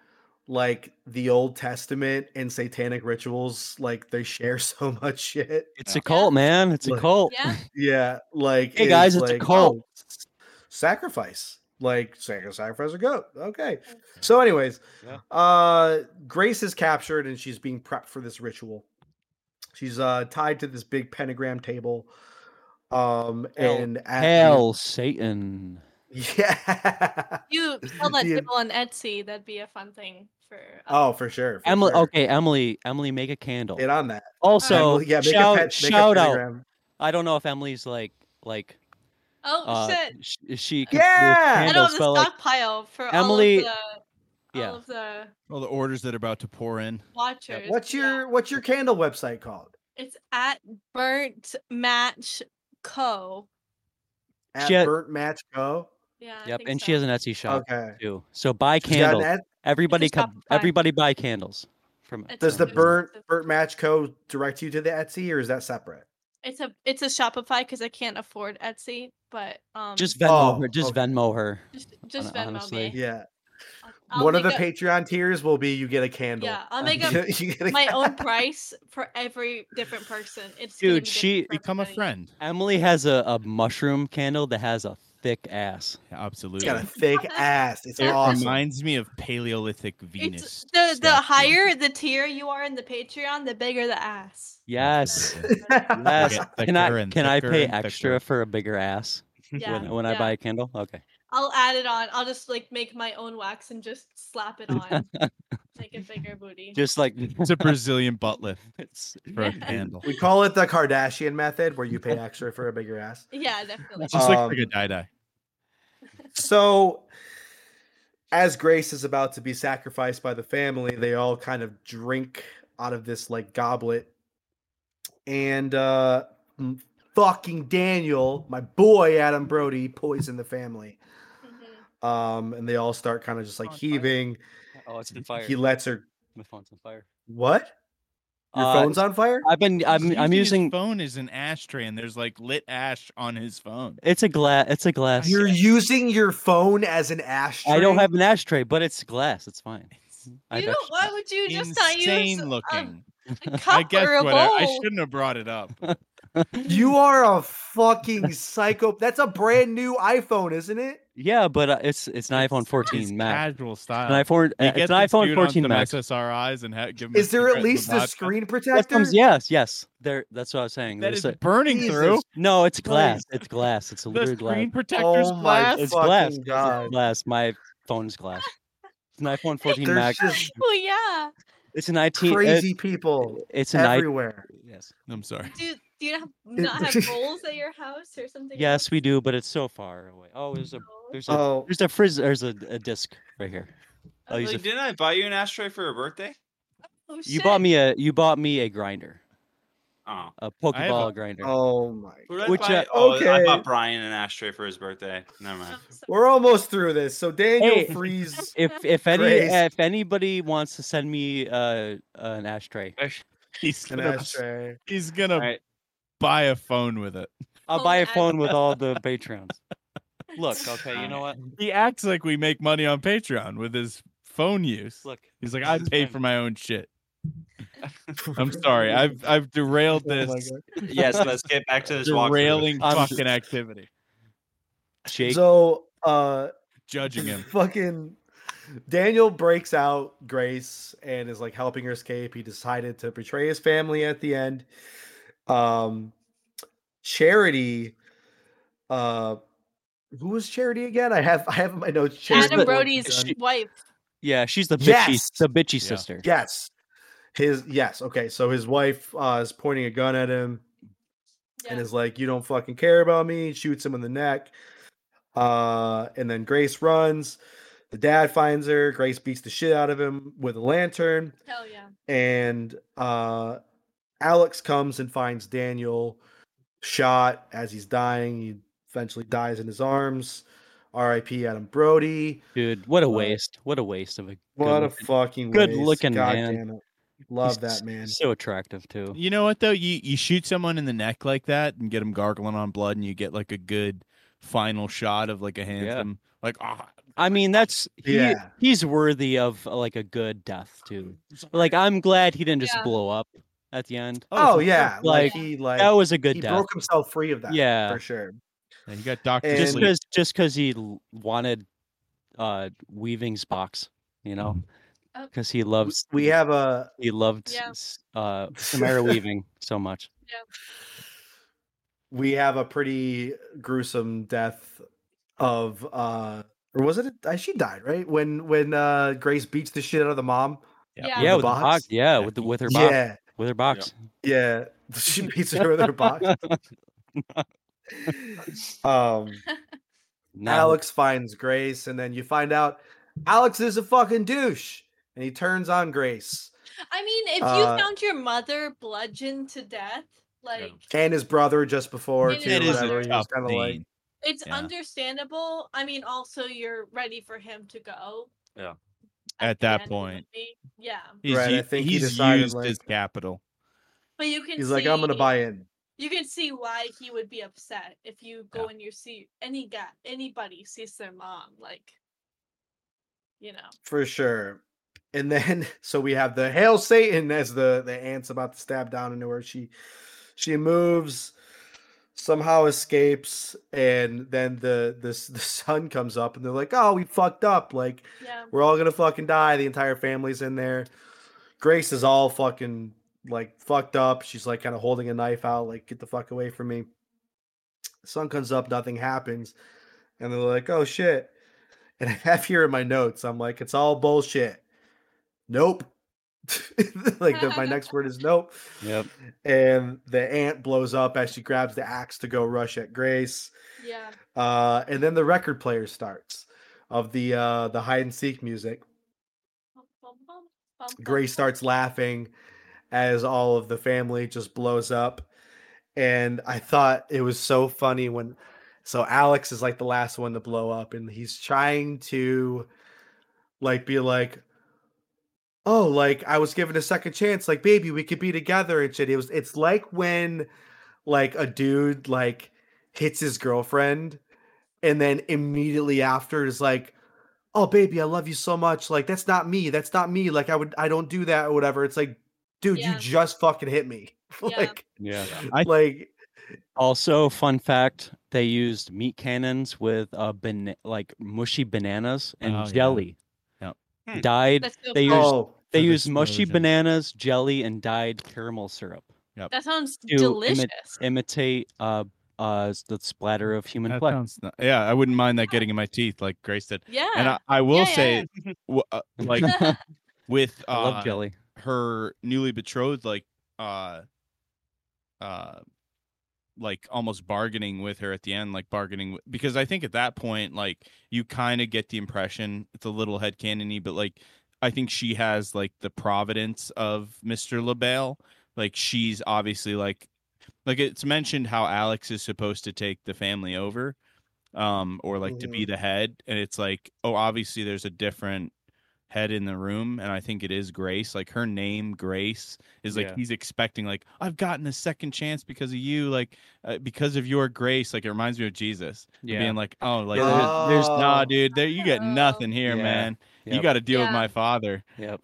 like the Old Testament and satanic rituals like they share so much shit. It's Yeah. a cult, man. It's a Look, cult. Yeah. Yeah, like Hey, it guys, is it's a like, cult. oh, s- sacrifice. Like sac- sacrifice a goat. Okay. So anyways, Yeah. uh Grace is captured and she's being prepped for this ritual. She's uh tied to this big pentagram table. Um Hell- and at the- Hell, Satan. Yeah. You sell that Yeah. table on Etsy. That'd be a fun thing for. uh, Oh, for sure. for Emily, sure. okay, Emily, Emily, make a candle. Uh-huh. Get on that. Also, Emily, yeah, make shout, a pet, make shout a out. pentagram. I don't know if Emily's like like oh uh, shit! sh- is she computer Yeah! I I know the Oh, candles, but like stockpile for Emily- all of the, yeah. all of the All the orders that are about to pour in. watchers. What's yeah. your what's your candle website called? It's at Burnt Match Co. At She had- Burnt Match Go. Yeah. I yep, think and so. she has an Etsy shop Okay. too. So buy She got an candles. ad- Everybody, It's a come, Shopify. everybody buy candles from. It's Does the Sometimes. Burnt Burnt Match Co. direct you to the Etsy, or is that separate? It's a it's a Shopify because I can't afford Etsy, but um Just Venmo Oh, her. Just okay. Venmo her. just, just hon- Venmo honestly. me. Yeah. I'll- I'll One of the make a- Patreon tiers will be you get a candle. Yeah, I'll make You up get- you get a my ca- own price for every different person. It's gonna Dude, be different she- for Become a everybody. friend. Emily has a, a mushroom candle that has a thick ass. It's Absolutely. got a thick ass. It's It awesome. reminds me of Paleolithic Venus. It's the the statue. higher the tier you are in the Patreon, the bigger the ass. Yes. It'll Yes. get Can I thicker and can I thicker pay and thicker. extra for a bigger ass Yeah. when, when I yeah. buy a candle? Okay. I'll add it on. I'll just like make my own wax and just slap it on. make a bigger booty. Just like It's a Brazilian butt lift it's- for a Yeah. candle. We call it the Kardashian method, where you pay extra for a bigger ass. yeah, definitely. It just looks like a Um, tie dye. So, as Grace is about to be sacrificed by the family, they all kind of drink out of this like goblet. And uh m- fucking Daniel, my boy Adam Brody, poisoned the family. Mhm. Um, and they all start kind of just like On fire. heaving. oh, it's on fire. He lets her My phone's on fire. what? Your Uh, phone's on fire? I've been I'm He's I'm his using phone as an ashtray, and there's like lit ash on his phone. it's a glass it's a glass. You're using your phone as an ashtray. I don't have an ashtray, but it's glass. It's fine. I You know actually- why would you just not use Insane a- looking. a cup I guess or a what I, I bowl? shouldn't have brought it up. You are a fucking psycho. That's a brand new iPhone, isn't it? Yeah, but uh, it's it's an iPhone It's 14 Max. Casual style. An iPhone You uh, get it's an this iPhone dude on 14 some Max. SSRIs and ha- give him a Is there at cigarette and least a vodka. screen That protector? comes, yes, yes. There. That's what I was saying. that There's is a- burning through? no, it's glass. Christ. It's glass. It's The literally glass. screen protector's Oh my glass? It's fucking glass. god! Glass. My phone's glass. It's an iPhone 14 There's Max. just Well, yeah. It's an IT. crazy It, people it's an IT. everywhere. Yes. I'm sorry. Do do you not have, not have bowls at your house or something? Yes, else? we do, but it's so far away. Oh, there's a No. there's a Oh, there's a frizz there's a, a disc right here. I'll use Like, a, didn't I buy you an ashtray for your birthday? Oh, you shit. bought me a you bought me a grinder, Oh, a have Pokeball grinder. oh my! who did I Which, buy? uh, oh, I okay. bought Brian an ashtray for his birthday. Never mind. Oh, so- We're almost through this. So Daniel Hey. Freeze, If if any Grace. if anybody wants to send me uh, an ashtray, He's an gonna, ashtray. he's gonna Alright. buy a phone with it. I'll Oh, buy a add- phone with all the Patreons. Look, okay, you know what? He acts like we make money on Patreon with his phone use. Look, He's like, I This is pay fine. for my own shit. I'm sorry. I've I've derailed Oh my this God. yes, let's get back to this walkthrough. derailing I'm- fucking activity. Jake, So, uh, Judging him. fucking Daniel breaks out Grace and is like helping her escape. He decided to betray his family at the end. Um Charity uh who was Charity again? I have I have in my notes Charity. Adam the- Brody's she- wife. yeah, she's the bitchy, Yes! the bitchy Yeah. sister. Yes. His yes, okay. So his wife uh, is pointing a gun at him Yeah. and is like, "You don't fucking care about me." Shoots him in the neck. Uh, and then Grace runs. The dad finds her. Grace beats the shit out of him with a lantern. Hell yeah. And uh, Alex comes and finds Daniel shot as he's dying. He eventually dies in his arms. R.I.P. Adam Brody. Dude, what a Uh, waste! What a waste of a What a looking- fucking good waste. looking God man. damn it. Love he's s- that man. So attractive too. You know what though? You you shoot someone in the neck like that and get them gargling on blood, and you get like a good final shot of like a handsome, like ah. I mean, that's he, Yeah. he's worthy of uh, like a good death too. Like I'm glad he didn't just Yeah. blow up at the end. Oh, yeah, like, like, he like that was a good he death. broke himself free of that. Yeah. for sure. And you got Doctor And- just because just because he l- wanted uh Weaving's box, you know, Oh. because he loves We have a he loved Yeah. s- uh Samara Weaving so much. we have a pretty gruesome death of uh or was it a, she died right when when uh grace beats the shit out of the mom Yeah. Yeah. Yeah, the with the box? box. Yeah, with the, with her box. yeah With her box. yeah she beats her with her box um Now, alex finds grace and then you find out alex is a fucking douche and he turns on grace I mean, if you Uh, found your mother bludgeoned to death, like and his brother just before It too it is whatever, a he was tough kinda like- scene. it's Yeah. understandable. I mean, also you're ready for him to go. Yeah. At that the end of the point. movie. Yeah, He's, Right, I u- think he he's decided, used his like- capital. but you can. he's like i'm gonna see- buy in You can see why he would be upset if you go and you see any guy, anybody sees their mom, like, you know. for sure. And then so we have the hail Satan as the the ant's about to stab down into her. She she moves, somehow escapes, and then the this the sun comes up, and they're like, "Oh, we fucked up! Like Yeah. we're all gonna fucking die." The entire family's in there. Grace is all fucking like fucked up. She's like kind of holding a knife out, like "Get the fuck away from me." The sun comes up, nothing happens, and they're like, "Oh shit!" And I have here in my notes, I'm like, "It's all bullshit." Nope. like the, my next word is nope. Yep. And the ant blows up as she grabs the axe to go rush at Grace. Yeah. Uh, and then the record player starts of the uh, the hide and seek music. Bum, bum, bum, bum, bum, Grace bum. starts laughing as all of the family just blows up. And I thought it was so funny when so Alex is like the last one to blow up and he's trying to like be like oh like I was given a second chance like baby we could be together and shit. It was it's like when like a dude like hits his girlfriend and then immediately after is like oh baby i love you so much like that's not me that's not me like i would i don't do that or whatever it's like dude Yeah. you just fucking hit me Yeah. like Yeah. I- like Also, fun fact: they used meat cannons with uh, bana- like mushy bananas and Oh, yeah. jelly. Yep. Hmm. Dyed. That's so they funny. used- oh they For the used mushy explosion. bananas, jelly, and dyed caramel syrup. That sounds to imi- delicious. Imitate uh uh s- the splatter of human That flesh. sounds n- yeah, I wouldn't mind that getting in my teeth like Grace did. yeah. And I, I will Yeah, say, w- uh, like with I love uh, jelly. her newly betrothed, like uh, uh, like almost bargaining with her at the end, like bargaining with, because I think at that point, like you kind of get the impression it's a little headcanony, but like I think she has like the providence of Mr. LaBelle. Like she's obviously like like it's mentioned how Alex is supposed to take the family over um or like to be the head and it's like oh obviously there's a different head in the room and I think it is Grace. Like her name Grace is like Yeah. he's expecting like I've gotten a second chance because of you like uh, because of your grace like it reminds me of Jesus and Yeah. being like oh like Yeah. there's- there's nah Oh. dude there you get Oh. nothing here Yeah. man. You Yep. got to deal Yeah. with my father. Yep.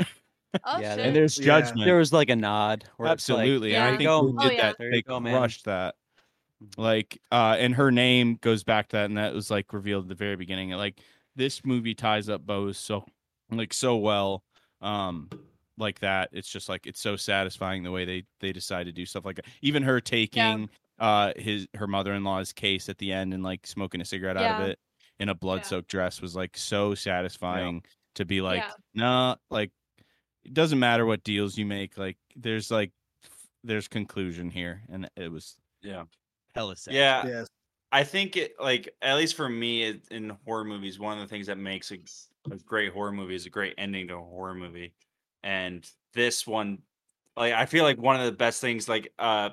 oh, yeah, shit. and There's Yeah. judgment. there was like a nod. where it's like, Absolutely. Yeah. And There I think you they go. did Oh, yeah. that. There They you go, man. crushed that. Mhm. Like uh and her name goes back to that and that was like revealed at the very beginning. Like this movie ties up bows so like so well. Um like that. It's just like it's so satisfying the way they they decide to do stuff like that. Even her taking uh his her mother-in-law's case at the end and like smoking a cigarette out of Yeah. it in a blood-soaked dress was like so satisfying to be like Yeah. no like it doesn't matter what deals you make like there's like f- there's conclusion here and it was Yeah. hella sad. Yeah. yes I think it like at least for me it, in horror movies, one of the things that makes a, a great horror movie is a great ending to a horror movie, and this one, like I feel like one of the best things, like uh,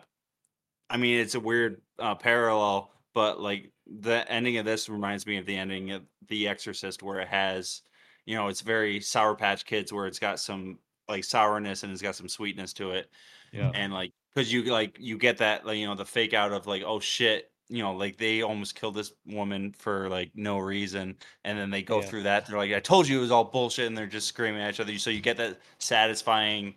I mean it's a weird uh, parallel, but like the ending of this reminds me of the ending of The Exorcist, where it has, you know, it's very Sour Patch Kids, where it's got some like sourness and it's got some sweetness to it, yeah and like because you like you get that like you know the fake out of like oh shit you know like they almost killed this woman for like no reason and then they go Yeah. through that they're like i told you it was all bullshit and they're just screaming at each other so you get that satisfying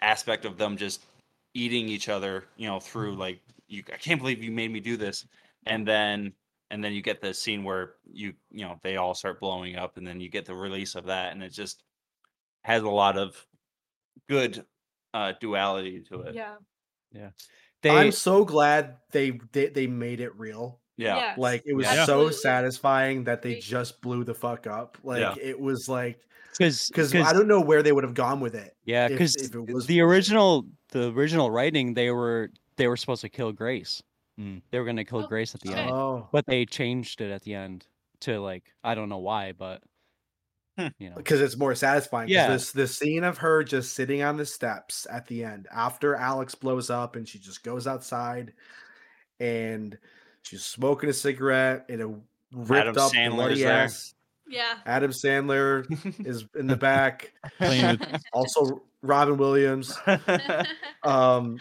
aspect of them just eating each other you know through Mm-hmm. like you i can't believe you made me do this and then and then you get the scene where you you know they all start blowing up and then you get the release of that and it just has a lot of good uh duality to it yeah. They i'm so glad they, they they made it real Yeah. Yes. Like it was Yeah. so Absolutely. satisfying that they Great. just blew the fuck up. Like Yeah. it was like Because because I don't know where they would have gone with it. yeah, if- because if it was the bullshit. original the original writing they were they were supposed to kill Grace. Mm. They were gonna kill Oh, Grace at the okay. end, Oh, but they changed it at the end to like I don't know why, but Hmm. you know. because it's more satisfying. 'cause Yeah. This the scene of her just sitting on the steps at the end after Alex blows up and she just goes outside and she's smoking a cigarette in a ripped Adam up Sandler bloody is there. ass. yeah. Adam Sandler is in the back. Playing with also Robin Williams. Um,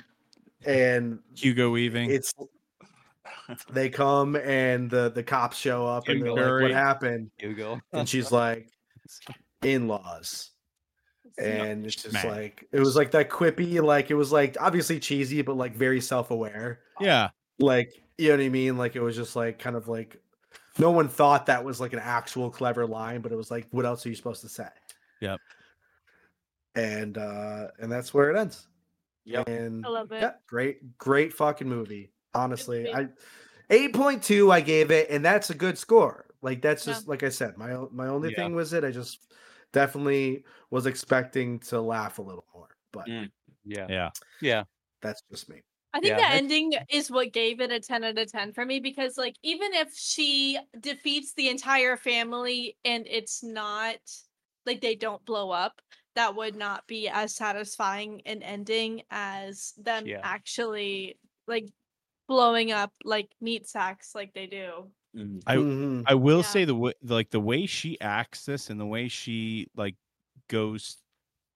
and Hugo Weaving. it's they come and the the cops show up Jim and they're like, Curry. "What happened?" Hugo. And she's like, "In laws." And it's just man. like it was like that quippy, like it was like obviously cheesy, but like very self aware. yeah. Like you know what I mean? Like it was just like kind of like no one thought that was like an actual clever line, but it was like, what else are you supposed to say? Yep. And uh and that's where it ends. Yep. And I love it. yeah, great, great fucking movie. Honestly, movie. I eight point two I gave it, and that's a good score. Like that's Yeah. just like I said, my o- my only Yeah. thing was it. I just definitely was expecting to laugh a little more, but Mm. Yeah. Yeah. Yeah. that's just me. I think Yeah, the that's- ending is what gave it a 10 out of 10 for me because, like, even if she defeats the entire family and it's not like they don't blow up, that would not be as satisfying an ending as them Yeah. actually like blowing up like meat sacks like they do. Mhm. I- Mhm. I will Yeah. say the way, like the way she acts this and the way she like goes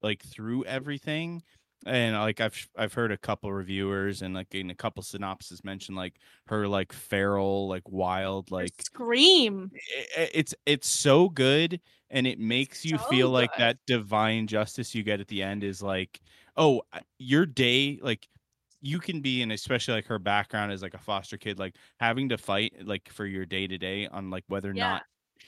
like through everything, and like I've I've heard a couple reviewers and like in a couple synopses mention like her like feral like wild Her like scream. i- i- it's it's so good and it makes you So feel like good. that divine justice you get at the end is like oh I- your day like you can be and especially like her background as like a foster kid like having to fight like for your day to day on like whether or Yeah. not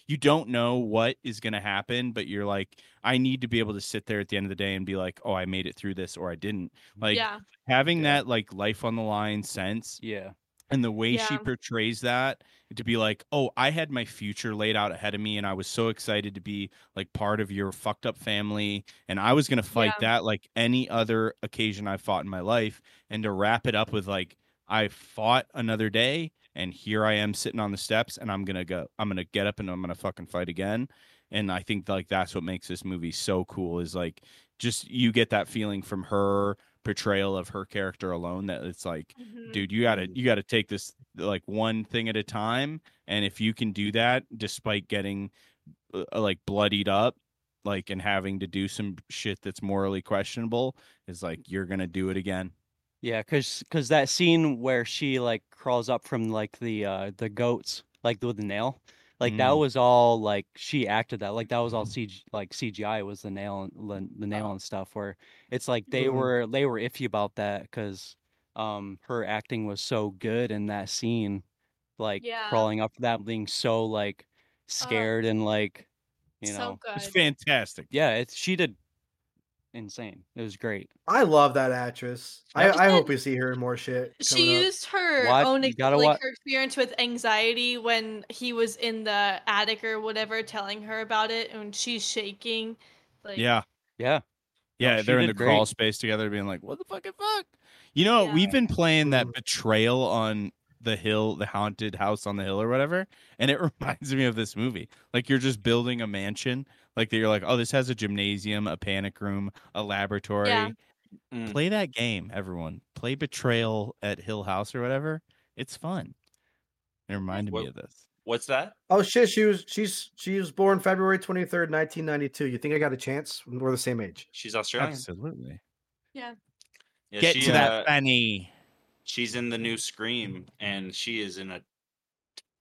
you don't know what is going to happen but you're like i need to be able to sit there at the end of the day and be like oh i made it through this or i didn't like yeah. having Yeah. that like life on the line sense Yeah. and the way she Yeah. portrays that to be like oh i had my future laid out ahead of me and i was so excited to be like part of your fucked up family and i was going to fight that like any other occasion i fought in my life and to wrap it up with like i fought another day and here i am sitting on the steps and i'm going to go i'm going to get up and i'm going to fucking fight again and i think like that's what makes this movie so cool is like just you get that feeling from her portrayal of her character alone that it's like Mhm. dude you gotta you gotta take this like one thing at a time and if you can do that despite getting uh, uh, like bloodied up like and having to do some shit that's morally questionable is like you're gonna do it again Yeah, cause 'cause that scene where she like crawls up from like the uh the goats like with the nail, like that Mm-hmm. Mm. was all like she acted that like that was all CG like CGI was the nail and the, the Uh-huh. nail and stuff where it's like they Mhm. Mm-hmm. were they were iffy about that because um her acting was so good in that scene, like Yeah. Uh, crawling up that being so like scared and like you so know good. it's fantastic yeah it's she did insane it was great I love that actress. I, Yep. I hope we see her in more shit. she coming up. used her Watch- own you ex- gotta like wa- her experience with anxiety when he was in the attic or whatever telling her about it and she's shaking like yeah yeah yeah she they're in did the crawl great. space together being like what the fucking fuck you know Yeah. we've been playing that Mhm. betrayal on the hill the haunted house on the hill or whatever and it reminds me of this movie like you're just building a mansion like that you're like oh this has a gymnasium a panic room a laboratory Mm. play that game, everyone. Play Betrayal at Hill House or whatever. It's fun. It reminded What- me of this. What's that? Oh shit, she was she's she was born February twenty third, nineteen ninety two. You think I got a chance? We're the same age. She's Australian. Absolutely. Yeah, Get she, to that uh, Fanny. she's in the new Scream, and she is in a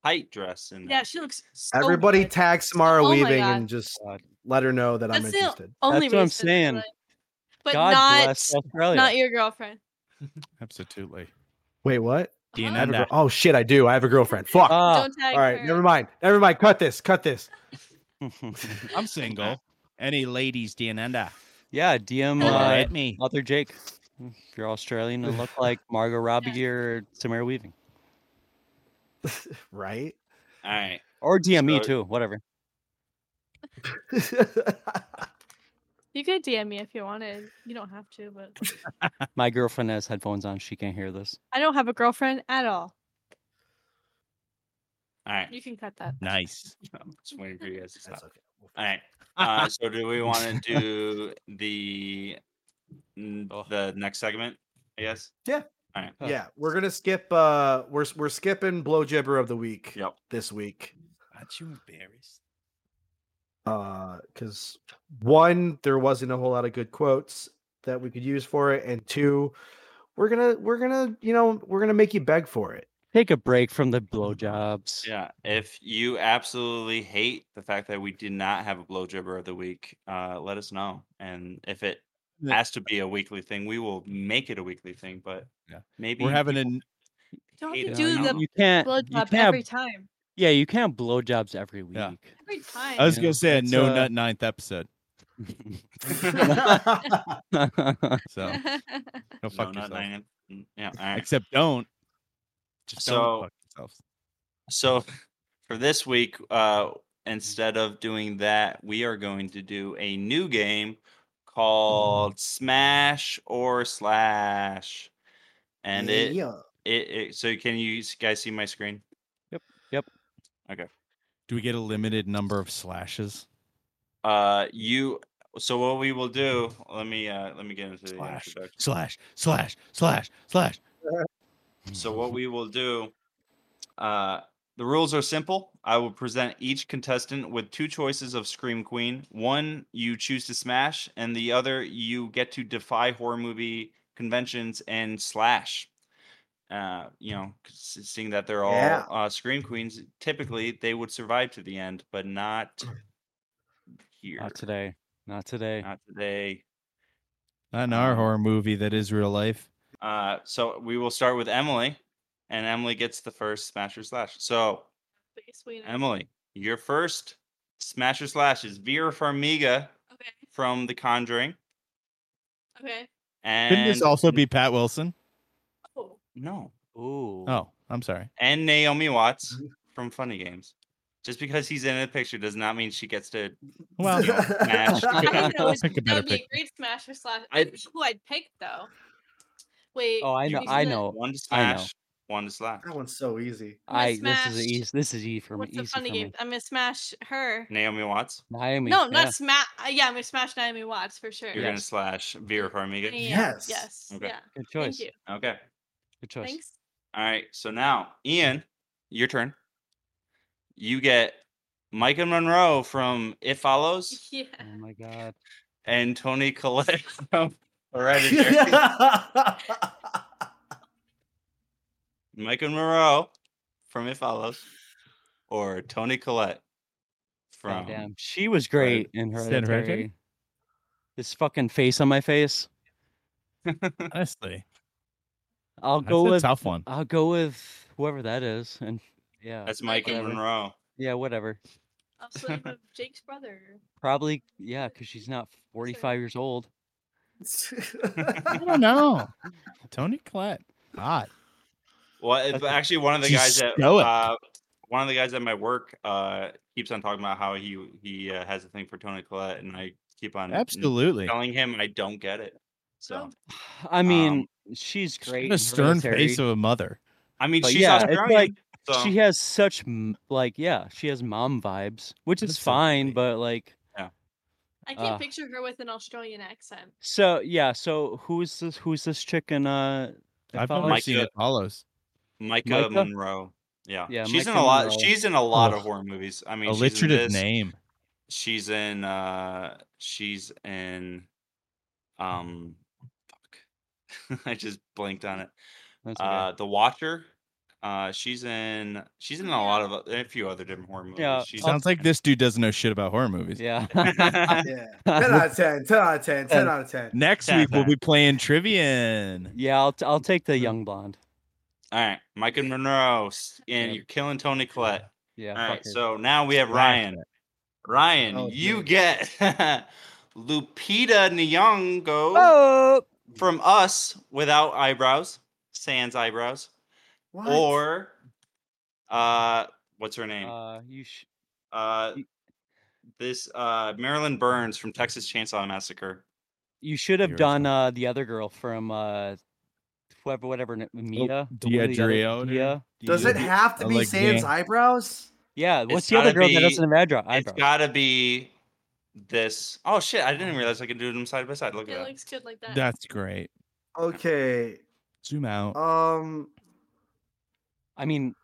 tight dress. And yeah she looks so Everybody good. tag Samara Oh my Weaving God. and just God. let her know that I'm That's the interested. only That's what I'm reason, saying. but- but god not bless Australia not your girlfriend Absolutely. Wait, what? Dean I have a Nah. girl- oh shit, I do. I have a girlfriend. Fuck. Oh, Ah. don't tag All right, her never mind. Never mind. Cut this. Cut this. I'm single. Any ladies, Diananda? yeah, DM Holler uh, at me. author Jake. If you're Australian and look like Margot Robbie or Samara Weaving. right? All right. Or DM me So- too, whatever. You could DM me if you wanted. You don't have to, but My girlfriend has headphones on. She can't hear this. I don't have a girlfriend at all. All right. You can cut that. Nice. I'm just waiting for you guys to stop. That's okay. We'll All right. Uh, so do we want to do the n- Oh. the next segment? I guess. Huh. Yeah, we're gonna skip. Uh, we're s- we're skipping blow jibber of the week Yep. this week. Aren't you embarrassed? Uh, because one, there wasn't a whole lot of good quotes that we could use for it, and two, we're gonna we're gonna you know we're gonna make you beg for it. Take a break from the blowjobs. Yeah. If you absolutely hate the fact that we did not have a blow jibber of the week, uh, let us know. And if it Yeah. has to be a weekly thing, we will make it a weweekly thing. But Yeah. maybe We're having people a Don't hate you it. do No. the You can't. blood you job can't every have- time. yeah, you can't blowjobs every week. Yeah. Every time. I was Yeah, gonna say a it's, no uh, nut ninth episode. So No, don't not fuck yourself. nine- mm, Yeah. All right. Except don't. Just So- don't fuck yourselves. So for this week, uh, instead of doing that, we are going to do a new game called Smash or Slash. And it, yeah, it, it so can you s- guys see my screen? Do we get a limited number of slashes? Uh you so what we will do, let me uh let me get into the Slash. introduction. Slash, slash, slash, slash. So what we will do, uh, the rules are simple. I will present each contestant with two choices of Scream Queen. One you choose to smash, and the other you get to defy horror movie conventions and slash. Uh, you know, s- seeing that they're all Yeah. uh, Scream Queens, typically they would survive to the end, but not here, Not today. Not today. not today. Hmm. Not in our Um, horror movie that is real life. Uh, so we will start with Emily, and Emily gets the first smash or slash. So Biggest wiener. Emily, your first smasher slash is Vera Farmiga Okay. from The Conjuring. Okay. And Couldn't this also be Pat Wilson? Oh. no? Ooh. Oh, Mm-hmm. I'm sorry. And Naomi Watts from Funny Games. Just because he's in the picture does not mean she gets to. Well, Smash. I Yeah, don't know. pick a That better would be a pick. great smash or slash. I I- don't know who I'd pick though. Wait. Oh, I you're know. using I the- know. One to I know. smash, one to slash. that one's so easy. I I this is smashed- easy. This is easy for me. What's the easy funny for game? me. I'm gonna smash her. Naomi Watts, Miami. no, yeah. not smash. Yeah, I'm gonna smash Naomi Watts for sure. you're going to Yes. slash Vera Farmiga. Yeah, Yes. Yes. Okay. Yeah. Good Thank choice. you. Okay. Good choice. Thanks. All right. So now, Ian, your turn. You get Micah Monroe from It Follows. Yeah. Oh my god. and Tony Collette from Hereditary. That's Michael Moreau from It Follows, or Tony Collette Oh. from. Damn. She was great in Is that Hereditary. Hereditary? This fucking face on my face. honestly, I'll that's go a with tough one. I'll go with whoever that is, and yeah, That's Michael Whatever. Monroe. yeah, whatever. I'll sleep with Jake's brother. Probably yeah, because she's not forty-five years old. I don't know. Tony Collette, hot. Well, it- That's but a- actually, one of the She's guys that stoic. uh, one of the guys at my work uh, keeps on talking about how he he uh, has a thing for Tony Collette, and I keep on n- Absolutely. telling him I don't get it. Oh. So I Um, mean, she's great. The in stern face Hereditary. of a mother. I mean, But she's yeah, it's Australian. like so She has such m- like yeah, she has mom vibes, which is That's so fine, great. but like I can't Uh. picture her with an Australian accent. so yeah. So who's this? Who's this chick in uh? It I've Follows? never seen Micah- it follows. Micah, Micah? Monroe. Yeah, Yeah, she's in a Micah lot. Monroe. She's in a lot of Ugh. horror movies. I mean, she's in Alliterative this, name. she's in uh she's in Mm-hmm. um fuck. I just blanked on it. That's okay. Uh The Watcher. Uh she's in she's in a lot of o- a few other different horror movies. Yeah, Oh. She's Sounds like this dude doesn't know shit about horror movies. yeah. yeah. Ten out of ten. Ten out of ten. Ten out of ten. Next Yeah, week we'll that. be playing Trivian. Yeah, I'll, t- I'll take the young blonde. All right, Mike and Monroe s- and Yep. you're killing Tony Collette. Yeah. All right, fuck her. so now we have Smash Ryan. Ryan, Oh, you dude. get Lupita Nyong'o oh, from Us without eyebrows, sans eyebrows. What? or Uh, what's her name? Uh, you sh- Uh, y- this uh Marilyn Burns from Texas Chainsaw Massacre. you should have Yours. done uh, the other girl from uh, whoever, whatever, Oh, n- Mia. the one of the other- Diadrio, Dia- Does Dia- it have to be like Sam's Dan- eyebrows? Yeah. What's It's the other gotta girl be- that doesn't have eyebrow? It's eyebrows? gotta be this. Oh shit! I didn't realize I could do them side by side. Look It at that. looks good like that. That's great. Okay. Zoom out. Um I mean,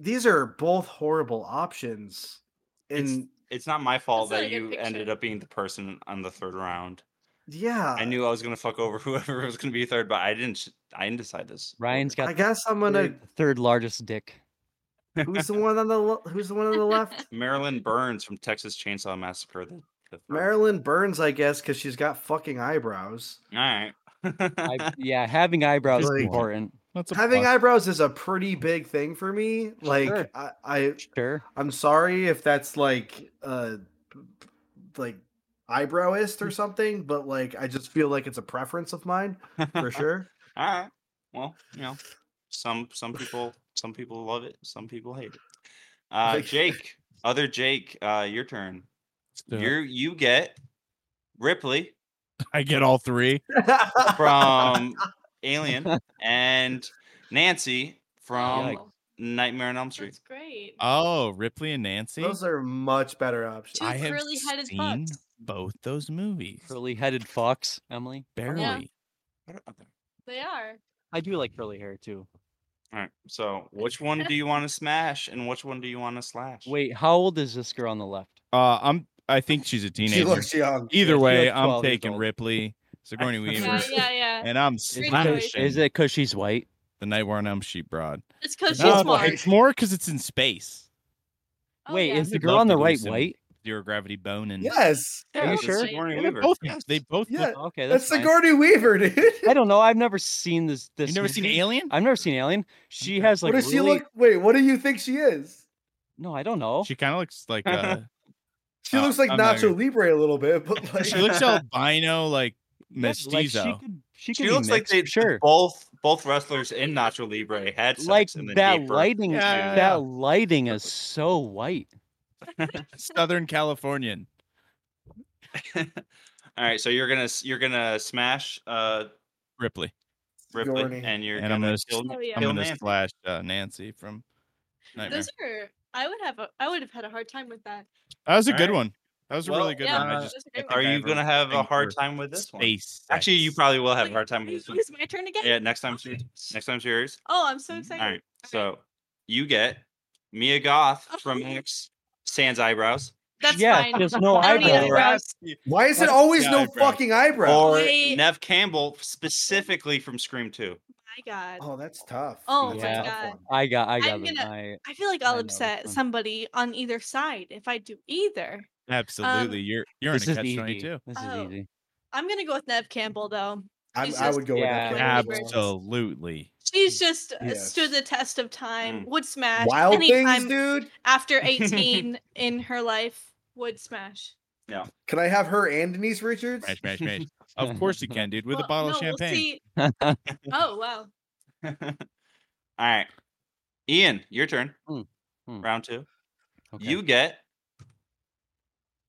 these are both horrible options. It's- And It's not my fault not that a good you ended picture. up being the person on the third round. yeah, Uh. I knew I was gonna fuck over whoever was gonna be third, but I didn't. sh- I didn't decide this. Ryan's got I guess I'm gonna. the third largest dick. Who's the one on the le- Who's the one on the left? Marilyn Burns from Texas Chainsaw Massacre. The, the first. Marilyn Burns, I guess, because she's got fucking eyebrows. All right. I, yeah, having eyebrows is Like- important. That's a Having plus. eyebrows is a pretty big thing for me. Like, Sure. I, I, Sure. I'm sorry if that's like, uh, like eyebrowist or something, but like, I just feel like it's a preference of mine for sure. All right. Well, you know, some some people some people love it, some people hate it. Uh, Like- Jake, other Jake, uh, your turn. Yeah. You you get Ripley I get all three. from Alien and Nancy from Yikes. Nightmare on Elm Street. That's great. Oh, Ripley and Nancy. Those are much better options. Two I have curly-headed seen fucks. both those movies. Curly headed fox, Emily. Barely. They are. I do like curly hair too. All right. So, which one do you want to smash and which one do you want to slash? Wait, how old is this girl on the left? Uh, I'm. I think she's a teenager. She looks young. Either she way, looks 12 I'm years taking old. Ripley, Sigourney Weaver, Yeah, yeah, yeah. and I'm Great Is choice. slashing is it because she's white? the Nightmare on Elm Street broad. It's because she's No, smart. it's more because it's in space. Oh, Wait, yeah. is the I'd girl love on to the do right some- white? Zero gravity bone and Yes, They're you all sure? great. Sigourney Yeah, Weaver. both. They both. Yeah, Look, Okay, that's that's, fine. Sigourney Weaver, dude. I don't know. I've never seen this. This you never seen movie. Alien? I've never seen Alien. She has like what does really- she look? Wait, what do you think she is? No, I don't know. She kind of looks like. Uh, She Uh, looks like I'm not Nacho gonna- Libre a little bit, but like, she looks albino, like Yeah, like, mestizo. she could. She, could She be looks like mixed, they sure. both both wrestlers in Nacho Libre had sex Like and then that gave birth. lighting. Yeah, yeah, yeah. That lighting is so white. Southern Californian. All right, so you're gonna s- you're gonna smash uh Ripley. Ripley, Sigourney. and you're And I'm gonna gonna kill. Oh yeah. I'm Kill gonna Nancy. slash uh, Nancy from Nightmare. Those are. I would have. A, I would have had a hard time with that. That was a All good right. one. That was a Well, really good yeah, one. I those just are great think Are I you ever gonna have a think hard for time uh, with this one? space. Actually, you sex. probably will have a Wait, hard time with wait, this one. It's my turn again. Yeah, next time, she- next time's yours. Oh, I'm so All excited. right, so you get Mia Goth from Oh. X Sans Eyebrows, that's yeah, fine. there's no I don't need eyebrow. eyebrows. why is it What's always the no eyebrow? fucking eyebrow? or Wait. Nev Campbell specifically from Scream Two. My God. oh, that's tough. Oh That's my a tough God. one. I got. I got. I'm the- gonna- I- I feel like I I'll know, upset it's fun. somebody on either side if I do either. Um, Absolutely. you're you're in This a is catch easy. 22. This is Oh. easy. I'm gonna go with Nev Campbell though. I'm- It's I just- would go Yeah. with that. for Ripley. Absolutely. She's just uh, Yes. stood the test of time. Mm. Would smash Wild anytime things, dude. after 18 in her life. Would smash. Can I have her and Denise Richards? Smash, smash, smash. Of course you can, dude. With a bottle of no, we'll champagne. see- oh wow. All right, Ian, your turn. Hmm, hmm. Round two. Okay. You get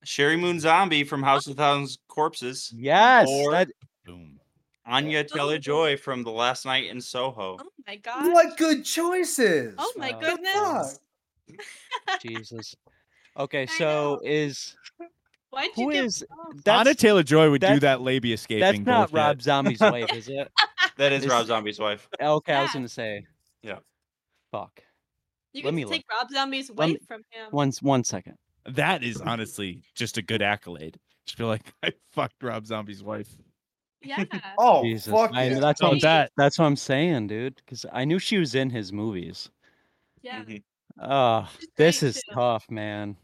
Sherry Moon Zombie from House of Thousand Corpses, Yes. or- that- Boom. Anya Taylor Joy from The Last Night in Soho. Oh my god. What good choices! Oh my Wow. goodness. Jesus. Okay. I So know. is Why'd you who give is oh, Donna that's Taylor Joy would do that's- that labia escaping. that's not bullshit. Rob Zombie's wife, is it? That is This- Rob Zombie's wife. Okay, I was Yeah. gonna say. Yeah. Fuck. you let can me take Rob Zombie's away me- from him? One s- one second. That is honestly just a good accolade. Just feel like I fucked Rob Zombie's wife. Yeah. Oh Jesus. fuck! I- yeah. that's what I'm, Fuck that. that's what I'm saying, dude. Because I knew she was in his movies. Yeah. Mhm. Oh, She's this great, is too. tough, man.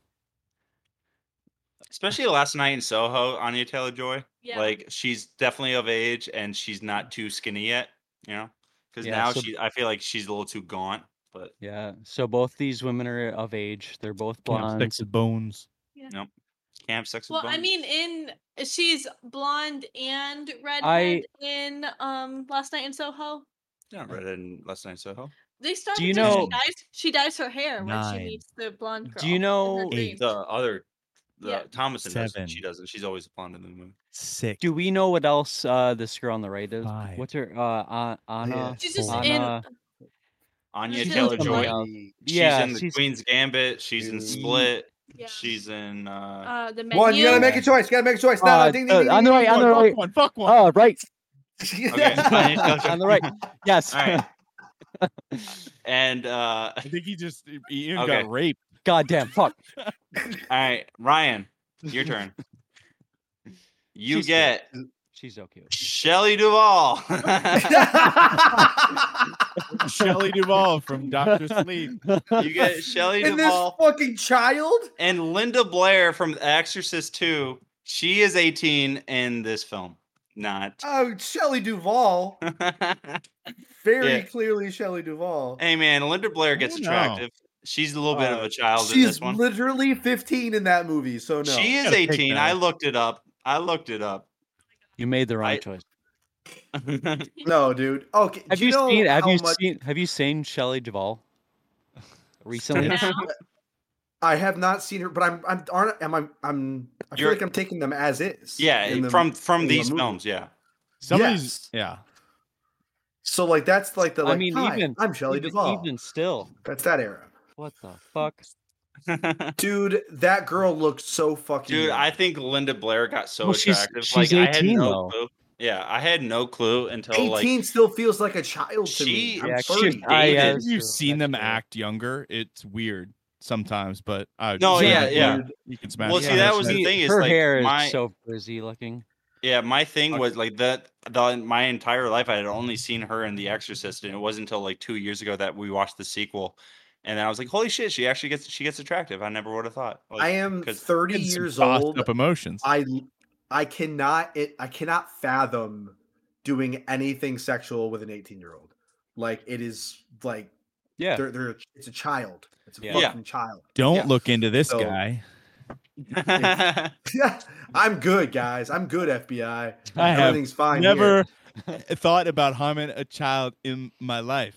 Especially Last Night in Soho, Anya Taylor Joy. Yeah. Like she's definitely of age and she's not too skinny yet, you know? Because Yeah, now so- she I feel like she's a little too gaunt, but Yeah. So both these women are of age. They're both You know, blondes. sticks of bones. camp sex with well, I Bones. mean, in she's blonde and redhead I- in um Last Night in Soho. yeah, right in Last Night in Soho. They start. you until know- she dyes, she dyes her hair when Nine. she meets the blonde girl? Do you in her know? Eight. dream? The other, the Yeah. Thomason doesn't. Seven. She doesn't. She's always a blonde in the movie. Six. Do we know what else uh, this girl on the right is? Five. What's her? Uh, A- Anna. She's just Four. in. Anna- Anya She's in Taylor something Joy. else. She's Um, yeah, in the she's- Queen's Gambit. She's in Mm. Split. Yeah. She's in. Uh, uh, the menu. One, you gotta make a choice. You gotta make a choice. Now, Uh, ding, ding, uh, ding, on the ding, right, Fuck on the one, right. fuck one, fuck one. Oh, right. ding. okay, Anya Taylor Joy. on the right. Yes. All Uh, right. And uh, I think he just he even Okay. got raped. Goddamn. Fuck. all right, Ryan, your turn. You She's cute. get She's so cute. Shelley Duvall. Shelley Duvall from Doctor Sleep. you get Shelley and this Duvall fucking child. and Linda Blair from The Exorcist 2. She is 18 in this film. Not. Oh, Shelley Duvall. Very Yeah. clearly Shelley Duvall. hey man, Linda Blair gets Oh, no. attractive. She's a little bit of Uh, a child in She's this one. literally 15 in that movie, so no. She is Oh, Gotta take 18. I that. looked it up. I looked it up. You made the wrong I- choice. no, dude. Okay. do Have you, know seen? Have how you much- seen? Have you seen Shelley Duvall? Recently, Now, I have not seen her, but I'm I'm aren't am I I'm I feel You're- like I'm taking them as is. yeah, in the- from from in the these movie. films, yeah. Some of Yes. these, yeah. So like that's like the I like, mean, "Hi, even- I'm Shelley even, Duvall. even still, That's that era. what the fuck? Dude, that girl looked so fucking Dude, young. I think Linda Blair got so Well, she's- attractive. she's like I had 18 no though. clue. Yeah, I had no clue until 18 like still feels like a child to She- me. I'm Yeah, she- 30. I- yeah, dated. If that's you've true, seen that's them true. act younger, it's weird sometimes, but uh, No, some yeah, of it, yeah. you- You can smash. Well, it. see, Yeah, that that's was right. the thing is her like hair my is so frizzy looking. yeah, my thing Okay. was like that the my entire life I had only seen her in The Exorcist and it wasn't until like 2 years ago that we watched the sequel and then I was like, "Holy shit, she actually gets she gets attractive." I never would have thought. Like, I am 'cause- 30 And some years bossed old. Up emotions. I I cannot it I cannot fathom doing anything sexual with an 18 year old. Like it is like Yeah. they're, they're it's a child. It's a Yeah. Yeah. fucking child. Don't Yeah. look into this So- guy. Yeah, I'm good, guys. I'm good, FBI. I have Everything's fine. here. never thought about harming a child in my life.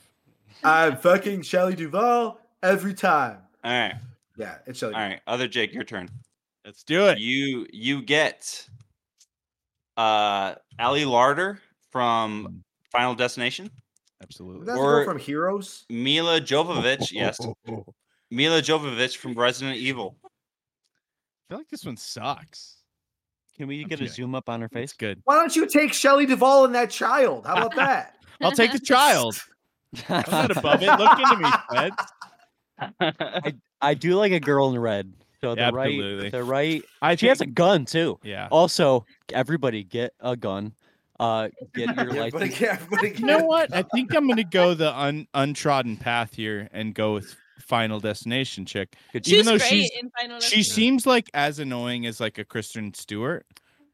I'm fucking Shelley Duvall every time. All right. Yeah, it's Shelley. All right. Other Jake, your turn. Let's do it. You you get uh Ali Larder Mm. from Final Destination. Absolutely. That's Or- from Heroes. Mila Jovovich, yes. Oh, Mila Jovovich from Resident Evil. I feel like this one sucks. Can we I'm get a kidding. zoom up on her It's face? good. Why don't you take Shelley Duvall and that child? How about that? I'll take the child. I'm not above it. Look into me, Fred. I do like a girl in red. So the Absolutely. right, the right. I She has a think- gun too. yeah. Also, everybody get a gun. Uh, get your Yeah, but license. again, but You know again- what? I think I'm gonna go the un- untrodden path here and go with Final Destination chick. Good she's Even though great she's in Final she Destination. seems like as annoying as like a Kristen Stewart,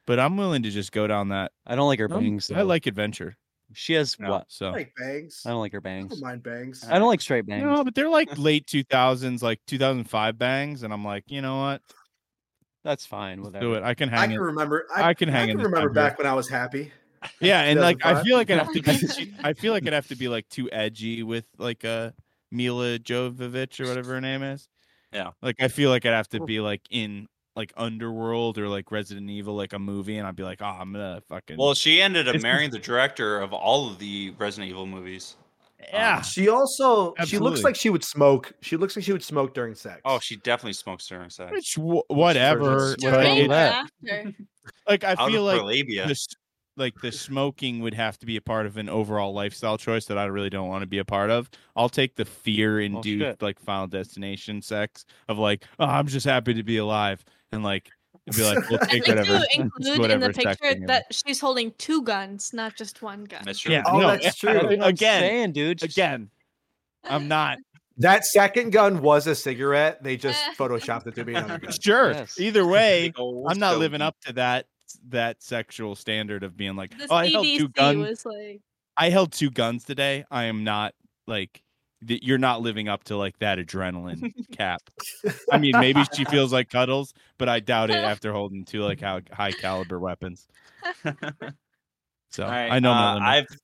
but I'm willing to just go down that. I don't like her Um, bangs. I though. like adventure. She has No. what? So I like bangs. I don't like her I bangs. don't mind bangs. I don't like straight bangs. no, but they're like late 2000s, like 2005 bangs, and I'm like, you know what? That's fine. Let's Whatever. do it. I can I hang can it. remember. I can hang I in can this remember time here. back when I was happy. Yeah, and like I 2005. feel like I'd have to be. I feel like I'd have to be like too edgy with like uh, Mila Jovovich or whatever her name is. Yeah. Like I feel like I'd have to be like in like Underworld or like Resident Evil, like a movie, and I'd be like, oh, I'm gonna fucking. Well, she ended up It's- marrying the director of all of the Resident Evil movies. yeah. She also she looks Absolutely. like she would smoke. She looks like she would smoke during sex. Oh, she definitely smokes during sex. Which, wh- whatever. Surgeons. but During it- or that. after? like I Out of feel like her labia. this, like the smoking would have to be a part of an overall lifestyle choice that I really don't want to be a part of. I'll take the fear induced shit. like Final Destination sex of like, oh, I'm just happy to be alive, and like it'd be like, we'll And take they whatever. do Just include in whatever the sex they picture give me. that she's holding two guns, not just one gun. That's true. Yeah, Oh, no, that's yeah, true. Again, Again, dude. Just- again, I'm not That second gun was a cigarette. They just photoshopped it to be another gun. sure. Yes. Either way, Big ol' I'm not living stogie. up to that that sexual standard of being like, The oh, I held two CDC guns. was like, I held two guns today. I am not like th- you're not living up to like that adrenaline cap. I mean, maybe she feels like cuddles, but I doubt it after holding two like high, high caliber weapons. So All right, I know uh, my limit. I've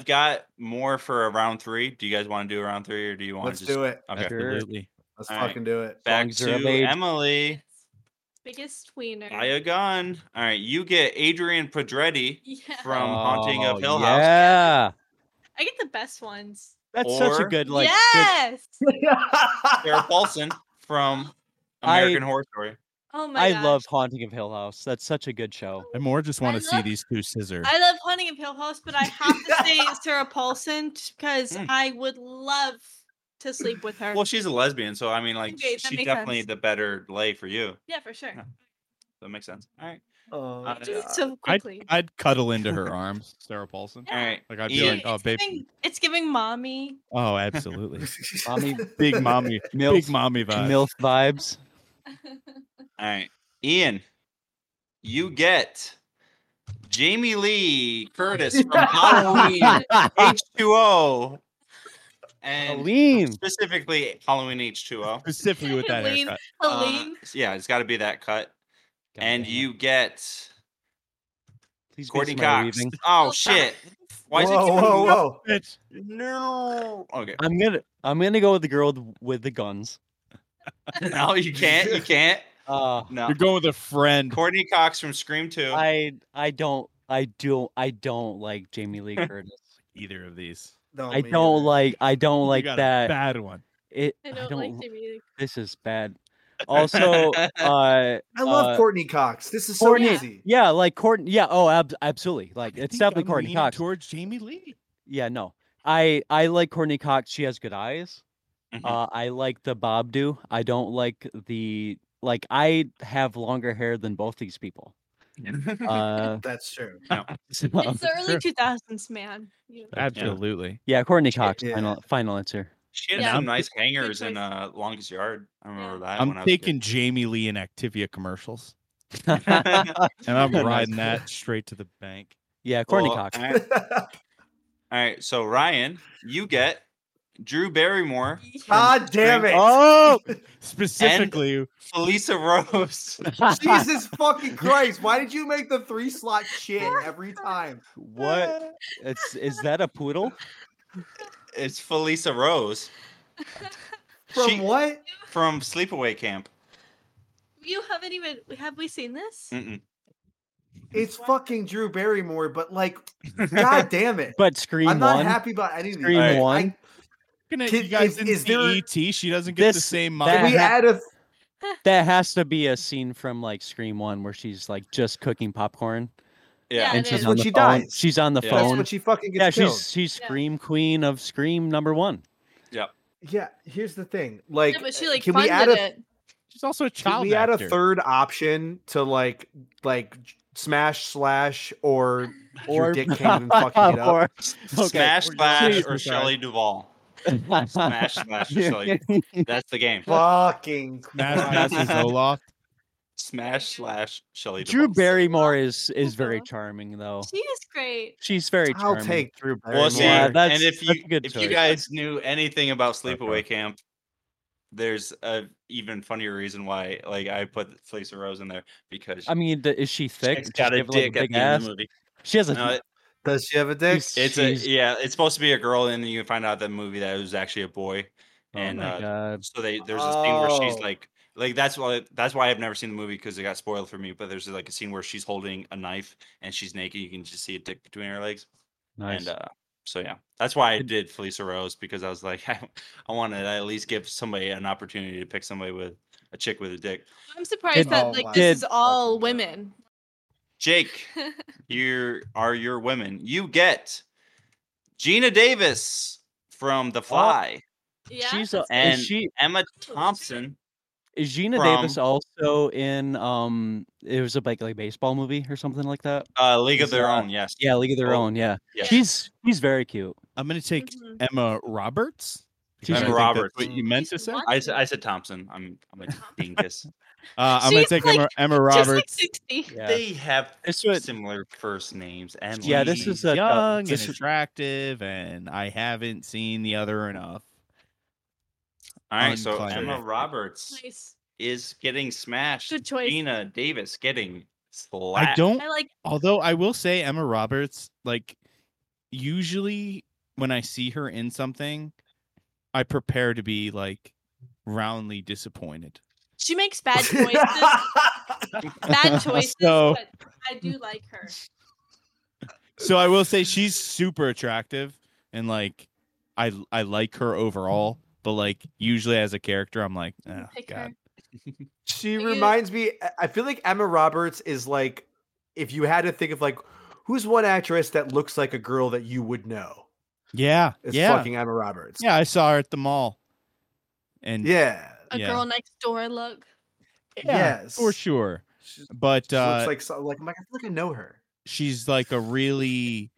I've got more for a round three. Do you guys want to do a round three or do you want Let's to just do it. Okay. Sure. Absolutely. Let's All right. fucking do it. Back Songs are to made. Emily. Biggest wiener. Buy a gun. All right, you get Adrian Pedretti yeah. from Haunting of Oh, Hill House. Yeah. I get the best ones. That's such a Or- good like good- yes. Sarah Paulson from I- American Horror Story. Oh my I gosh. love Haunting of Hill House. That's such a good show. I more just want I to see love- these two scissor. I love Haunting of Hill House, but I have to say Sarah Paulson because Mm. I would love to sleep with her. Well, she's a lesbian, so I mean, like, Okay, that she's makes definitely sense. the better lay for you. yeah, for sure. Yeah. That makes sense. All right. Oh, Uh, Do it God. so I'd, quickly. I'd cuddle into her arms, Sarah Paulson. All right. Like I'd be Yeah. like, oh, it's, babe. giving, it's giving mommy. Oh, absolutely. Mommy Big mommy. milf, Big mommy vibe. milf vibes. All right. Ian, you get Jamie Lee Curtis from Halloween H2O. And Lean. specifically Halloween H2O. Specifically with that Lean. haircut. Uh, Helene. yeah, it's got to be that cut. and you get Please Courtney make some more Cox. weaving. Oh, shit. Why is it whoa, giving whoa, me- whoa. Bitch. No. Okay. I'm gonna I'm gonna go with the girl with the- with the guns. No, you can't. You can't. Uh No. You're going with a friend. Courtney Cox from Scream 2. I I don't I don't I don't like Jamie Lee Curtis. Either of these. No, I me don't neither. like I don't You like got a that. bad one. It I don't, like Jamie. Lee. this is bad. Also, uh I love uh, Courtney Cox. This is so Courtney- easy. yeah, like Courtney yeah, oh ab- absolutely. Like I it's think definitely I'm Courtney leaning Cox. Towards Jamie Lee. yeah, no. I I like Courtney Cox. She has good eyes. Mm-hmm. Mhm. Uh, I like the Bob do. I don't like the like I have longer hair than both these people. Uh, That's true. so- It's the early 2000s, man. You- Absolutely. yeah, Courtney Cox. yeah. Final final answer. She had Yeah. some nice hangers in choice. uh, Longest Yard. I remember that. when I'm I was a taking Jamie Lee in Activia commercials. kid. And I'm Nice. riding that straight to the bank. yeah, Courtney Well, Cox. All right. All right, So Ryan, you get Drew Barrymore, God damn it. Oh, specifically, Felisa Rose. Jesus fucking Christ. Why did you make the three slot shit every time? what? It's is that a poodle? It's Felisa Rose From She- what? from Sleepaway Camp. you haven't even have we seen this? Mm-mm. It's fucking Drew Barrymore, but like, god damn it. But Scream I'm not One. happy about any of these. Scream Like, One. Gonna- Kid- you guys is- didn't is see there- ET. She doesn't get the This- same I, can that- mind. we add a That has to be a scene from like Scream One where she's like just cooking popcorn Yeah. Yeah, and it she's is. on When the she phone. dies. She's on the Yeah. that's phone. when she fucking gets yeah, killed. she's she's Yeah. Scream Queen of Scream number one. Yeah, here's the thing. Like, yeah, but she like can we funded add a it. She's also a can child. we add a actor. third option to like like j- smash slash or your dick can't even fucking get up? or- okay. Smash or- Slash Jesus or Christ. Shelley Duvall. Smash Slash or Shelley. That's the game. fucking Smash Masters Olaf. Smash Slash Shelley Drew Duvall. Barrymore is is very Uh-huh. charming though. She is great. She's very I'll charming. take Drew Barrymore. Well, see, Yeah, that's- and if you that's a good if you choice. guys knew anything about Sleepaway Camp, there's a even funnier reason why. Like I put Felisa Rose in there because I mean, th- is she thick? she's Does got she a have, like, dick at big the end of ass? the movie. She has a. No, it- Does she have a dick? it's She's- a yeah. It's supposed to be a girl, and then you find out that movie that it was actually a boy. oh and, my uh, god! So they there's a scene where she's Oh. like like that's why that's why I've never seen the movie because it got spoiled for me. But there's like a scene where she's holding a knife and she's naked. You can just see a dick between her legs. Nice. And uh, so yeah, that's why I did Felisa Rose because I was like, I, I wanted to at least give somebody an opportunity to pick somebody with a chick with a dick. I'm surprised Did- that Oh like my this is Did- all fucking God. women. Jake, here are your women. You get Gina Davis from Oh. The Fly, yeah. She's a, And- is she Emma Thompson. is Gina Davis from- also in um? It was a like like baseball movie or something like that. Uh, League of Is, Their uh, Own, yes. Yeah, League of Their Oh, Own. Yeah, yeah. she's she's very cute. I'm gonna take Mhm. Emma Roberts. She's I Emma think that's Roberts. What you meant to say? Uh, I, s- I said Thompson. I'm I'm a dingus. Uh, I'm gonna She's take like- Emma, Emma She's, like, Roberts. 60. Yeah. They have This was- similar first names. And Yeah, this last is names. a- uh, young this and is- attractive, and I haven't seen the other enough. all right. So unclear. Emma Roberts Nice. is getting smashed. Good choice. Gina Davis getting I slapped. don't. I like Although I will say Emma Roberts, like usually when I see her in something, I prepare to be like roundly disappointed. She makes bad choices. bad choices, So- but I do like her. So I will say she's super attractive and like I I like her overall, but like usually as a character I'm like, oh, Pick God. her. She Are you- reminds me. I- I feel like Emma Roberts is like, if you had to think of like, who's one actress that looks like a girl that you would know? Yeah. It's yeah. fucking Emma Roberts. yeah, I saw her at the mall. And Yeah. A Yeah. girl next door look. Yes. for sure. She, But she uh looks like so, like I'm like I feel like I know her. she's like a really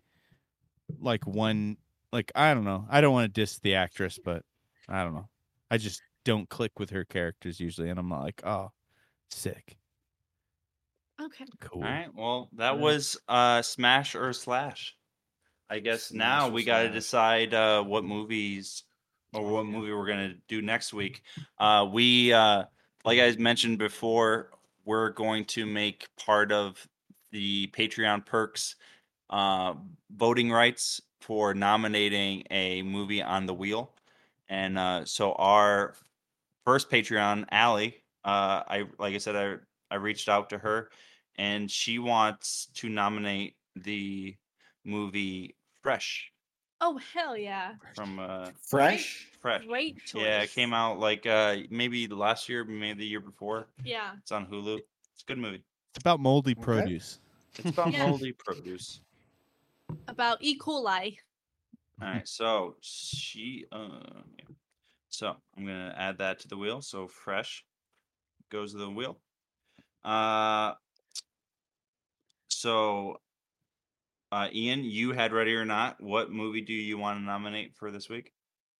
like one like I don't know. I don't want to diss the actress, but I don't know. I just don't click with her characters usually, and I'm not like, oh, sick, Okay. cool. All right. Well, that Yeah. was uh, Smash or Slash. I guess Smash now or we got to slash. decide uh, what movies or what movie we're gonna do next week. Uh, we, uh, like I mentioned before, we're going to make part of the Patreon perks uh, voting rights for nominating a movie on the wheel, and uh, so our first Patreon, Allie, uh, I like I said, I I reached out to her and she wants to nominate the movie Fresh Oh hell yeah! from uh Fresh. Fresh. Great choice. Yeah, it came out like uh maybe last year, maybe the year before. Yeah. It's on Hulu. It's a good movie. It's about moldy Okay. produce. It's about Yeah. moldy produce. About E. coli. All right, so she uh yeah. so I'm gonna add that to the wheel. So fresh goes to the wheel. Uh so uh Ian, you had ready or not, what movie do you want to nominate for this week?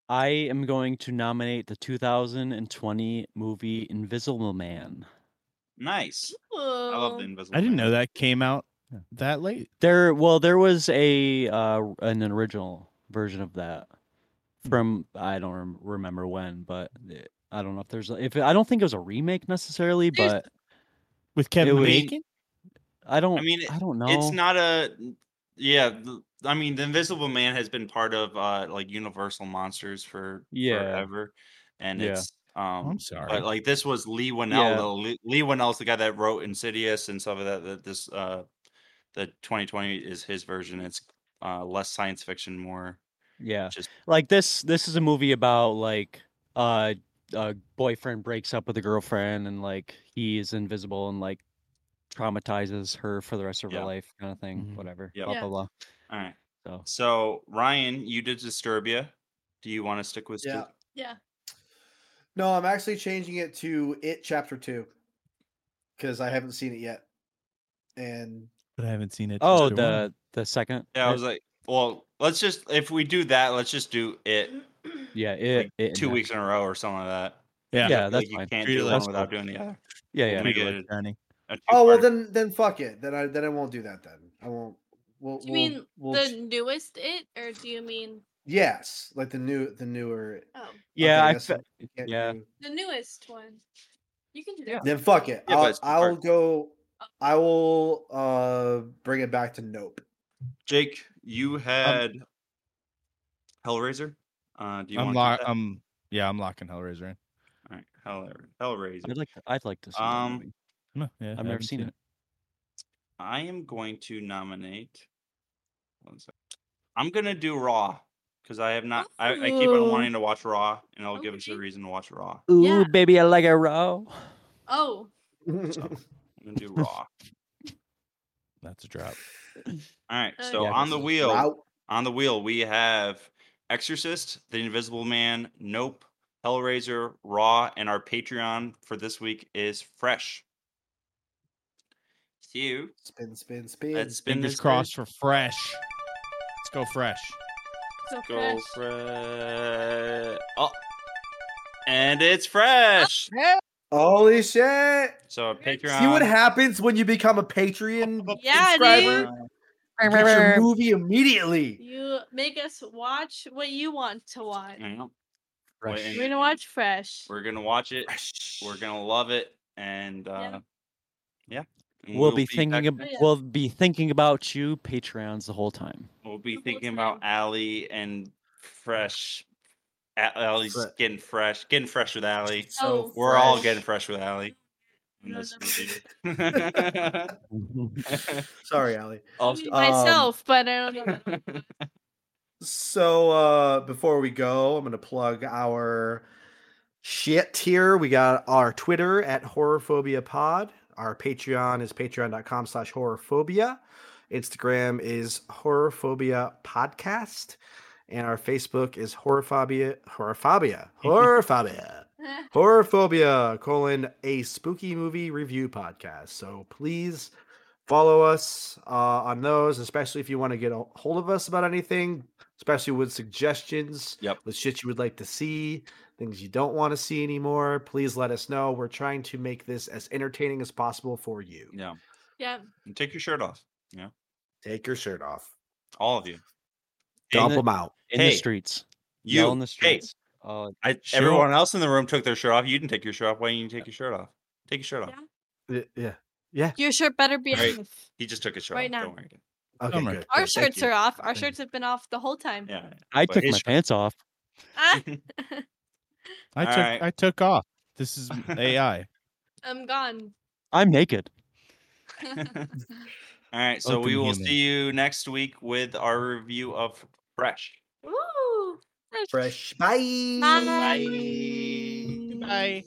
I am going to nominate the 2020 movie Invisible Man. Nice. I love the Ooh. invisible. I didn't Man. know that came out that late. There, well, there was a uh, an original version of that from I don't rem- remember when, but it- I don't know if there's a- if I don't think it was a remake necessarily, There's- but With Kevin was- Bacon? I don't. I mean, mean, it- I don't know. It's not a yeah, th- I mean the invisible man has been part of uh like Universal Monsters for Yeah. forever. And Yeah. it's um Oh, I'm sorry. But like this was Lee Winnell. Yeah. though. Lee, Lee Winnell's the guy that wrote Insidious and stuff of that. That this uh, the 2020 is his version. It's uh less science fiction, more Yeah. just- like this this is a movie about like uh a boyfriend breaks up with a girlfriend and like he is invisible and like traumatizes her for the rest of Yeah. Mm-hmm. her life kind of thing. Mhm. Whatever. Yep. Blah Yeah. blah blah. all right. So So Ryan, you did Disturbia. Do you want to stick with? Yeah. Stu- Yeah. No, I'm actually changing it to it chapter two because I haven't seen it yet, and But I haven't seen it. Oh Just the one. the the second Yeah, I right? was like, well, let's just if we do that, let's just do it yeah, it, it and two that. weeks in a row or something like that. yeah. Yeah, Like, that's you fine. can't Treat it do like- one without doing the other. Yeah, We'll yeah. make Make it it a journey. a oh well, two-parter. then then fuck it. Then I then I won't do that. Then I won't. We'll, Do you we'll- mean we'll the ch- newest it, or do you mean yes, like the new the newer. oh okay, Yeah, I yes, fe- you can't yeah. do- the newest one? You can do that. Then fuck it. Yeah, but I'll it's the I'll part- go. I will uh bring it back to nope. Jake, you Um, had Hellraiser. Uh, do you I'm want lock to do that? I'm yeah, I'm locking Hellraiser in. All right, Hellra- Hellraiser. I'd like to, I'd like to see that Um, movie. No, yeah, I I've never haven't seen it. I am going to nominate. One sec. I'm gonna do Raw because I have not. I, I keep on Ooh. wanting to watch Raw, and it'll give us a Okay. reason to watch Raw. Ooh, Yeah. baby, I like a row. Oh, I'm gonna do Raw. That's a drop. All right. Oh, So yeah. on the wheel, Wow. on the wheel, we have Exorcist, The Invisible Man, Nope, Hellraiser, Raw, and our Patreon for this week is Fresh. See you. Spin spin spin. Let's spin Fingers this crossed bitch. for fresh. Let's go fresh. so Go fresh. fresh. Oh, and it's fresh. Holy shit! So Patreon. Oh, See what happens when you become a Patreon Yeah, subscriber. Get your movie immediately. You make us watch what you want to watch. you know, Fresh. and- We're gonna watch Fresh. We're gonna watch it. We're gonna love it. And uh, yeah. And We'll, be, thinking back- ab- Oh, Yeah. we'll be thinking about you, Patreons, the whole time. We'll be The whole thinking about time. Allie and fresh. A- Allie's Fre- getting fresh, getting fresh with Allie. So We're all fresh. getting fresh with Allie. in No, this no. movie. Sorry, Allie. also, I mean, myself, but I don't know. So uh before we go, I'm gonna plug our shit here. We got our Twitter at Horrorphobia Pod. Our Patreon is patreon.com slash horrorphobia. Instagram is Horrorphobia Podcast. And our Facebook is Horrorphobia, Horrorphobia, Horrorphobia, Horrorphobia, colon, a spooky movie review podcast. So please follow us uh, on those, especially if you want to get a hold of us about anything, especially with suggestions, Yep. with shit you would like to see, things you don't want to see anymore. Please let us know. We're trying to make this as entertaining as possible for you. yeah. yeah. And take your shirt off. Take your shirt off, All of you. In dump the- them out. in Hey, the streets. You Yell in the hey, streets. Uh, I, Show- everyone else in the room took their shirt off. You didn't take your shirt off. Why didn't you take your shirt off? Take your shirt off. Yeah. Y- Yeah. Your shirt better be Right. off. He just took his shirt Right off. now. Don't worry. Okay. Bummer. Good. Our good, thank shirts you. are off. Our Thank shirts have been off the whole time. Yeah. I but took his my shirt- pants off. Ah, I All took right. I took off. This is m- AI. I'm gone. I'm naked. All right. So Open we will human. see you next week with our review of Fresh. Woo. fresh Bye. Bye. Bye.